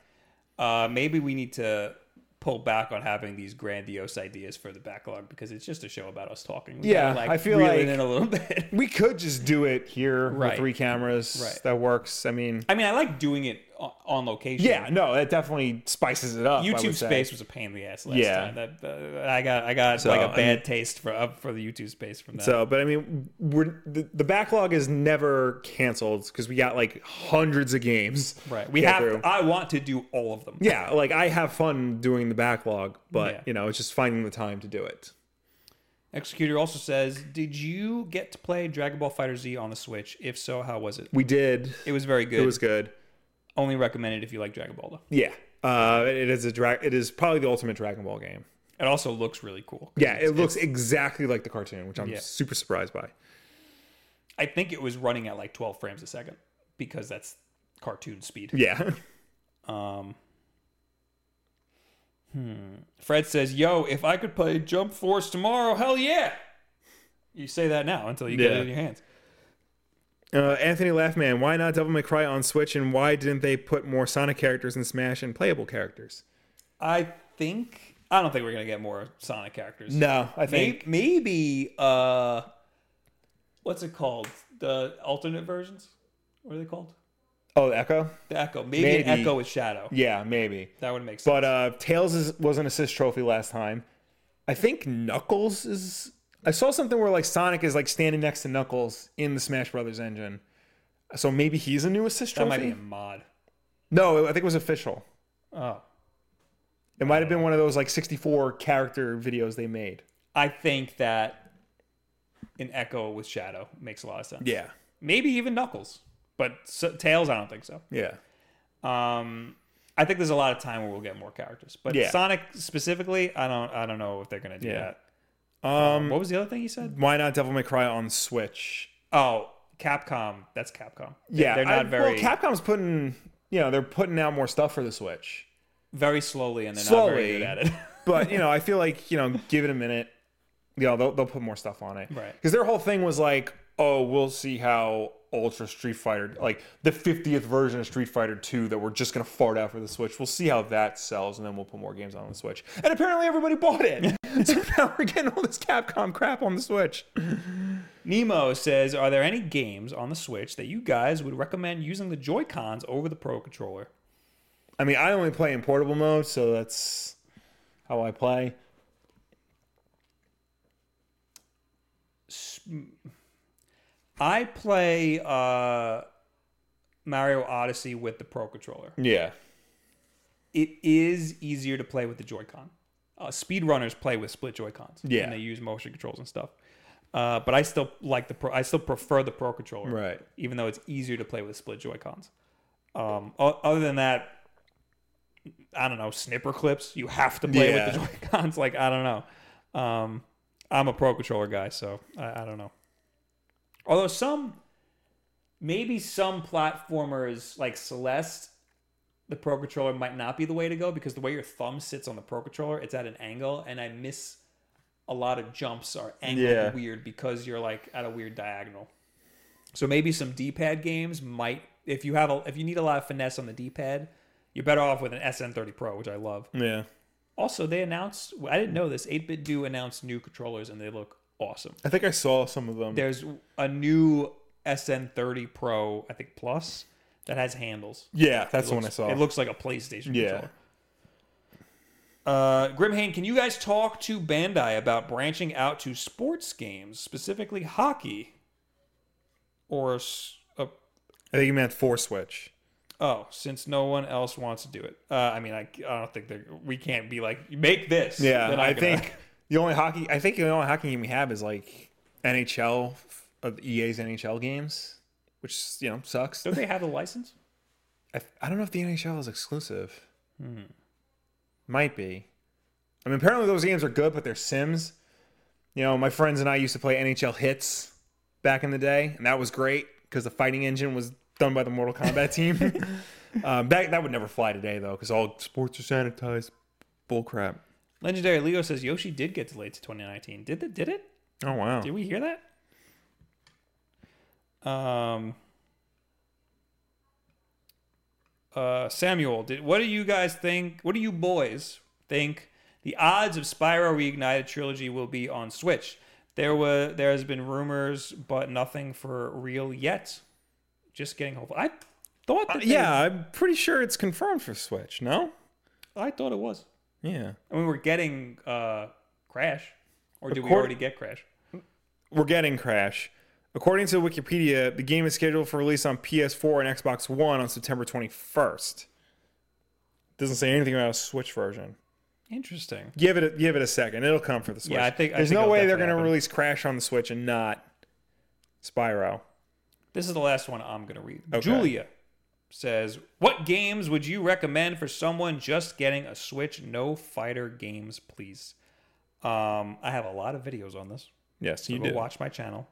A: uh maybe we need to pull back on having these grandiose ideas for the backlog because it's just a show about us talking We
B: Yeah,
A: gotta,
B: I feel
A: reel it
B: like-
A: in a little bit
B: We could just do it here
A: Right.
B: with three cameras.
A: Right.
B: That works. I mean,
A: i mean i like doing it o- on location
B: yeah, no, that definitely spices it up. I
A: YouTube
B: would say.
A: Space was a pain in the ass last
B: Yeah.
A: time. That, uh, I got I got like
B: I
A: a
B: mean-
A: bad taste for up for the YouTube Space from that.
B: So, but I mean, we're the, the backlog is never canceled because we got like hundreds of games.
A: right,
B: to
A: we
B: get
A: have.
B: through.
A: I want to do all of them.
B: yeah, like I have fun doing the backlog, but
A: Yeah.
B: you know, it's just finding the time to do it.
A: Executor also says, "Did you get to play Dragon Ball Fighter Z on the Switch? If so, how was it?
B: We did.
A: It was very good.
B: It was good.
A: only recommended if you like Dragon Ball. Though.
B: Yeah. Uh, it is a drag. It is probably the ultimate Dragon Ball game.
A: It also looks really cool.
B: Yeah, it looks exactly like the cartoon, which I'm
A: Yeah.
B: super surprised by.
A: I think it was running at like 12 frames a second because that's cartoon speed.
B: Yeah.
A: Um, hmm. Fred says, "Yo, if I could play Jump Force tomorrow, hell yeah!" You say that now until you get
B: Yeah.
A: it in your hands.
B: Uh, Anthony Laughman, why not Devil May Cry on Switch, and why didn't they put more Sonic characters in Smash and playable characters?
A: I think I don't think we're gonna get more Sonic characters.
B: No, I
A: maybe, maybe uh, what's it called? The alternate versions. What are they called?
B: Oh, Echo.
A: The Echo. Maybe, an
B: Maybe.
A: Echo with Shadow.
B: Yeah, maybe.
A: That would make sense.
B: But uh, Tails is, was an assist trophy last time. I think Knuckles is. I saw something where like Sonic is like standing next to Knuckles in the Smash Brothers engine. So maybe he's a new assist
A: that
B: trophy.
A: might be a mod.
B: No, I think it was official.
A: Oh,
B: It might have been one of those like 64 character videos they made.
A: I think that an Echo with Shadow makes a lot of sense.
B: Yeah.
A: maybe even Knuckles, but so, Tails, I don't think so.
B: Yeah.
A: Um, I think there's a lot of time where we'll get more characters, but
B: Yeah.
A: Sonic specifically, I don't, I don't know if they're gonna do
B: Yeah.
A: that. Um, what was the other thing you said?
B: Why not Devil May Cry on Switch?
A: Oh, Capcom. That's Capcom. They-
B: Yeah,
A: they're not
B: I-
A: very
B: Well, Capcom's putting, you know, they're putting out more stuff for the Switch,
A: very slowly, and they're not very
B: Slowly.
A: good at it.
B: but you know, I feel like you know, give it a minute. You know, they'll, they'll put more stuff on it,
A: Right.
B: Because their whole thing was like, oh, we'll see how Ultra Street Fighter, like the 50th version of Street Fighter 2 that we're just gonna fart out for the Switch. We'll see how that sells, and then we'll put more games on the Switch. And apparently, everybody bought it. so now we're getting all this Capcom crap on the Switch.
A: Nemo says, "Are there any games on the Switch that you guys would recommend using the Joy Cons over the Pro Controller?"
B: I mean, I only play in portable mode, so that's how I play.
A: I play uh, Mario Odyssey with the Pro Controller.
B: Yeah.
A: It is easier to play with the Joy-Con. Uh, speedrunners play with split Joy-Cons.
B: Yeah.
A: and they use motion controls and stuff. Uh, but I still like the pro. I still prefer the Pro Controller.
B: Right.
A: even though it's easier to play with split Joy Cons. Um, o- other than that, I don't know. Snipper clips, you have to play with the
B: Yeah.
A: Joy Cons. Like I don't know. Um, I'm a pro controller guy, so I, I don't know. Although some, maybe some platformers like Celeste, the pro controller might not be the way to go because the way your thumb sits on the pro controller, it's at an angle, and I miss a lot of jumps are angled
B: Yeah.
A: weird because you're like at a weird diagonal. So maybe some D-pad games might if you have a if you need a lot of finesse on the D-pad, you're better off with an SN30 Pro, which I love.
B: Yeah.
A: Also, they announced I didn't know this, 8-bit do announced new controllers and they look awesome.
B: I think I saw some of them.
A: There's a new SN30 Pro, I think plus that has handles.
B: yeah, that's the one I
A: Looks-
B: saw.
A: It looks like a PlayStation
B: Yeah.
A: controller. Uh, Grimhane, can you guys talk to Bandai about branching out to sports games, specifically hockey? Or s- a
B: I think you meant four Switch.
A: Oh, since no one else wants to do it. Uh, I mean, I, I don't think they're, we can't be like, make this.
B: Yeah,
A: They're not
B: I
A: gonna-
B: think the only hockey. I think the only hockey game we have is like NHL of EA's NHL games, which you know sucks.
A: Don't they have a license?
B: I, I don't know if the NHL is exclusive. Might be. I mean, apparently those games are good, but they're Sims. You know, my friends and I used to play NHL Hits back in the day, and that was great because the fighting engine was done by the Mortal Kombat team. um, that that would never fly today though, because all sports are sanitized. Bullcrap.
A: Legendary Leo says Yoshi did get delayed to 2019. Did it? Did it?
B: Oh wow.
A: Did we hear that? Um. Uh, Samuel, did, what do you guys think? What do you boys think the odds of Spyro Reignited trilogy will be on Switch? There were there has been rumors, but nothing for real yet. Just getting hopeful. I thought that they-
B: Uh, yeah, I'm pretty sure it's confirmed for Switch. No.
A: I thought it was.
B: Yeah.
A: I mean, we're getting uh, Crash, or did we
B: course-
A: already get Crash?
B: we're getting Crash. According to Wikipedia, the game is scheduled for release on PS4 and Xbox One on September 21st. Doesn't say anything about a Switch version.
A: Interesting.
B: Give it, a, give it a second. It'll come for the Switch.
A: I think- I
B: there's
A: think
B: no
A: it'll
B: way they're
A: definitely
B: going to
A: happen.
B: release Crash on the Switch and not Spyro.
A: This is the last one I'm going to read.
B: Okay.
A: Julia says, What games would you recommend for someone just getting a Switch? No fighter games, please. Um, I have a lot of videos on this.
B: Yes, you
A: Go
B: did.
A: watch my channel.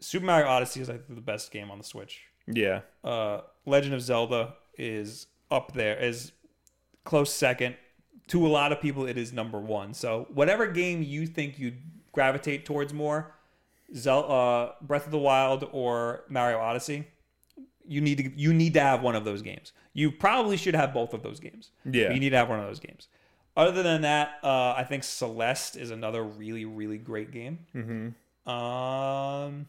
A: Super Mario Odyssey is, I think, the best game on the Switch.
B: Yeah,
A: Uh, Legend of Zelda is up there, is close second. To a lot of people, it is number one. So, whatever game you think you'd gravitate towards more, Zel- uh, Breath of the Wild or Mario Odyssey, you need to you need to have one of those games. You probably should have both of those games.
B: Yeah.
A: you need to have one of those games. Other than that, uh, I think Celeste is another really really great game. Mm-hmm. Um,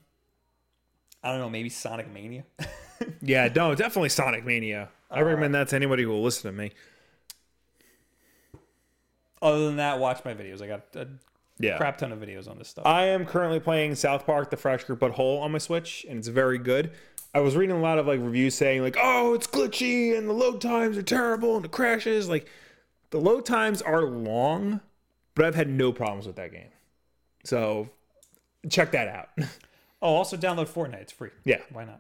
A: I don't know, maybe Sonic Mania.
B: yeah. No, definitely Sonic Mania. I recommend that to anybody who will listen to me.
A: Other than that, watch my videos. I got a
B: Yeah,
A: crap ton of videos on this stuff.
B: I am currently playing South Park: The Fractured But Whole on my Switch, and it's very good. I was reading a lot of like reviews saying like, "Oh, it's glitchy and the load times are terrible and the crashes." Like, the load times are long, but I've had no problems with that game. So, check that out.
A: Oh, also download Fortnite. It's free.
B: yeah,
A: Why not?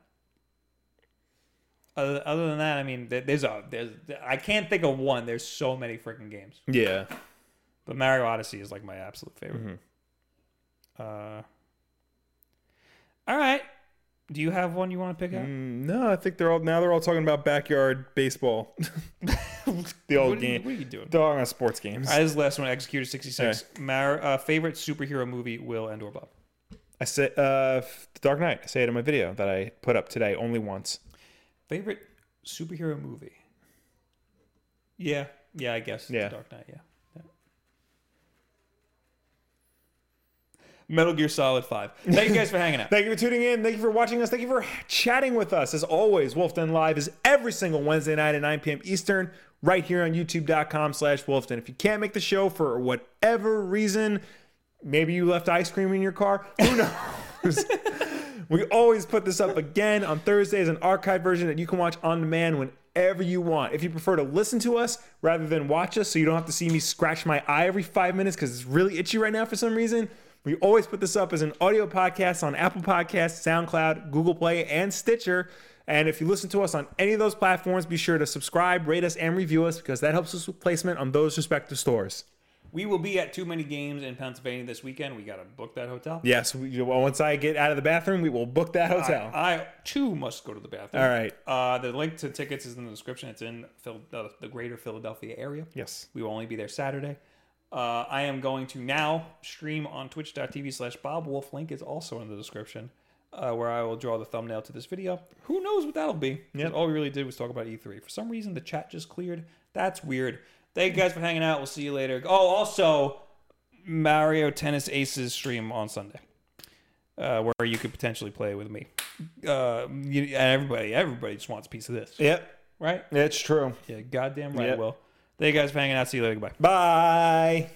A: Other, other than that, I mean, there- there's a there's I can't think of one. There's so many freaking games.
B: yeah.
A: But Mario Odyssey is like my
B: Mm-hmm.
A: absolute favorite. Uh, all right. Do you have one you want to pick out?
B: Mm, No, I think they're all now. They're all talking about backyard baseball, Mm. the old
A: What are, you,
B: game.
A: what are you doing?
B: Dog on sports games.
A: I
B: I,
A: this is the last one. Executed sixty six. Mar- uh, favorite superhero movie? Will and or Bob?
B: say, uh, The Dark Knight. I say it in my video that I put up today only once.
A: Favorite superhero movie? Yeah, yeah, I guess.
B: Yeah.
A: The Dark Knight. Yeah. yeah. Metal Gear Solid Five. Thank you guys for hanging out.
B: Thank you for tuning in. Thank you for watching us. Thank you for chatting with us. As always, Wolf Den Live is every single Wednesday night at 9 p.m. Eastern, right here on youtube.com slash Wolfden. If you can't make the show for whatever reason, maybe you left ice cream in your car, who knows? we always put this up again on Thursdays, an archive version that you can watch on demand whenever you want. If you prefer to listen to us rather than watch us, so you don't have to see me scratch my eye every five minutes because it's really itchy right now for some reason. We always put this up as an audio podcast on Apple Podcasts, SoundCloud, Google Play, and Stitcher. And if you listen to us on any of those platforms, be sure to subscribe, rate us, and review us because that helps us with placement on those respective stores.
A: We will be at too many games in Pennsylvania this weekend. We gotta book that hotel.
B: Yes, we, well, once I get out of the bathroom, we will book that hotel.
A: I, I too must go to the bathroom.
B: All right.
A: Uh, the link to tickets is in the description. It's in Phil- uh, the greater Philadelphia area.
B: yes.
A: We will only be there Saturday. Uh, I am going to now stream on twitch.tv slash Bob Wolf. Link is also in the description uh, where I will draw the thumbnail to this video. Who knows what that'll be? 'Cause All we really did was talk about E3. For some reason, the chat just cleared. That's weird. Thank you guys for hanging out. We'll see you later. Oh, also, Mario Tennis Aces stream on Sunday uh, where you could potentially play with me. Uh, you, and everybody, everybody just wants a piece of this,
B: Yep.
A: right?
B: It's true.
A: Yeah, goddamn right.
B: Yep.
A: Will. thank you guys for hanging out. See you later. Goodbye.
B: Bye.